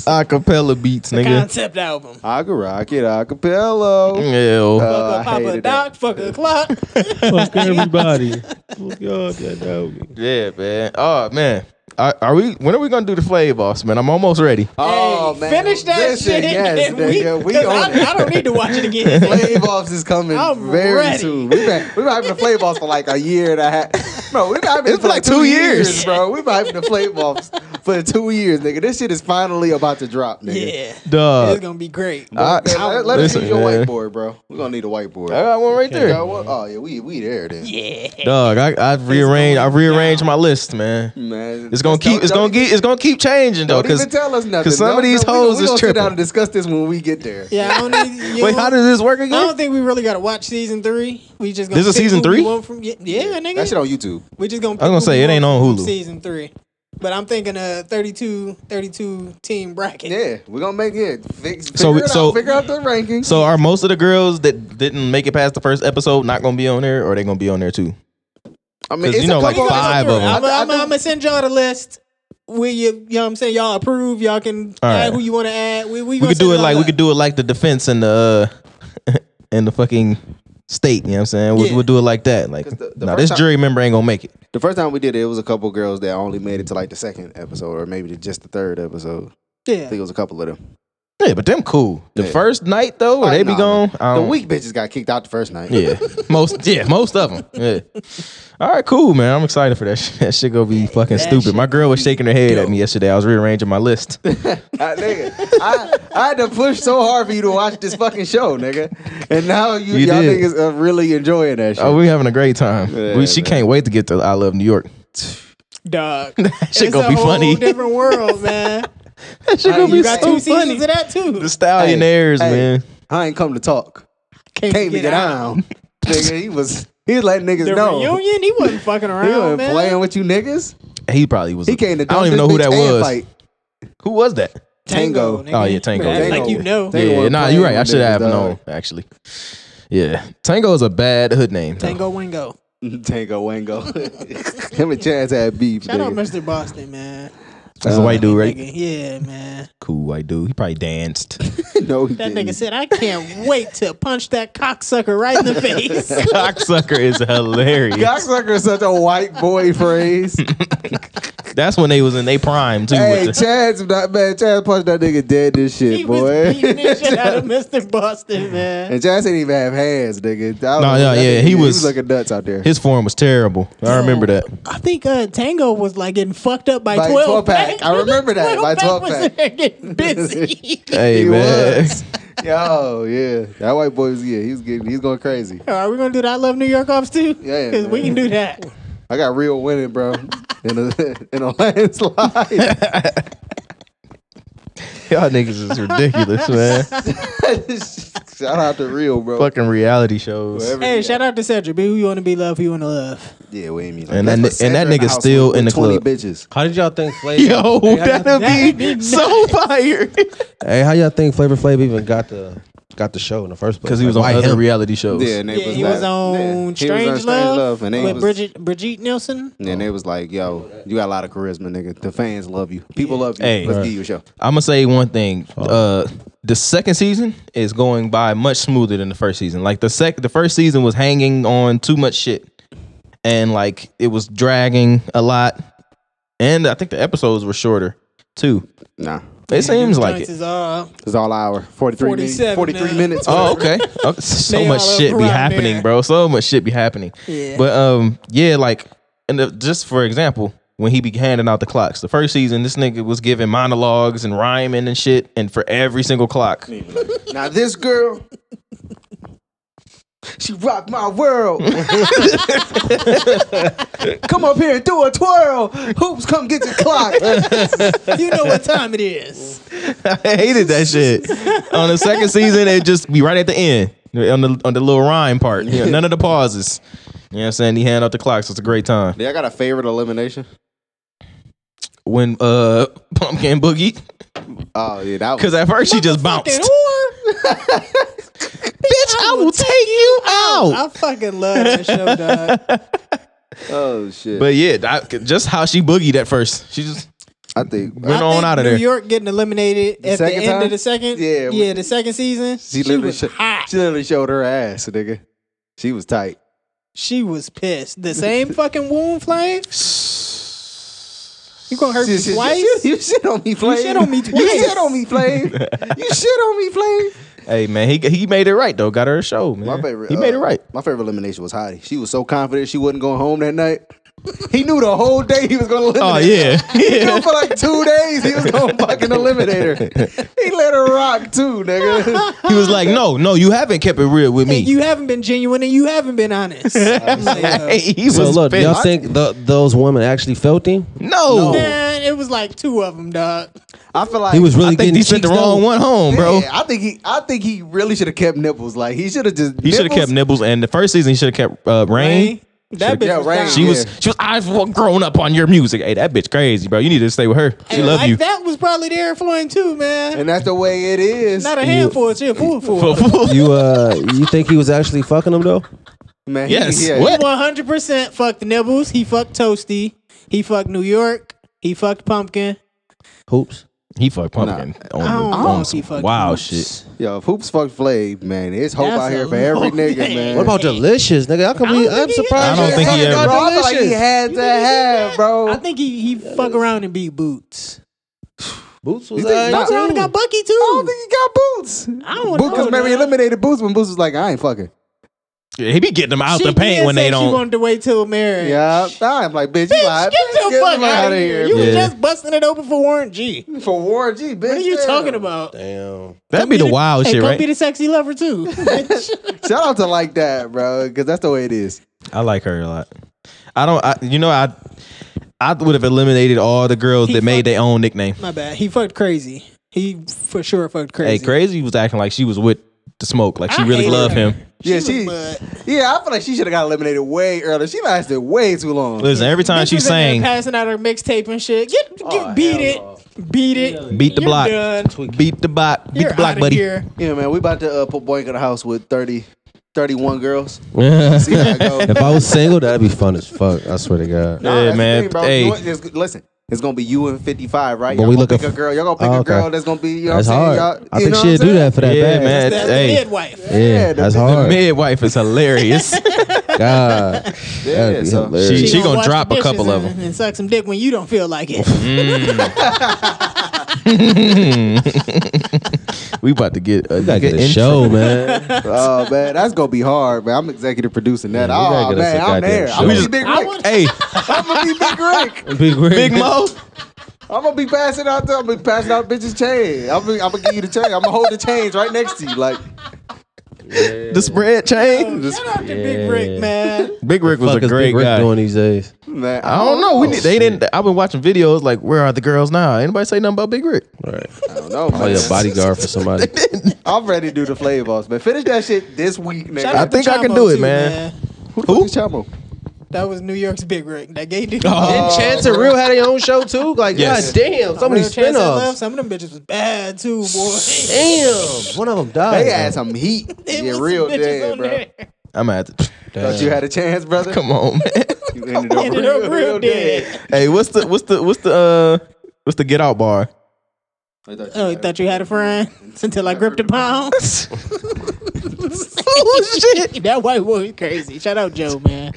B: Acapella beats, nigga.
C: Concept album.
D: I could rock it,
B: Mm.
D: acapella.
B: Yeah.
D: Uh,
C: Fuck a
D: I
C: Papa
D: hated that.
C: Doc. Fuck a clock.
A: Fuck everybody. Fuck y'all, that dog.
B: Yeah, man. Oh man. Are, are we? When are we gonna do the Flav Boss, man? I'm almost ready.
D: Oh
C: Hey,
D: man,
C: Finish that
D: Listen,
C: shit.
D: Yes,
C: and we-
D: nigga, we,
C: 'cause
D: on
C: I, I
D: it.
C: don't need to watch it again.
D: Flave offs is coming
C: I'm
D: very
C: ready.
D: soon. We've been we've been hyping the flave offs for like a year and a half. Bro, we've been hyping it for like two years, bro. We've been hyping the flave offs for two years, nigga. This shit is finally about to drop, nigga.
C: yeah.
B: Duh.
C: it's gonna be great.
B: I,
D: Man, let,
B: I-
D: let us
B: listen,
D: use your
B: man.
D: whiteboard, bro. We're gonna need a whiteboard.
B: I got one right there.
D: Got one? Oh yeah, we we there then.
C: yeah.
B: Dog, I, I rearranged. I rearranged my list, man.
D: Man,
B: It's gonna
D: don't-
B: keep. It's
D: don't
B: gonna
D: even-
B: keep. It's gonna keep changing though.
D: Don't
B: Cause
D: even tell us nothing.
B: 'cause some
D: No,
B: of these
D: no, we-
B: hoes
D: we
B: is
D: gonna sit
B: tripping.
D: down and discuss this when we get there.
C: Yeah, I don't need. you
B: wait,
C: know,
B: how does this work
C: I don't
B: again?
C: think we really gotta watch season three. We just gonna.
B: This is
C: pick
B: season
C: who we
B: three?
C: want From, yeah, yeah, nigga.
D: That shit on YouTube.
C: we just gonna. Pick
B: gonna
C: who
B: say, it
C: we want
B: ain't on
C: from
B: Hulu.
C: Season three, but I'm thinking a 32, 32 team bracket.
D: Yeah, we're gonna make it. Fix, figure
B: So we-
D: it out.
B: so-
D: figure out the rankings.
B: So are most of the girls that didn't make it past the first episode not gonna be on there, or are they gonna be on there too?
D: I mean,
B: 'Cause
D: it's
B: you
D: a
B: know, like
D: couple-
B: five of them.
C: I'm
D: I- I do-
C: gonna send y'all the list. Will you? You know what I'm saying? Y'all approve. Y'all can
B: All
C: add
B: right.
C: who you want to add. We we,
B: We could do it like we could do it like the defense and the uh, and the fucking state. You know what I'm saying? We'll,
C: Yeah.
B: we'll do it like that. Like,
D: 'Cause the- the
B: nah,
D: first
B: this
D: time-
B: jury member ain't gonna make it.
D: The first time we did it, it was a couple girls that only made it to like the second episode, or maybe just the third episode. I think
C: Yeah.
D: it was a couple of them.
B: Yeah, but them cool. The
D: Yeah.
B: first night though, or
D: Oh,
B: they be
D: nah,
B: gone.
D: man.
B: I
D: The
B: don't-
D: weak bitches got kicked out the first night.
B: Yeah, most yeah, most of them. Yeah. All right, cool, man. I'm excited for that. Shit. That shit gonna be fucking stupid. My girl was shaking her head at me yesterday. I was rearranging my list.
D: I, Ah, nigga, I, I had to push so hard for you to watch this fucking show, nigga. And now you,
B: You
D: all
B: did.
D: niggas are really enjoying that shit.
B: Oh, we having a great time.
D: Yeah,
B: we, she
D: man.
B: can't wait to get to I Love New York.
C: Dog.
B: That shit
C: It's
B: gonna
C: a
B: be
C: whole
B: funny.
C: Different world, man.
B: That shit gonna
C: you
B: be
C: got
B: so
C: two
B: funny.
C: seasons of that too.
B: The Stallionaires,
D: Hey,
B: man.
D: I ain't come to talk.
C: Can't,
D: Came to get down. nigga, he was he was letting niggas
C: The
D: know.
C: reunion, he wasn't fucking
D: he
C: around,
D: wasn't
C: man.
D: playing with you niggas.
B: He probably was.
D: He came to
B: I don't even know
D: dunk
B: who
D: this
B: that
D: bitch and
B: was.
D: Fight.
B: Who was that?
D: Tango.
C: Tango.
B: Oh
C: nigga.
B: yeah, Tango.
C: Act
D: Tango.
C: Like you know.
D: Tango
B: Yeah,
D: was
B: nah,
D: playing
B: you're right. I
D: with
B: should
D: niggas,
B: have
D: dog.
B: known actually. Yeah, Tango is a bad hood name. though.
C: Tango Wingo.
D: uh, Tango Wango. Him and Chaz had beef.
C: Shout out
D: nigga.
C: Mr. Boston, man.
B: That's a white dude, right?
C: Nigga, yeah, man.
B: Cool white dude. He probably danced.
D: no, he
C: That
D: didn't.
C: nigga said, I can't wait to punch that cocksucker right in the face.
B: Cocksucker is hilarious.
D: Cocksucker is such a white boy phrase.
B: That's when they was in they prime too.
D: hey,
B: with the-
D: Chad's not man. Chad punched that nigga dead. This shit,
C: he was
D: boy.
C: beating the shit out of Mr. Boston, man.
D: and Chad didn't even have hands, nigga. No,
B: Nah, yeah, yeah, he
D: he
B: was-
D: was looking nuts out there.
B: his form was terrible. I remember that.
C: I think uh, Tango was like getting fucked up by,
D: By
C: 12,
D: 12 pack. I remember that, by 12
C: was
D: pack.
C: there getting busy.
B: Hey
D: he
B: man,
D: was. Yo, yeah, that white boy was yeah. He was getting, he's going crazy.
C: Are we gonna do the I Love New York offs too?
D: Yeah,
C: Because we
D: man.
C: can do that.
D: I got real winning, bro. In a in a landslide.
B: y'all niggas is ridiculous, man.
D: Shout out to real, bro.
B: Fucking reality shows.
D: Wherever
C: Hey,
D: you
C: shout out to Cedric. Be who you want to be, love who you want to love.
D: Yeah, we ain't mean like
B: And that
D: That's
B: ni- and
D: what
B: that
D: Sandra in the
B: nigga's
D: house
B: still
D: with
B: in the
D: 20
B: club.
D: bitches.
A: How did y'all think Flavor?
B: Yo,
A: hey, how y'all-
B: that'd
C: That'd
B: be
C: be
B: so fire.
A: hey, how y'all think Flavor Flav even got the got the show in the first place?
B: Because he was on
A: Like, why
B: other
A: him?
B: reality shows.
D: Yeah, and they
C: Yeah, he
D: like-
C: was on
D: yeah, he was on
C: Strange Love,
D: and they
C: with
D: was,
C: Bridget Brigitte Nielsen.
D: And they was like, "Yo, you got a lot of charisma, nigga. The fans love you. People love you.
B: Hey.
D: Let's
B: Right.
D: give you a show."
B: I'm gonna say one thing. Uh, the second season is going by much smoother than the first season. Like the sec, the first season was hanging on too much shit, and like it was dragging a lot. And I think the episodes were shorter too.
D: Nah,
B: It seems like
C: Joints
B: it.
C: is uh, all
D: it's all hour. Forty three minutes.
C: 47
D: Forty three
C: now.
D: minutes.
B: Oh, okay. Okay, So
C: They
B: much
C: all
B: shit be
C: around
B: happening,
C: there.
B: bro. So much shit be happening.
C: Yeah.
B: But um, yeah, like, and the, just for example, when he be handing out the clocks, the first season, this nigga was giving monologues and rhyming and shit, and for every single clock.
D: Now this girl, She rocked my world. come up here and do a twirl. Hoops, come get your clock.
C: you know what time it is.
B: I hated that shit. on the second season, it just be right at the end on the on the little rhyme part. You know, none of the pauses. You know what I'm saying? He hand out the clock, so it's a great time.
D: Yeah, I got a favorite elimination.
B: When uh Pumpkin Boogie,
D: Oh yeah, that
B: because
D: was.
B: at first she just bounced.
C: Fucking
B: Bitch,
C: whore.
B: I will take you out.
C: I fucking love that show, dog.
D: Oh shit.
B: But yeah, I, just how she boogied at first. She just
D: I think
B: went on out of
C: New
B: there.
C: York getting eliminated at the
D: second
C: end
D: time?
C: of the second.
D: Yeah.
C: yeah, the second season. She,
D: she literally
C: was
D: sho-
C: hot.
D: she literally showed her ass, nigga. She was tight.
C: She was pissed. The same fucking wound flame. You gonna hurt
D: You
C: me
D: shit-
C: twice?
D: You shit, you shit on me, Flame.
C: shit on me
D: You
C: twice.
D: shit on me, Flame. you shit on me, Flame.
B: Hey man, he he made it right though. Got her a show, man.
D: My favorite.
B: He
D: uh,
B: made it right.
D: My favorite elimination was Heidi. She was so confident she wasn't going home that night. He knew the whole day he was going to eliminate.
B: Oh
D: her.
B: yeah,
D: He
B: yeah.
D: knew for like two days he was going to fucking eliminate her. He let her rock too, nigga.
B: He was like, no, no, you haven't kept it real with me.
C: And you haven't been genuine and you haven't been honest. I'm like, yo.
B: Hey, he was
A: So look,
B: pissed.
A: y'all think the, those women actually felt him?
B: no.
C: Man, it was like two of them, dog.
D: I feel like
A: He was really
B: I think
A: getting
B: he sent
A: cheeks
B: the wrong
A: though.
B: one home, bro.
D: Yeah, I think he. I think he really should have kept nipples. Like he should have just.
B: He should have kept nibbles, and the first season he should have kept uh, rain.
C: Rain. That bitch
D: yeah,
C: was
D: Rain.
C: down.
B: She was, she was. I've grown up on your music. Hey, that bitch crazy, bro. You need to stay with her. She
C: And
B: love
C: like
B: you.
C: That was probably there for him too, man.
D: And that's the way it is.
C: Not a handful, she a fool for
A: You uh, you think he was actually fucking him though?
D: Man, he-
B: yes.
D: yeah,
B: What?
C: One hundred percent. Fucked Nibbles. He fucked Toasty. He fucked New York. He fucked Pumpkin.
A: Hoops.
B: He fucked pumpkin on,
C: I don't
B: on
C: know if
B: Oh, some
C: he fucked
B: wow
C: Hoops.
B: shit.
D: Yo, if hoops fuck flayed, man, it's hope
C: That's
D: out
C: a
D: here for every
C: long
D: nigga,
C: day.
D: man.
A: What about delicious, nigga? I can
C: I don't
A: be.
C: think
A: I'm
C: he-
A: surprised.
B: I don't
A: you
B: think he
A: fucking
B: ever-
A: got
D: Bro, I feel like he
A: Delicious.
D: had to have, bro.
C: I think he he fuck around and beat Boots.
A: Boots was
D: You think-
A: alright,
D: Nah.
C: Fuck around and got Bucky too.
D: he got boots.
C: I don't know,
D: Because Mary
C: man.
D: eliminated Boots when Boots was like, I ain't fucking.
B: Yeah, he be getting them out
C: She
B: the paint
C: did
B: when
C: say
B: they
C: She
B: don't.
C: wanted to wait till marriage.
D: Yeah, I'm like, bitch, you
C: Bitch,
D: lied.
C: get the fuck out of here. You
B: Yeah.
C: was just busting it open for Warren G.
D: for Warren G, bitch.
C: What are you
D: yeah.
C: talking about?
A: Damn.
B: That'd be the wild
C: hey,
B: shit,
C: come
B: right?
C: be the sexy lover too. Bitch.
D: Shout out to like that, bro, because that's the way it is.
B: I like her a lot. I don't. I, you know, I I would have eliminated all the girls
C: He
B: that made
C: fucked-
B: their own nickname.
C: My bad. He fucked crazy. He for sure fucked
B: Hey,
C: crazy.
B: crazy was acting like she was with the smoke, like she
C: I
B: really
C: hated
B: loved
C: her.
B: him.
D: Yeah,
C: was
D: she.
C: mud.
D: Yeah, I feel like she should have got eliminated way earlier. She lasted way too long.
B: Listen, every time
C: Bitch
B: she
C: was in there
B: sang,
C: passing out her mixtape and shit. Get, get beat it, beat it.
B: beat the
C: You're
B: block,
C: done.
B: beat the block, beat
C: You're
B: the block,
C: outta
B: buddy.
C: Here.
D: Yeah, man, we about to uh, put Boink in the house with 30, 31 girls. See
B: yeah,
D: how it goes.
A: If I was single, that'd be fun as fuck. I swear to God.
D: Nah, that's the
B: man.
D: thing, bro.
B: hey,
D: You want- it's- listen, it's gonna be you and 55, right?
A: But
D: y'all
A: we
D: gonna
A: looking
D: pick a
A: f-
D: girl. Y'all gonna pick
A: Oh,
D: a
A: okay.
D: girl that's gonna be. You know
A: That's
D: what
A: hard.
D: I'm
A: I
D: saying? Y'all, you
A: think
D: know what
A: she'd
D: I'm
A: do
D: saying?
A: that for that
B: Yeah,
A: bag.
B: man.
C: That's
B: Hey.
C: the midwife.
A: Yeah, that's hard.
B: midwife is hilarious.
A: God,
D: Yeah,
A: that'd be
D: so-
A: hilarious.
B: She gonna
C: wash
B: drop
C: the
B: a couple
C: dishes
B: of
C: and- and suck some dick when you don't feel like it.
B: we about to get a,
A: we gotta get a show, man.
D: Oh man, that's gonna be hard, man. I'm executive producing that.
A: Yeah, we gotta
D: oh
A: get us
D: man,
A: a
D: I'm
A: goddamn
D: there.
A: show.
D: I'm
A: We
D: gonna
A: just-
D: be Big
C: I
D: Rick.
C: would,
B: Hey,
D: I'm gonna be Big Rick.
A: Big,
B: Big Mo.
D: I'm gonna be passing out. The, I'm gonna be passing out bitches chain. I'm gonna, I'm gonna give you the chain. I'm gonna hold the chains right next to you. Like
B: The spread chain.
C: shout out to Big Rick, man.
B: Big Rick was
A: Fuck
B: a
A: is
B: great
A: Big Rick
B: guy.
A: doing these days?
D: man,
B: I
A: Oh,
B: don't know. We need, they didn't. I've been watching videos like, where are the girls now? Anybody say nothing about Big Rick?
A: Right.
D: I don't know.
A: Probably
D: Man.
A: a bodyguard for somebody.
D: I'm ready to do the flavor boss, man. Finish that shit this week, nigga.
C: Shout
B: I
C: out to
B: think I can
C: Chamo,
B: do it,
C: too,
B: man.
D: Who? Chamo.
C: That was New York's Big Rick. That gay dude.
B: Oh.
A: Chance and Real had their own show too. Like,
B: Yes.
A: god damn, so many
C: Real Chance that left,
A: spinoffs.
C: Some of them bitches was bad too, boy.
A: Damn, one of them died.
D: They had some heat.
C: It
D: yeah,
C: was
D: real
C: some bitches
D: dead,
C: on
D: bro.
C: there.
B: I'm gonna have to.
A: Damn.
D: Thought you had a chance, brother.
B: Come on, man.
D: You ended up
C: Ended up real dead.
B: hey, what's the what's the what's the uh what's the get out bar?
C: Oh, you thought you had a friend until I gripped a pound. shit. That white boy crazy. Shout out Joe, man.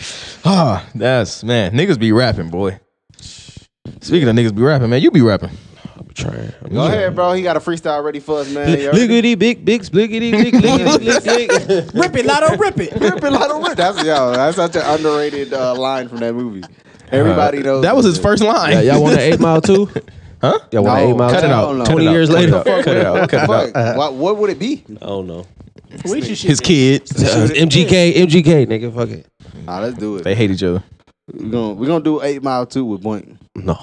B: Ah, that's man, niggas be rapping, boy. Speaking of niggas be rapping, man, you be rapping.
A: I'm trying. I'm
D: Go
A: trying.
D: ahead, bro. He got a freestyle ready for us, man. You already-
A: Lickety big big lickety lick lickety lick lick.
C: Rip it, Lotto, rip it.
D: Rip it like a rip. That's yo. That's such an underrated uh, line from that movie. Everybody knows
B: That was his first line.
A: Y'all want an eight mile too?
B: Huh?
A: Yeah, when I
D: No,
A: ate my
D: cut it
A: time,
D: out. No,
A: Twenty
B: no.
A: years
B: Cut it
A: later.
B: out. Cut it out. Cut it out.
D: Fuck. what, what would it be?
A: I don't know.
C: We should
B: His kids.
A: MGK, MGK, nigga, fuck it.
D: Nah, let's do it.
B: They hate each other.
D: We're gonna, we gonna do eight mile two with Boink.
A: No.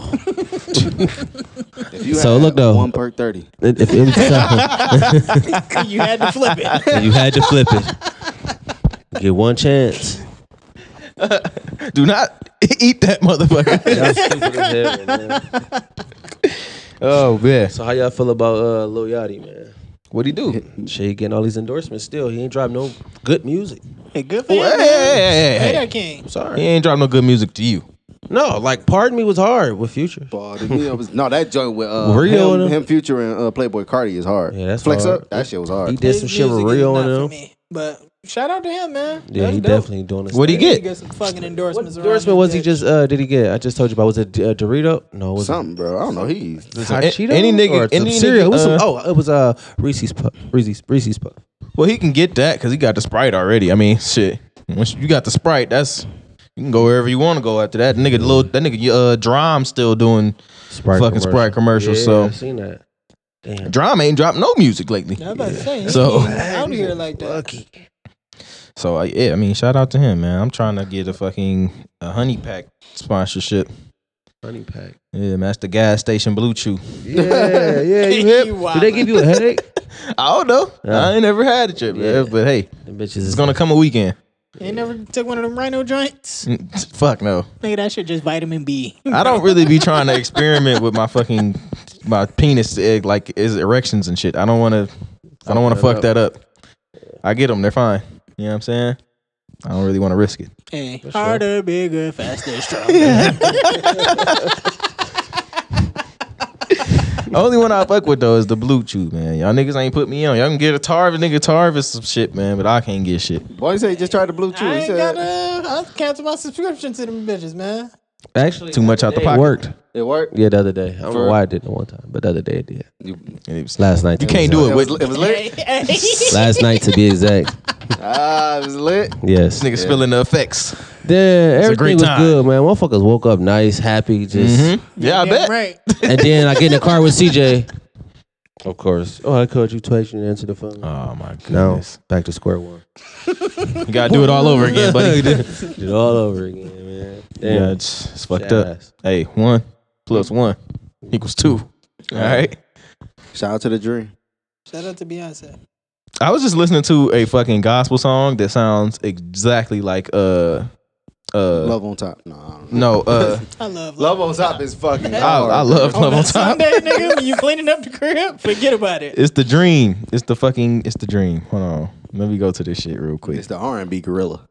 D: If you
A: So,
D: had
A: look, though.
D: one per thirty.
A: If- if MGK
C: you had to flip it.
A: you had to flip it. Get one chance.
B: Do not eat that motherfucker.
A: Y'all stupid as hell, man.
B: oh man,
A: So how y'all feel about uh, Lil Yachty, man?
B: what he do? Hey,
A: Shit, he getting all these endorsements still. He ain't dropped no good music.
C: Hey, good for you.
B: hey,
C: man.
B: hey,
C: Hey,
B: hey,
C: that
B: hey.
C: king.
B: He ain't dropped no good music to you.
A: No, like Pardon Me was hard with Future.
D: Ball to me, I was- no, that joint with uh,
A: Rio and
D: him,
A: him?
D: him, Future, and uh, Playboy Cardi is hard.
A: Yeah, that's
D: flex
A: hard.
D: up. That shit was hard.
A: He did some
C: His
A: shit with
C: music is
A: Rio
C: not
A: and
C: for
A: him.
C: me, But shout out to him, man.
A: Yeah,
C: That's
A: he
C: dope.
A: definitely doing this.
B: What he
C: He
B: get?
C: got some fucking
A: What
C: endorsements. around
A: endorsement
C: his
A: was he
C: bitch.
A: just uh, did he get? I just told you about. Was it uh, Dorito? No, it was
D: Something, bro. I don't know. He
A: Hot
B: a-
A: Cheetos
B: any nigga-
A: or some
B: any
A: cereal.
B: nigga,
A: It was some-
B: uh,
A: oh, it was uh, Reese's Puff. Reese's Reese's Puff.
B: Well, he can get that because he got the sprite already. I mean, shit. Once you got the sprite, that's you can go wherever you want to go after that. Nigga, little that nigga, uh, Drum still doing.
A: Sprite
B: Fucking Sprite commercial,
A: Yeah,
B: so-
A: I seen that. Damn.
B: Drum ain't dropped no music lately.
C: I was about to say,
B: So-
C: so out here like that.
B: So I yeah, I mean, shout out to him, man. I'm trying to get a fucking a honey pack sponsorship.
A: Honey pack.
B: Yeah, man, that's the gas station Blue Chew.
A: Yeah, yeah. You hip?
C: You
A: Do they
C: wildin'.
A: give you a headache?
B: I don't know. I ain't never had it yet, man. But hey,
A: The bitches
B: it's
A: is
B: gonna come a weekend.
C: You ain't never took one of them rhino joints.
B: Mm, Fuck no.
C: Nigga, that shit just vitamin B.
B: I don't really be trying to experiment with my fucking my penis egg like is erections and shit. I don't want to. I don't want to
A: Fuck
B: fuck that up. I get them. They're fine. You know what I'm saying? I don't really want to risk it.
C: Hey, harder, bigger, faster, stronger.
B: Only one I fuck with though is the blue chew, man. Y'all niggas ain't put me on. Y'all can get a tarv, a nigga tarv is some shit, man. But I can't get shit.
D: boy he said he just tried the blue chew.
C: I
D: He
C: ain't
D: said
C: got to. I canceled my subscription to them bitches, man.
A: actually
B: Too much out the
A: It
B: pocket.
A: worked.
D: it worked.
A: Yeah, the other day. I don't
D: For-
A: know why I did it one time, but the other day it did.
B: And it was-
A: Last night.
B: You
A: that
B: can't
A: was
B: do
D: It
B: it
D: was,
B: with
D: it was
C: Hey,
D: lit.
C: hey.
A: Last night to be exact.
D: Ah, it was lit.
A: Yes.
B: this nigga spilling the effects.
A: Yeah, everything
B: great
A: was
B: time. Mm-hmm.
A: good, man. Motherfuckers woke up nice, happy, just
B: Yeah, I
C: Damn
B: bet.
C: Right.
A: and then I get in the car with CJ. Of course. Oh, I called you twice, you didn't answer the phone.
B: Oh my
A: no.
B: goodness.
A: Back to square one.
B: You gotta do it all over again, buddy.
A: Did it all over again, man. Damn.
B: Yeah, it's, it's fucked
A: Sad
B: up.
A: ass.
B: Hey, one plus one equals two. All right.
D: Shout out to the dream.
C: Shout out to Beyonce.
B: I was just listening to a fucking gospel song that sounds exactly like uh uh
D: Love on top. No, I don't know.
B: no uh
C: I love
D: Love on top is fucking.
B: I, I love love on top.
C: Sunday, nigga, when you cleaning up the crib, forget about it.
B: It's the dream. It's the fucking it's the dream. Hold on. Let me go to this shit real quick.
D: It's the R and B gorilla.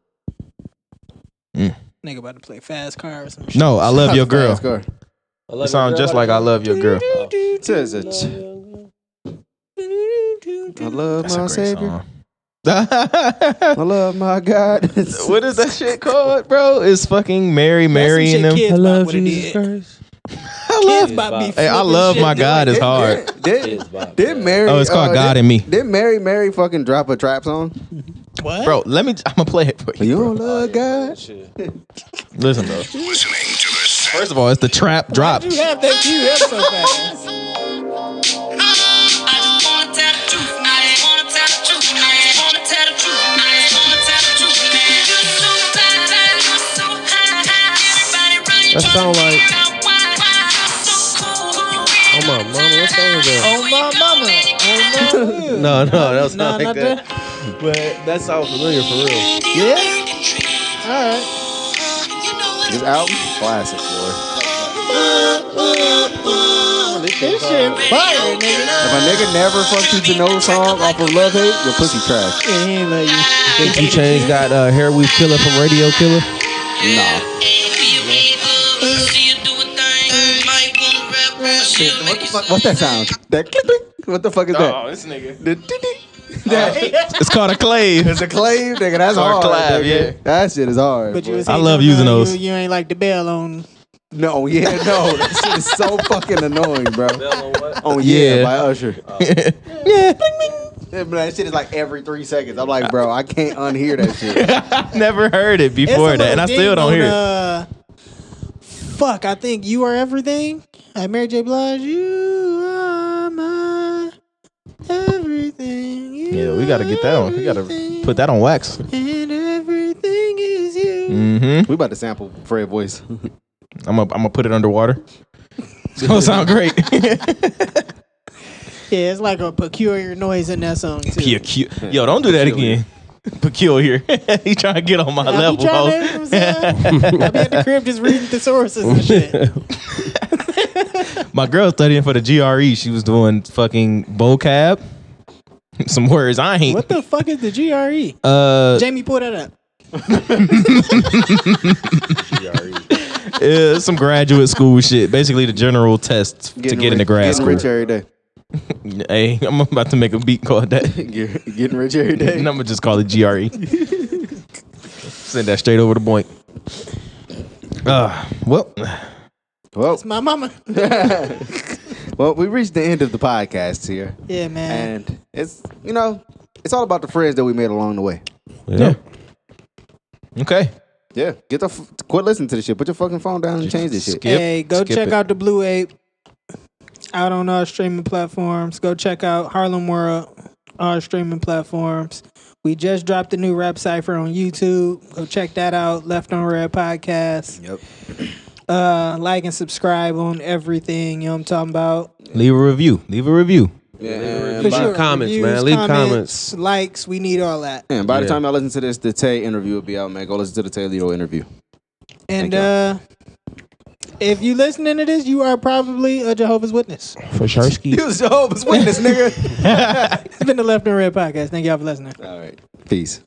C: Nigga about to play fast car or some shit.
B: No, I love your girl.
D: Fast car.
A: I love
B: It
A: your
B: sounds
A: girl,
B: just like I love your girl.
D: It says a ch- I love
B: That's a
D: my
B: great
D: savior.
B: song.
D: I love my God. It's-
B: what is that shit called, bro? It's fucking Mary Mary and
C: That's
B: them.
C: some shit
A: I
C: Kids Bop
A: love
C: would have
A: Jesus
C: did.
A: Christ.
B: I love,
C: Kids Bop be
B: hey, I
C: flipping
B: love
C: shit
B: my
C: doing
B: God is
D: Did-
B: hard.
A: Kids
D: Did,
A: Bop,
D: did
A: yeah.
D: Mary?
B: Oh, it's called
D: uh,
B: God
D: did,
B: and Me.
D: Did Mary Mary fucking drop a trap song?
C: What?
B: Bro, let me. I'm gonna play it for you.
D: You
B: bro.
D: don't love God.
B: Listen though. First of all, it's the trap drop.
C: You have that queue up so fast.
A: That sound like Oh my mama, what song is that?
C: Oh my mama. Oh my will.
A: No, no, that was
C: Nah,
A: not like
C: not
A: that. But that sounds familiar for real.
C: Yeah. All right.
D: This album, classic, boy.
C: This shit fire, nigga.
D: If a nigga never fucked you to no song off of Love Hate, your pussy trash.
C: Yeah, he ain't love you.
A: Think you changed got uh, Hair Weave Killer from Radio Killer?
D: Nah. What's that sound? That click click. What the fuck is that?
B: Oh, this nigga.
D: The tick, tick. That
B: It's called a clave.
D: is a clave, nigga. That's
B: Or
D: hard.
B: clav,
D: nigga.
B: yeah.
D: That shit is hard.
C: But you
D: boy.
C: was
B: I
C: hating
B: love
C: on
B: using
C: her.
B: those.
C: You, you ain't like the bell on.
D: no, yeah, no. That shit is so fucking annoying, bro. Oh yeah,
B: Yeah.
D: by Usher.
B: yeah.
D: Yeah, but that shit is like every three seconds. I'm like, bro, I can't unhear that shit.
B: Never heard it before that, and I still don't hear it.
C: Uh, fuck, I think you are everything. I Mary J. Blige, you are my everything. You
B: Yeah, we gotta get that on. We gotta put that on wax.
C: And everything is you.
B: Mm-hmm.
D: We about to sample Fred voice.
B: I'm gonna I'm gonna put it underwater. It's gonna sound great.
C: Yeah, it's like a peculiar noise in that song too.
B: Pecu- Yo, don't do that again. Peculiar. he trying to get on my
C: I be
B: level.
C: trying to, you know
B: ho.
C: what I'm saying? I be at the crib just reading thesaurus and shit.
B: My girl studying for the GRE. She was doing fucking vocab. Some words I ain't.
C: What the fuck is the GRE?
B: Uh,
C: Jamie, pull that up.
B: yeah, some graduate school shit. Basically, the general test to get
D: rich,
B: into grad
D: Getting
B: school.
D: rich every day.
B: Hey, I'm about to make a beat called that.
D: Get- Getting rich every day.
B: and I'm gonna just call it GRE. Send that straight over the point. Uh, well,
D: Well,
C: It's my mama.
D: well, we reached the end of the podcast here,
C: Yeah, man.
D: and it's you know, it's all about the friends that we made along the way.
B: yeah. Okay.
D: Yeah, get the f- quit listening to this shit. Put your fucking phone down and change this shit.
B: Skip-
C: hey, go
B: skip
C: check
B: it.
C: out the Blue Ape. Out on all streaming platforms. Go check out Harlem World. All streaming platforms. We just dropped the new rap cipher on YouTube. Go check that out. Left on Red podcast.
D: Yep.
C: Uh, like and subscribe on everything. You know what I'm talking about.
B: Leave a review. Leave a review.
D: Yeah.
A: Leave comments, man. Leave comments.
C: likes. We need all that.
D: And by the
A: Yeah.
D: time y'all listen to this, the Tay interview will be out, man. Go listen to the Tay Lito interview.
C: And
D: Thank
C: uh, if you listening to this, you are probably a Jehovah's Witness.
A: For Shersky.
D: was Jehovah's Witness, nigga.
C: It's been the Left and Red podcast. Thank y'all for listening.
D: All right. Peace.